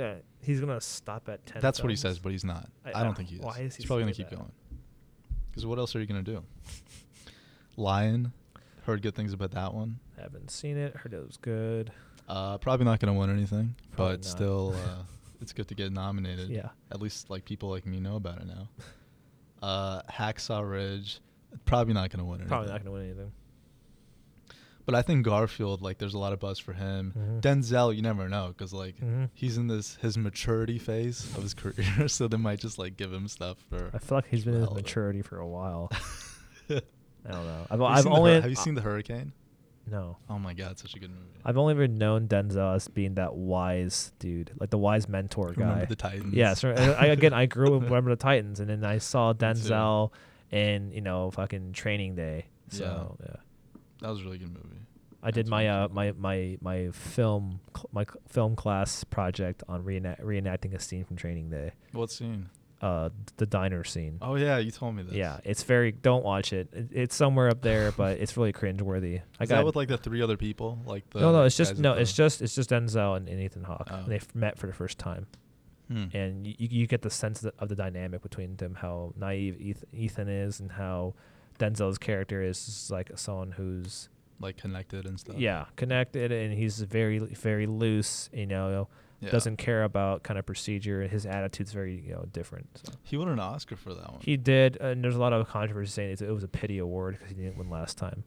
[SPEAKER 1] Yeah, he's gonna stop at ten.
[SPEAKER 2] That's what he
[SPEAKER 1] films.
[SPEAKER 2] says, but he's not.
[SPEAKER 1] I-
[SPEAKER 2] I,
[SPEAKER 1] I-
[SPEAKER 2] don't think he is.
[SPEAKER 1] why is he
[SPEAKER 2] he's probably gonna
[SPEAKER 1] saying
[SPEAKER 2] keep
[SPEAKER 1] that?
[SPEAKER 2] going. Because what else are you gonna do? Lion. Heard good things about that one.
[SPEAKER 1] Haven't seen it. Heard it was good.
[SPEAKER 2] Uh, probably not gonna win anything,
[SPEAKER 1] Probably
[SPEAKER 2] but
[SPEAKER 1] not.
[SPEAKER 2] still, uh, it's good to get nominated.
[SPEAKER 1] Yeah.
[SPEAKER 2] At least like people like me know about it now. Uh, Hacksaw Ridge. Probably not gonna win anything.
[SPEAKER 1] Probably not gonna win anything.
[SPEAKER 2] But I think Garfield, like, there's a lot of buzz for him.
[SPEAKER 1] Mhm.
[SPEAKER 2] Denzel, you never know, because like
[SPEAKER 1] Mhm.
[SPEAKER 2] he's in this his maturity phase of his career, so they might just like give him stuff for.
[SPEAKER 1] I feel like he's
[SPEAKER 2] just
[SPEAKER 1] been
[SPEAKER 2] for
[SPEAKER 1] in his
[SPEAKER 2] the hell of it.
[SPEAKER 1] maturity for a while.
[SPEAKER 2] Have
[SPEAKER 1] I don't know. I've,
[SPEAKER 2] you
[SPEAKER 1] I've
[SPEAKER 2] seen the
[SPEAKER 1] only
[SPEAKER 2] Hur- have you seen the Hurricane?
[SPEAKER 1] No.
[SPEAKER 2] Oh my God, such a good movie.
[SPEAKER 1] I've only ever known Denzel as being that wise dude, like the wise mentor guy.
[SPEAKER 2] Remember the Titans.
[SPEAKER 1] Yes. I, I- again, I grew up with Remember the Titans, and then I saw Denzel in you know fucking Training Day. So yeah,
[SPEAKER 2] that was a really good movie.
[SPEAKER 1] I did
[SPEAKER 2] That's
[SPEAKER 1] my uh
[SPEAKER 2] awesome.
[SPEAKER 1] my my my film cl- my cl- film class project on reenact- reenacting a scene from Training Day,
[SPEAKER 2] What scene?
[SPEAKER 1] uh the diner scene.
[SPEAKER 2] Oh yeah, you told me this.
[SPEAKER 1] Yeah, it's very. Don't watch it. It- It's somewhere up there, but it's really cringeworthy. I
[SPEAKER 2] Is
[SPEAKER 1] got
[SPEAKER 2] that with like the three other people? Like the
[SPEAKER 1] no, no. It's just
[SPEAKER 2] guys at
[SPEAKER 1] no.
[SPEAKER 2] the-
[SPEAKER 1] It's just it's just Denzel and, and Ethan Hawke.
[SPEAKER 2] Oh.
[SPEAKER 1] And They f- met for the first time,
[SPEAKER 2] Hmm.
[SPEAKER 1] and you, you get the sense of the, of the dynamic between them. How naive Eth- Ethan is, and how Denzel's character is just like someone who's
[SPEAKER 2] like connected and stuff.
[SPEAKER 1] yeah connected, and he's very very loose. You know,
[SPEAKER 2] Yeah.
[SPEAKER 1] doesn't care about kind of procedure. His attitude's very you know different. So.
[SPEAKER 2] He won an Oscar for that one.
[SPEAKER 1] He did, uh, and there's a lot of controversy saying it's, it was a pity award because he didn't win last time,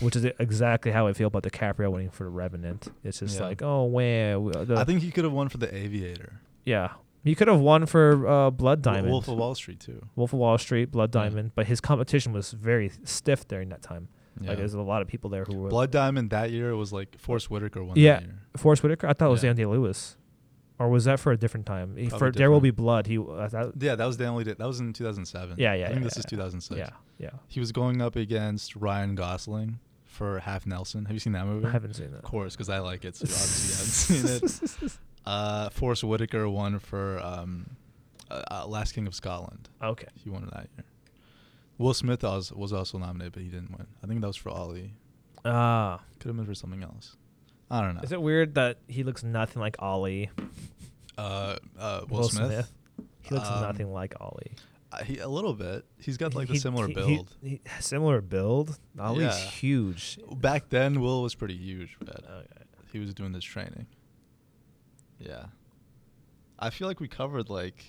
[SPEAKER 1] which is exactly how I feel about DiCaprio winning for The Revenant. It's just
[SPEAKER 2] Yeah.
[SPEAKER 1] like, oh wow,
[SPEAKER 2] I think he could have won for The Aviator.
[SPEAKER 1] yeah, he could have won for uh, Blood
[SPEAKER 2] Wo-
[SPEAKER 1] Diamond,
[SPEAKER 2] Wolf of Wall Street too.
[SPEAKER 1] Wolf of Wall Street, Blood
[SPEAKER 2] Yeah.
[SPEAKER 1] Diamond, but his competition was very stiff during that time.
[SPEAKER 2] Yeah.
[SPEAKER 1] Like there's a lot of people there who were
[SPEAKER 2] Blood Diamond that year was like Forrest Whitaker won.
[SPEAKER 1] Yeah.
[SPEAKER 2] That year.
[SPEAKER 1] Forrest Whitaker. I thought it was
[SPEAKER 2] Yeah.
[SPEAKER 1] Daniel Lewis, or was that for a different time? He, for
[SPEAKER 2] Probably
[SPEAKER 1] There Will Be
[SPEAKER 2] different.
[SPEAKER 1] Blood. He uh, that,
[SPEAKER 2] Yeah, that was the only. That was in 2007.
[SPEAKER 1] yeah, yeah.
[SPEAKER 2] I think
[SPEAKER 1] yeah,
[SPEAKER 2] this
[SPEAKER 1] yeah,
[SPEAKER 2] is 2006.
[SPEAKER 1] Yeah, yeah.
[SPEAKER 2] He was going up against Ryan Gosling for Half Nelson. Have you seen that movie?
[SPEAKER 1] I haven't seen that.
[SPEAKER 2] Of course, because I like it. So you obviously, I haven't seen it. Uh, Forrest Whitaker won for um, uh, uh, Last King of Scotland.
[SPEAKER 1] Okay.
[SPEAKER 2] He won that year. Will Smith was, was also nominated, but he didn't win. I think that was for Ollie.
[SPEAKER 1] Ah.
[SPEAKER 2] Could have been for something else. I don't know.
[SPEAKER 1] Is it weird that he looks nothing like Ollie?
[SPEAKER 2] uh, uh, Will, Smith?
[SPEAKER 1] He looks
[SPEAKER 2] Um,
[SPEAKER 1] nothing like Ollie.
[SPEAKER 2] Uh, he, a little bit. He's got like
[SPEAKER 1] He-
[SPEAKER 2] a similar
[SPEAKER 1] he- he-
[SPEAKER 2] build.
[SPEAKER 1] he- similar build. Ollie's
[SPEAKER 2] Yeah.
[SPEAKER 1] huge.
[SPEAKER 2] Back then, Will was pretty huge, but
[SPEAKER 1] Okay.
[SPEAKER 2] he was doing this training. Yeah, I feel like we covered like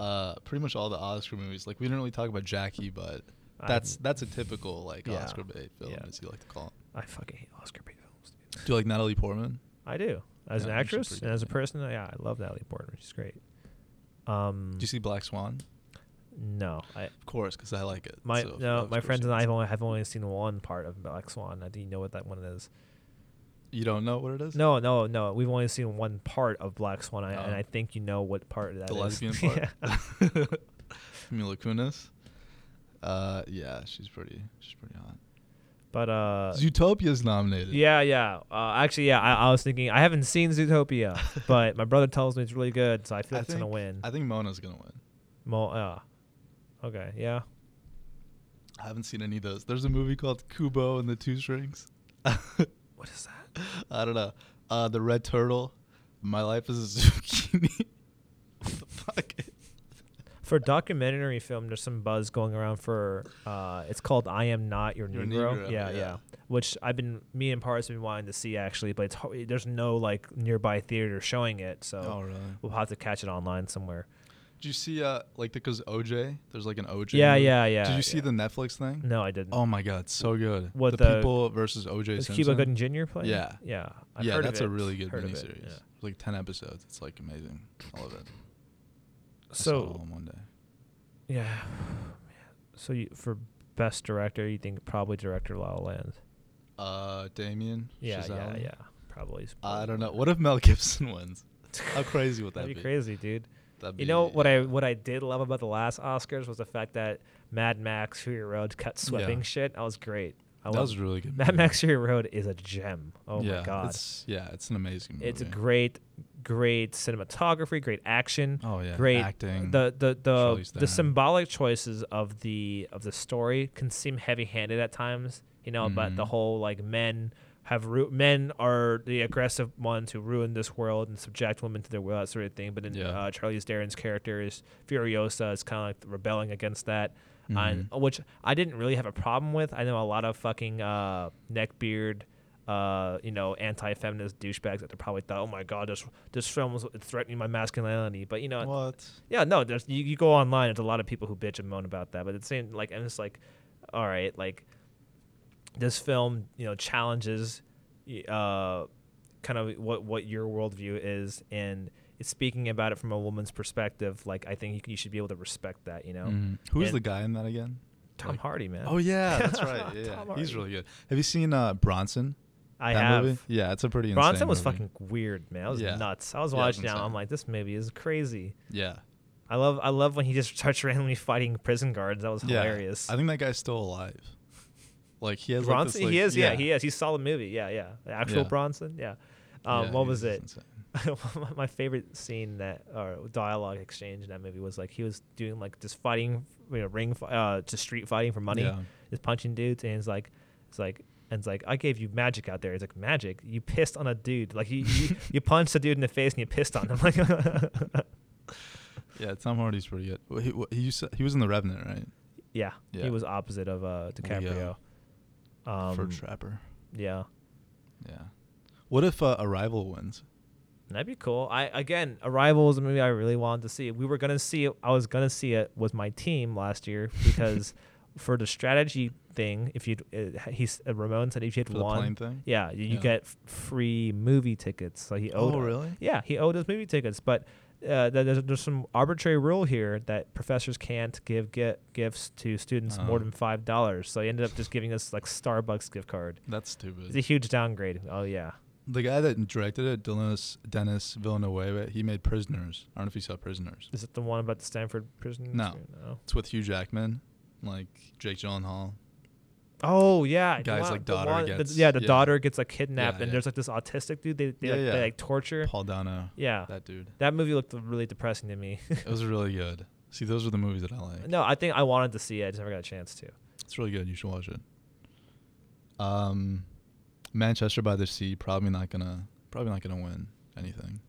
[SPEAKER 2] uh pretty much all the Oscar movies. Like we didn't really talk about Jackie, but
[SPEAKER 1] I-
[SPEAKER 2] that's that's a typical like
[SPEAKER 1] Yeah.
[SPEAKER 2] Oscar bait film,
[SPEAKER 1] Yeah.
[SPEAKER 2] as you like to call it.
[SPEAKER 1] I fucking hate Oscar bait films. Dude.
[SPEAKER 2] Do you like Natalie Portman?
[SPEAKER 1] I do. As
[SPEAKER 2] Yeah,
[SPEAKER 1] an
[SPEAKER 2] she's
[SPEAKER 1] actress
[SPEAKER 2] pretty
[SPEAKER 1] and as a
[SPEAKER 2] good.
[SPEAKER 1] person, yeah, I love Natalie Portman. She's great. Um,
[SPEAKER 2] Do you see Black Swan?
[SPEAKER 1] No, I.
[SPEAKER 2] Of course, because I like it.
[SPEAKER 1] My
[SPEAKER 2] so if that
[SPEAKER 1] no,
[SPEAKER 2] was
[SPEAKER 1] my
[SPEAKER 2] your
[SPEAKER 1] friends and I
[SPEAKER 2] choice.
[SPEAKER 1] have only, have only seen one part of Black Swan. I didn't know what that one is.
[SPEAKER 2] You don't know what it is?
[SPEAKER 1] No, no, no. We've only seen one part of Black Swan, I, and
[SPEAKER 2] Oh.
[SPEAKER 1] I think you know what part that is.
[SPEAKER 2] the lesbian part.
[SPEAKER 1] yeah.
[SPEAKER 2] Mila Kunis. Uh, yeah, she's pretty. She's pretty hot.
[SPEAKER 1] But uh,
[SPEAKER 2] Zootopia's nominated.
[SPEAKER 1] Yeah, yeah. Uh, actually, yeah. I, I was thinking I haven't seen Zootopia, but my brother tells me it's really good, so I feel
[SPEAKER 2] I
[SPEAKER 1] it's gonna
[SPEAKER 2] think-
[SPEAKER 1] win.
[SPEAKER 2] I think Mona's gonna win.
[SPEAKER 1] Mo- uh, okay, yeah.
[SPEAKER 2] I haven't seen any of those. There's a movie called Kubo and the Two Strings.
[SPEAKER 1] What is that?
[SPEAKER 2] I don't know. Uh, the Red Turtle. My life is a zucchini. what the fuck?
[SPEAKER 1] For a documentary film, there's some buzz going around for. Uh, it's called "I Am Not Your,
[SPEAKER 2] Your
[SPEAKER 1] Negro."
[SPEAKER 2] Negro,
[SPEAKER 1] yeah,
[SPEAKER 2] yeah.
[SPEAKER 1] yeah. Which I've been, me and Paris have been wanting to see actually, but it's ho- there's no like nearby theater showing it, so
[SPEAKER 2] Oh really?
[SPEAKER 1] we'll have to catch it online somewhere.
[SPEAKER 2] Did you see uh like because OJ? There's like an OJ.
[SPEAKER 1] Yeah,
[SPEAKER 2] movie.
[SPEAKER 1] yeah, yeah,
[SPEAKER 2] Did you see
[SPEAKER 1] yeah.
[SPEAKER 2] the Netflix thing?
[SPEAKER 1] No, I didn't.
[SPEAKER 2] Oh my god, so good.
[SPEAKER 1] What
[SPEAKER 2] the,
[SPEAKER 1] the-
[SPEAKER 2] people versus OJ
[SPEAKER 1] Is
[SPEAKER 2] Simpson.
[SPEAKER 1] Cuba Gooding Jr. playing?
[SPEAKER 2] Yeah.
[SPEAKER 1] yeah. I've
[SPEAKER 2] yeah,
[SPEAKER 1] heard of
[SPEAKER 2] that's a
[SPEAKER 1] it,
[SPEAKER 2] really good
[SPEAKER 1] heard of it,
[SPEAKER 2] miniseries.
[SPEAKER 1] yeah.
[SPEAKER 2] It's like ten episodes. It's like amazing. I love it. I saw it all
[SPEAKER 1] So
[SPEAKER 2] in one day.
[SPEAKER 1] yeah, so you, for best director, you think probably director La La Land?
[SPEAKER 2] Uh, Damien.
[SPEAKER 1] Yeah, yeah,
[SPEAKER 2] Chazelle?
[SPEAKER 1] yeah. Probably. is
[SPEAKER 2] I
[SPEAKER 1] probably
[SPEAKER 2] don't know.
[SPEAKER 1] winner.
[SPEAKER 2] What if Mel Gibson wins? How crazy would that
[SPEAKER 1] That'd be
[SPEAKER 2] be?
[SPEAKER 1] crazy, dude.
[SPEAKER 2] That'd
[SPEAKER 1] You know
[SPEAKER 2] be-
[SPEAKER 1] what I what I did love about the last Oscars was the fact that Mad Max Fury Road cut sweeping
[SPEAKER 2] Yeah.
[SPEAKER 1] shit. That was great. I
[SPEAKER 2] That
[SPEAKER 1] love-
[SPEAKER 2] was a really good.
[SPEAKER 1] Mad
[SPEAKER 2] movie.
[SPEAKER 1] Max Fury Road is a gem. Oh
[SPEAKER 2] yeah,
[SPEAKER 1] my god,
[SPEAKER 2] It's, yeah, it's an amazing. Movie.
[SPEAKER 1] it's great, great cinematography, great action.
[SPEAKER 2] Oh yeah,
[SPEAKER 1] great
[SPEAKER 2] acting.
[SPEAKER 1] The the the,
[SPEAKER 2] Charlize
[SPEAKER 1] the
[SPEAKER 2] Theron.
[SPEAKER 1] symbolic choices of the of the story can seem heavy-handed at times, you know. But the
[SPEAKER 2] Mhm.
[SPEAKER 1] whole like men have ru- men are the aggressive ones who ruin this world and subject women to their will, that sort of thing. But then
[SPEAKER 2] Yeah.
[SPEAKER 1] uh, Charlie's Darren's character is Furiosa is kind of like rebelling against that.
[SPEAKER 2] Mm-hmm.
[SPEAKER 1] and- uh, which I didn't really have a problem with. I know a lot of fucking uh, neckbeard, uh, you know, anti-feminist douchebags that they probably thought, "Oh my god, this this film was threatening my masculinity." But you know,
[SPEAKER 2] what?
[SPEAKER 1] yeah, no, there's you, you go online, there's a lot of people who bitch and moan about that, but it's saying like and it's like, all right, like this film, you know, challenges y- uh kind of what what your worldview is and it's speaking about it from a woman's perspective, like I think you, you should be able to respect that, you know.
[SPEAKER 2] Mhm. Who's
[SPEAKER 1] And-
[SPEAKER 2] the guy in that again?
[SPEAKER 1] Tom
[SPEAKER 2] Like-
[SPEAKER 1] Hardy, man.
[SPEAKER 2] Oh yeah, that's right. Yeah,
[SPEAKER 1] Tom
[SPEAKER 2] he's
[SPEAKER 1] Hardy.
[SPEAKER 2] really good. Have you seen uh, Bronson?
[SPEAKER 1] I
[SPEAKER 2] That
[SPEAKER 1] have
[SPEAKER 2] Movie? Yeah, it's a pretty.
[SPEAKER 1] Bronson
[SPEAKER 2] insane
[SPEAKER 1] was
[SPEAKER 2] movie.
[SPEAKER 1] fucking weird, man. I was
[SPEAKER 2] Yeah.
[SPEAKER 1] nuts. I was
[SPEAKER 2] Yeah, it was
[SPEAKER 1] watching now,
[SPEAKER 2] insane.
[SPEAKER 1] I'm like, this movie is crazy.
[SPEAKER 2] Yeah,
[SPEAKER 1] I love I love when he just starts randomly fighting prison guards. That was
[SPEAKER 2] yeah.
[SPEAKER 1] hilarious.
[SPEAKER 2] I think that guy's still alive. Like he has. like, this,
[SPEAKER 1] Bronson,
[SPEAKER 2] like-
[SPEAKER 1] he is, yeah. he is. He's solid movie, yeah, yeah. The actual
[SPEAKER 2] Yeah.
[SPEAKER 1] Bronson, yeah. Um,
[SPEAKER 2] Yeah,
[SPEAKER 1] what
[SPEAKER 2] he
[SPEAKER 1] was
[SPEAKER 2] is
[SPEAKER 1] it?
[SPEAKER 2] insane.
[SPEAKER 1] My- My favorite scene that or dialogue exchange in that movie was like he was doing like just fighting, you know, ring, fi- uh, just street fighting for money,
[SPEAKER 2] Yeah.
[SPEAKER 1] just punching dudes, and it's like, it's like. And it's like I gave you magic out there. It's like magic. You pissed on a dude. Like you, you, you punched a dude in the face and you pissed on him. Like
[SPEAKER 2] Yeah, Tom Hardy's pretty good. Well, He, wh- he, used to- he was in The Revenant, right?
[SPEAKER 1] yeah,
[SPEAKER 2] Yeah.
[SPEAKER 1] he was opposite of uh, DiCaprio.
[SPEAKER 2] For
[SPEAKER 1] Um,
[SPEAKER 2] Trapper.
[SPEAKER 1] yeah.
[SPEAKER 2] Yeah. What if uh, Arrival wins?
[SPEAKER 1] That'd be cool. I again, Arrival was a movie I really wanted to see. We were gonna see it. I was gonna see it with my team last year because for the strategy thing, if you uh, he's uh, Ramon said if you had
[SPEAKER 2] For the
[SPEAKER 1] won,
[SPEAKER 2] plane thing?
[SPEAKER 1] yeah, you, you
[SPEAKER 2] Yeah.
[SPEAKER 1] get f- free movie tickets. So he owed.
[SPEAKER 2] Oh, really?
[SPEAKER 1] Yeah, he owed us movie tickets, but. Uh, th- there's, there's some arbitrary rule here that professors can't give get gifts to students more
[SPEAKER 2] Oh.
[SPEAKER 1] than five dollars. So he ended up just giving us like Starbucks gift card.
[SPEAKER 2] That's
[SPEAKER 1] It's a
[SPEAKER 2] stupid.
[SPEAKER 1] huge downgrade. Oh yeah,
[SPEAKER 2] The guy that directed it, Dennis, Dennis Villanueva, he made Prisoners. I don't know if you saw Prisoners.
[SPEAKER 1] is it the one about the Stanford prison?
[SPEAKER 2] No.
[SPEAKER 1] experiment? No.
[SPEAKER 2] It's with Hugh Jackman, like Jake Gyllenhaal.
[SPEAKER 1] Oh yeah, the
[SPEAKER 2] Guy's,
[SPEAKER 1] one-
[SPEAKER 2] like,
[SPEAKER 1] the
[SPEAKER 2] daughter
[SPEAKER 1] one- the-
[SPEAKER 2] gets-
[SPEAKER 1] yeah, the
[SPEAKER 2] yeah.
[SPEAKER 1] daughter gets like kidnapped,
[SPEAKER 2] Yeah,
[SPEAKER 1] and
[SPEAKER 2] yeah.
[SPEAKER 1] there's like this autistic dude. They they,
[SPEAKER 2] Yeah,
[SPEAKER 1] like, they
[SPEAKER 2] yeah.
[SPEAKER 1] like torture.
[SPEAKER 2] Paul Dano.
[SPEAKER 1] yeah, that,
[SPEAKER 2] That dude.
[SPEAKER 1] movie looked really depressing to me.
[SPEAKER 2] It was really good. See, those are the movies that I like.
[SPEAKER 1] no, I think I wanted to see it. I just never got a chance to.
[SPEAKER 2] It's really good. You should watch it. Um, Manchester by the Sea probably not gonna probably not gonna win anything.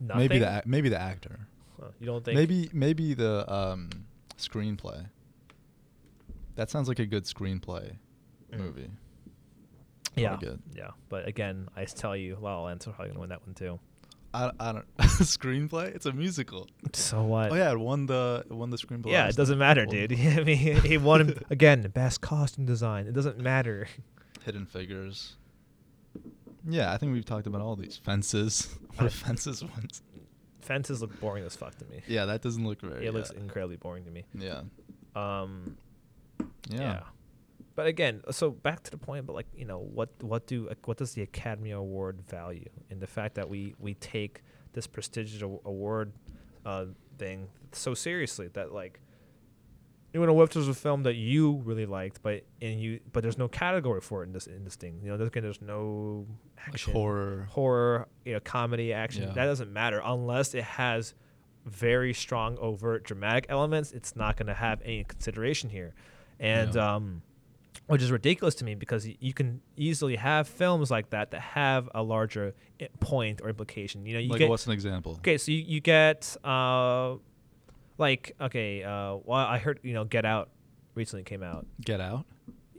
[SPEAKER 1] Nothing.
[SPEAKER 2] Maybe the ac- maybe the actor.
[SPEAKER 1] Huh, you don't think?
[SPEAKER 2] Maybe maybe the um, screenplay. That sounds like a good screenplay
[SPEAKER 1] Mm.
[SPEAKER 2] movie. Probably
[SPEAKER 1] Yeah.
[SPEAKER 2] Good.
[SPEAKER 1] Yeah, but again, I s- tell you, La La Land's probably gonna win that one too.
[SPEAKER 2] I, I don't screenplay. It's a musical.
[SPEAKER 1] So what?
[SPEAKER 2] oh yeah, it won the it won the screenplay.
[SPEAKER 1] Yeah,
[SPEAKER 2] last
[SPEAKER 1] it doesn't
[SPEAKER 2] night.
[SPEAKER 1] matter,
[SPEAKER 2] Won
[SPEAKER 1] dude.
[SPEAKER 2] the-
[SPEAKER 1] I mean, he won again. Best costume design. It doesn't matter.
[SPEAKER 2] Hidden Figures. Yeah, I think we've talked about all these fences. What
[SPEAKER 1] I-
[SPEAKER 2] are fences ones?
[SPEAKER 1] Fences look boring as fuck to me.
[SPEAKER 2] Yeah, that doesn't look
[SPEAKER 1] it
[SPEAKER 2] very.
[SPEAKER 1] looks
[SPEAKER 2] yeah.
[SPEAKER 1] incredibly boring to me.
[SPEAKER 2] Yeah.
[SPEAKER 1] Um,
[SPEAKER 2] Yeah.
[SPEAKER 1] But again, so back to the point, but like you know, what what do what does the Academy Award value, and the fact that we we take this prestigious aw- award uh, thing so seriously that like you know, if there's a film that you really liked, but and you but there's no category for it in this in this thing, you know, there's there's no
[SPEAKER 2] Like
[SPEAKER 1] action,
[SPEAKER 2] horror.
[SPEAKER 1] horror, you know, comedy, action.
[SPEAKER 2] Yeah.
[SPEAKER 1] That doesn't matter unless it has very strong overt dramatic elements. It's not going to have any consideration here, and
[SPEAKER 2] Yeah.
[SPEAKER 1] um, which is ridiculous to me because y- you can easily have films like that that have a larger i- point or implication. You know, you
[SPEAKER 2] Like
[SPEAKER 1] get
[SPEAKER 2] what's an example?
[SPEAKER 1] okay, so you, you get uh, like okay, uh, well, I heard you know Get Out recently came out
[SPEAKER 2] Get Out.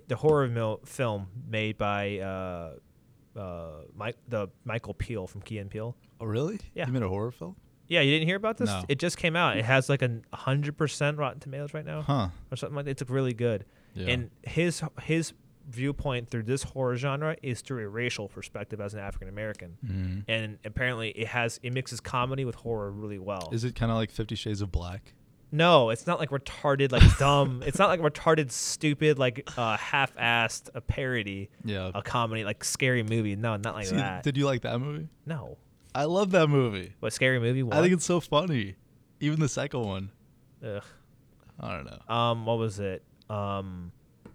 [SPEAKER 1] the horror mil- film made by uh, uh, Mike, the Michael Peel from Key and Peele.
[SPEAKER 2] Oh really?
[SPEAKER 1] Yeah.
[SPEAKER 2] You made a horror film?
[SPEAKER 1] Yeah, you didn't hear about this?
[SPEAKER 2] No.
[SPEAKER 1] It just came out. It has like a hundred percent Rotten Tomatoes right now,
[SPEAKER 2] Huh.
[SPEAKER 1] or something like that. It's like, really good.
[SPEAKER 2] Yeah.
[SPEAKER 1] And his his viewpoint through this horror genre is through a racial perspective as an African American.
[SPEAKER 2] Mhm.
[SPEAKER 1] And apparently, it has it mixes comedy with horror really well.
[SPEAKER 2] Is it kind of like Fifty Shades of Black?
[SPEAKER 1] No, it's not like retarded, like dumb. It's not like retarded, stupid, like uh, half-assed a parody,
[SPEAKER 2] Yeah.
[SPEAKER 1] a comedy, like scary movie. No, not like
[SPEAKER 2] See,
[SPEAKER 1] that.
[SPEAKER 2] Did you like that movie?
[SPEAKER 1] no,
[SPEAKER 2] I love that movie.
[SPEAKER 1] what scary movie? What?
[SPEAKER 2] I think it's so funny. Even the second one.
[SPEAKER 1] Ugh.
[SPEAKER 2] I don't know.
[SPEAKER 1] um what was it um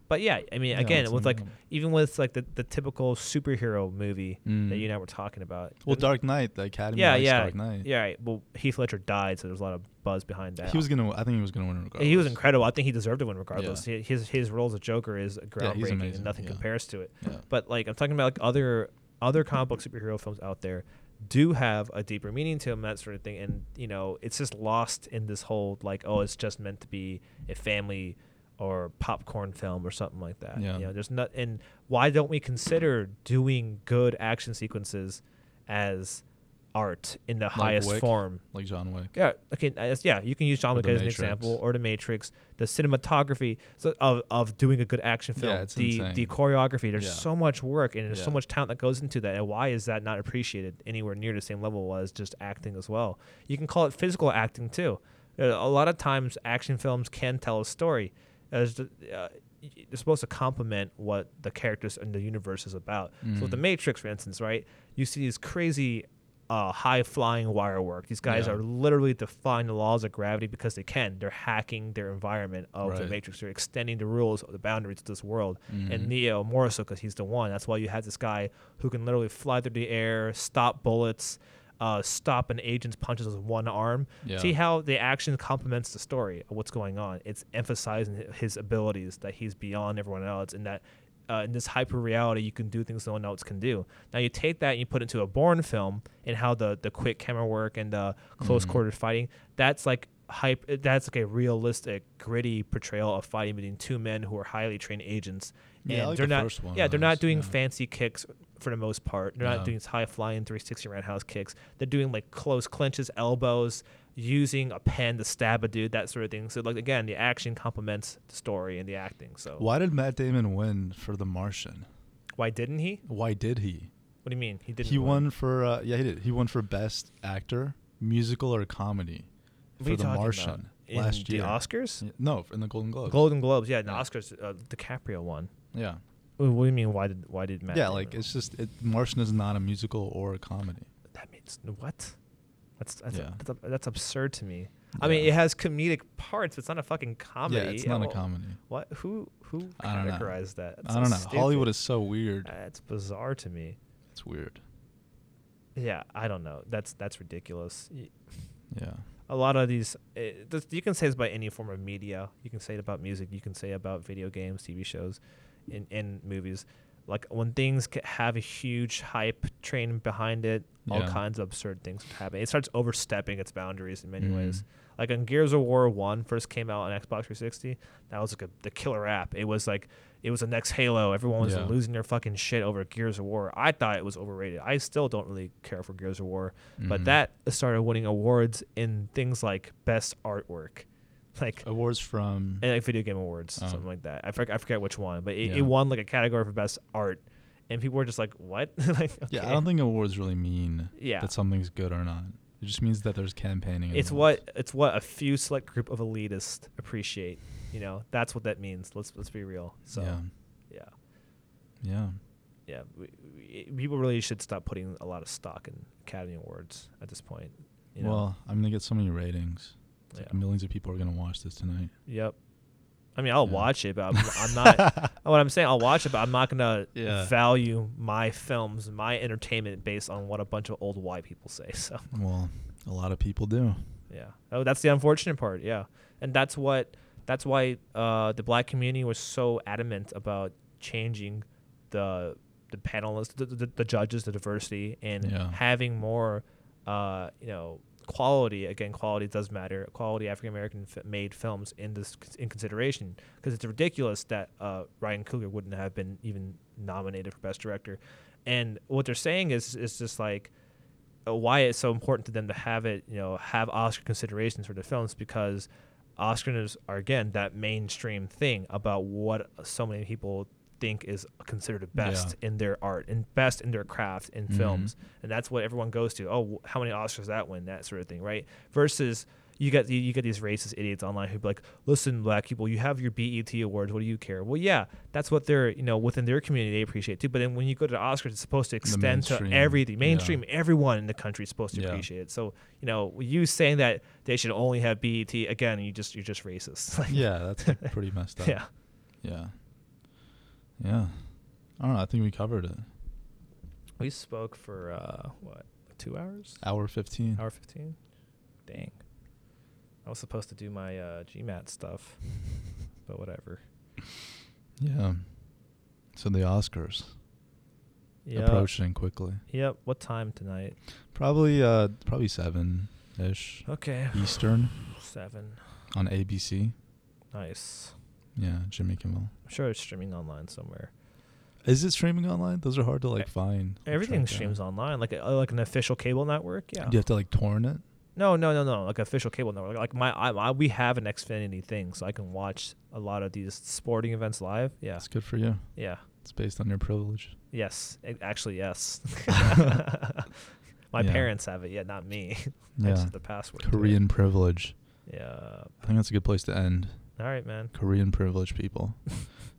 [SPEAKER 1] but yeah i mean
[SPEAKER 2] Yeah,
[SPEAKER 1] again
[SPEAKER 2] it's
[SPEAKER 1] with like
[SPEAKER 2] unbelievable.
[SPEAKER 1] even with like the, the typical superhero movie that
[SPEAKER 2] Mm.
[SPEAKER 1] you and i were talking about
[SPEAKER 2] Well,
[SPEAKER 1] there's-
[SPEAKER 2] Dark Knight, the Academy
[SPEAKER 1] yeah
[SPEAKER 2] likes
[SPEAKER 1] yeah
[SPEAKER 2] Dark Knight.
[SPEAKER 1] yeah right. well heath ledger died so there's a lot of buzz behind that
[SPEAKER 2] He was gonna. I think he was gonna win regardless.
[SPEAKER 1] he was incredible. I think he deserved to win regardless. He His his role as a Joker is groundbreaking, and
[SPEAKER 2] amazing,
[SPEAKER 1] nothing
[SPEAKER 2] yeah.
[SPEAKER 1] compares to it.
[SPEAKER 2] Yeah.
[SPEAKER 1] But like I'm talking about, like other other comic book superhero films out there do have a deeper meaning to them, that sort of thing. And you know, it's just lost in this whole like, oh, it's just meant to be a family or popcorn film or something like that.
[SPEAKER 2] Yeah.
[SPEAKER 1] You know, there's not. And why don't we consider doing good action sequences as art in the highest
[SPEAKER 2] Wick?
[SPEAKER 1] form?
[SPEAKER 2] Like John Wick.
[SPEAKER 1] Yeah. Okay. I guess- yeah, you can use John
[SPEAKER 2] Or
[SPEAKER 1] Wick
[SPEAKER 2] The
[SPEAKER 1] as an
[SPEAKER 2] Matrix.
[SPEAKER 1] example, or The Matrix. The cinematography so- of of doing a good action film.
[SPEAKER 2] Yeah, it's
[SPEAKER 1] the
[SPEAKER 2] insane.
[SPEAKER 1] the choreography. There's
[SPEAKER 2] Yeah.
[SPEAKER 1] so much work and there's so
[SPEAKER 2] Yeah.
[SPEAKER 1] much talent that goes into that. And why is that not appreciated anywhere near the same level as just acting as well? You can call it physical acting too. Uh, A lot of times, action films can tell a story. As the, uh, y- they're supposed to complement what the characters and the universe is about. So with the
[SPEAKER 2] Mm.
[SPEAKER 1] Matrix, for instance, right, you see these crazy, uh, high flying wire work. These guys
[SPEAKER 2] Yeah.
[SPEAKER 1] are literally defying the laws of gravity because they can. They're hacking their environment of the
[SPEAKER 2] Right. Mm-hmm.
[SPEAKER 1] Matrix. They're extending the rules, the boundaries of this world. And Neo more so because he's the one. That's why you have this guy who can literally fly through the air, stop bullets, uh, stop an agent's punches with one arm.
[SPEAKER 2] Yeah.
[SPEAKER 1] See how the action complements the story of what's going on. It's emphasizing his abilities that he's beyond everyone else and that uh, in this hyper reality, you can do things no one else can do. Now you take that and you put it into a Bourne film and how the the quick camera work and the close
[SPEAKER 2] Mm-hmm.
[SPEAKER 1] quarter fighting. That's like hype. uh, That's like a realistic, gritty portrayal of fighting between two men who are highly trained agents.
[SPEAKER 2] Yeah, I
[SPEAKER 1] and
[SPEAKER 2] like
[SPEAKER 1] they're
[SPEAKER 2] the
[SPEAKER 1] not.
[SPEAKER 2] first one,
[SPEAKER 1] yeah, they're
[SPEAKER 2] those,
[SPEAKER 1] not doing
[SPEAKER 2] yeah.
[SPEAKER 1] fancy kicks for the most part. They're
[SPEAKER 2] Yeah.
[SPEAKER 1] not doing high flying 360 roundhouse kicks. They're doing like close clinches, elbows, using a pen to stab a dude, that sort of thing. So like again, the action complements the story and the acting. So
[SPEAKER 2] Why did Matt Damon win for The Martian?
[SPEAKER 1] why didn't he?
[SPEAKER 2] Why did he?
[SPEAKER 1] What do you mean? He didn't.
[SPEAKER 2] He
[SPEAKER 1] win.
[SPEAKER 2] won for uh, yeah he did. He won for best actor, musical or comedy
[SPEAKER 1] What are
[SPEAKER 2] for
[SPEAKER 1] you
[SPEAKER 2] The
[SPEAKER 1] talking
[SPEAKER 2] Martian
[SPEAKER 1] about?
[SPEAKER 2] last
[SPEAKER 1] in
[SPEAKER 2] year.
[SPEAKER 1] The Oscars,
[SPEAKER 2] Yeah, No, in the Golden Globes.
[SPEAKER 1] Golden Globes, yeah, and the
[SPEAKER 2] Yeah.
[SPEAKER 1] Oscars. Uh, DiCaprio won.
[SPEAKER 2] yeah.
[SPEAKER 1] Wh- What do you mean? Why did why did Matt?
[SPEAKER 2] yeah,
[SPEAKER 1] Damon
[SPEAKER 2] like
[SPEAKER 1] win?
[SPEAKER 2] it's just it, Martian is not a musical or a comedy.
[SPEAKER 1] that means what? That's that's,
[SPEAKER 2] Yeah.
[SPEAKER 1] that's, that's absurd to me. I mean,
[SPEAKER 2] Yeah.
[SPEAKER 1] it has comedic parts. But it's not a fucking comedy.
[SPEAKER 2] Yeah, it's not a
[SPEAKER 1] Well,
[SPEAKER 2] comedy.
[SPEAKER 1] What? Who? Who
[SPEAKER 2] I don't know.
[SPEAKER 1] categorized that? That's
[SPEAKER 2] I
[SPEAKER 1] so
[SPEAKER 2] don't know.
[SPEAKER 1] stupid.
[SPEAKER 2] Hollywood is so weird.
[SPEAKER 1] That's bizarre to me.
[SPEAKER 2] It's weird.
[SPEAKER 1] Yeah, I don't know. That's that's ridiculous. Y-
[SPEAKER 2] Yeah.
[SPEAKER 1] A lot of these, eh, this, you can say this about any form of media. You can say it about music. You can say it about video games, TV shows, and and movies. Like when things ca- have a huge hype train behind it, all
[SPEAKER 2] Yeah.
[SPEAKER 1] kinds of absurd things would happen. It starts overstepping its boundaries in many
[SPEAKER 2] Mhm.
[SPEAKER 1] ways. Like when Gears of War One first came out on Xbox 360, that was like a, the killer app. It was like it was the next Halo. Everyone was
[SPEAKER 2] Yeah.
[SPEAKER 1] losing their fucking shit over Gears of War. I thought it was overrated. I still don't really care for Gears of War, but
[SPEAKER 2] Mhm.
[SPEAKER 1] that started winning awards in things like best artwork, like
[SPEAKER 2] Awards from
[SPEAKER 1] and like video game awards,
[SPEAKER 2] Oh.
[SPEAKER 1] something like that. I forget, I forget which one, but it,
[SPEAKER 2] Yeah.
[SPEAKER 1] it won like a category for best art, and people were just like, "What?" like,
[SPEAKER 2] Yeah, I
[SPEAKER 1] okay.
[SPEAKER 2] don't think awards really mean
[SPEAKER 1] Yeah.
[SPEAKER 2] that something's good or not. It just means that there's campaigning.
[SPEAKER 1] It's
[SPEAKER 2] involved.
[SPEAKER 1] what it's what a few select group of elitists appreciate. You know, that's what that means. Let's let's be real. So,
[SPEAKER 2] yeah,
[SPEAKER 1] yeah.
[SPEAKER 2] yeah,
[SPEAKER 1] yeah, we, we, people really should stop putting a lot of stock in Academy Awards at this point. You know?
[SPEAKER 2] Well, I'm gonna get so many ratings. It's like
[SPEAKER 1] Yeah.
[SPEAKER 2] millions of people are gonna watch this tonight.
[SPEAKER 1] yep. I mean, I'll
[SPEAKER 2] Yeah.
[SPEAKER 1] watch it, but I'm, I'm not. Oh, what I'm saying, I'll watch it, but I'm not gonna
[SPEAKER 2] Yeah.
[SPEAKER 1] value my films, my entertainment, based on what a bunch of old white people say. So,
[SPEAKER 2] Well, a lot of people do.
[SPEAKER 1] yeah. Oh, that's the unfortunate part. Yeah, and that's what that's why uh, the black community was so adamant about changing the the panelists, the, the, the judges, the diversity, and
[SPEAKER 2] Yeah.
[SPEAKER 1] having more, uh, you know, quality. Again, quality does matter. Quality African American f- made films in this in consideration because it's ridiculous that uh, Ryan Coogler wouldn't have been even nominated for best director. And what they're saying is is just like uh, why it's so important to them to have it, you know, have Oscar considerations for the films because Oscars are again that mainstream thing about what so many people think is considered best in their art and best in their craft in
[SPEAKER 2] Mhm.
[SPEAKER 1] films, and that's what everyone goes to. Oh, wh- how many Oscars that win? That sort of thing, right? Versus. You get you, you get these racist idiots online who be like, listen, black people, you have your BET awards. What do you care? Well, yeah, that's what they're you know within their community they appreciate too. But then when you go to the Oscars, it's supposed to extend to
[SPEAKER 2] mainstream,
[SPEAKER 1] everything,
[SPEAKER 2] yeah.
[SPEAKER 1] mainstream everyone in the country is supposed to
[SPEAKER 2] Yeah.
[SPEAKER 1] appreciate it. So you know, you saying that they should only have BET again, you just you're just racist. Like,
[SPEAKER 2] yeah, that's like, pretty messed up.
[SPEAKER 1] yeah.
[SPEAKER 2] Yeah. Yeah. I don't know. I think we covered it.
[SPEAKER 1] We spoke for uh, what two hours?
[SPEAKER 2] Hour 15.
[SPEAKER 1] Hour fifteen. Dang. I was supposed to do my uh, GMAT stuff, but whatever.
[SPEAKER 2] Yeah. So the Oscars
[SPEAKER 1] Yeah.
[SPEAKER 2] approaching quickly.
[SPEAKER 1] Yep. What time tonight?
[SPEAKER 2] Probably uh probably 7 ish
[SPEAKER 1] Okay.
[SPEAKER 2] Eastern
[SPEAKER 1] Seven.
[SPEAKER 2] on ABC.
[SPEAKER 1] Nice.
[SPEAKER 2] Yeah, Jimmy Kimmel.
[SPEAKER 1] I'm sure it's streaming online somewhere.
[SPEAKER 2] Is it streaming online? Those are hard to like
[SPEAKER 1] E-
[SPEAKER 2] find. I'm
[SPEAKER 1] Everything
[SPEAKER 2] trying to-
[SPEAKER 1] streams online, like a, like an official cable network. Yeah.
[SPEAKER 2] Do you have to like torrent it?
[SPEAKER 1] No, no, no, no. Like official cable network. Like my, I, I, we have an Xfinity thing, so I can watch a lot of these sporting events live. Yeah,
[SPEAKER 2] That's good for you.
[SPEAKER 1] yeah,
[SPEAKER 2] It's based on your privilege.
[SPEAKER 1] yes. A- actually, yes. my
[SPEAKER 2] Yeah.
[SPEAKER 1] parents have it. Yeah, not me. I just
[SPEAKER 2] Yeah.
[SPEAKER 1] have the password. to it.
[SPEAKER 2] Korean privilege.
[SPEAKER 1] Yeah.
[SPEAKER 2] I think that's a good place to end.
[SPEAKER 1] All right, man.
[SPEAKER 2] Korean privilege people.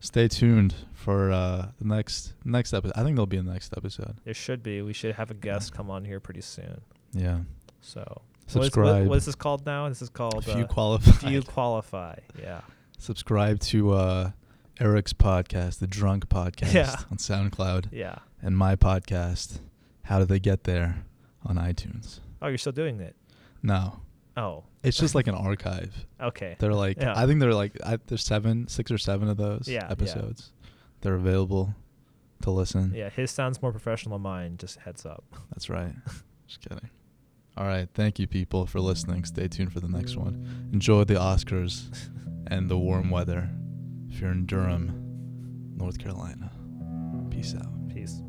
[SPEAKER 2] Stay tuned for uh, the next next episode. I think there'll be a next episode.
[SPEAKER 1] There should be. We should have a guest come on here pretty soon.
[SPEAKER 2] Yeah.
[SPEAKER 1] So what is- what-
[SPEAKER 2] Subscribe.
[SPEAKER 1] what is this called now? This is called.
[SPEAKER 2] if you
[SPEAKER 1] uh,
[SPEAKER 2] qualify,
[SPEAKER 1] do you qualify? Yeah.
[SPEAKER 2] subscribe to uh, Eric's podcast, the Drunk Podcast,
[SPEAKER 1] Yeah.
[SPEAKER 2] on SoundCloud,
[SPEAKER 1] Yeah.
[SPEAKER 2] and my podcast, How Do They Get There, on iTunes.
[SPEAKER 1] Oh, you're still doing it.
[SPEAKER 2] No,
[SPEAKER 1] Oh.
[SPEAKER 2] it's just like an archive.
[SPEAKER 1] Okay.
[SPEAKER 2] They're like,
[SPEAKER 1] Yeah.
[SPEAKER 2] I think they're like, I, there's seven, six or seven of those
[SPEAKER 1] Yeah, yeah.
[SPEAKER 2] episodes. They're available to listen.
[SPEAKER 1] Yeah, his sounds more professional than mine. Just heads up.
[SPEAKER 2] That's right. Just kidding. All right. Thank you, people, for listening. Stay tuned for the next one. Enjoy the Oscars and the warm weather if you're in Durham, North Carolina. Peace out.
[SPEAKER 1] Peace.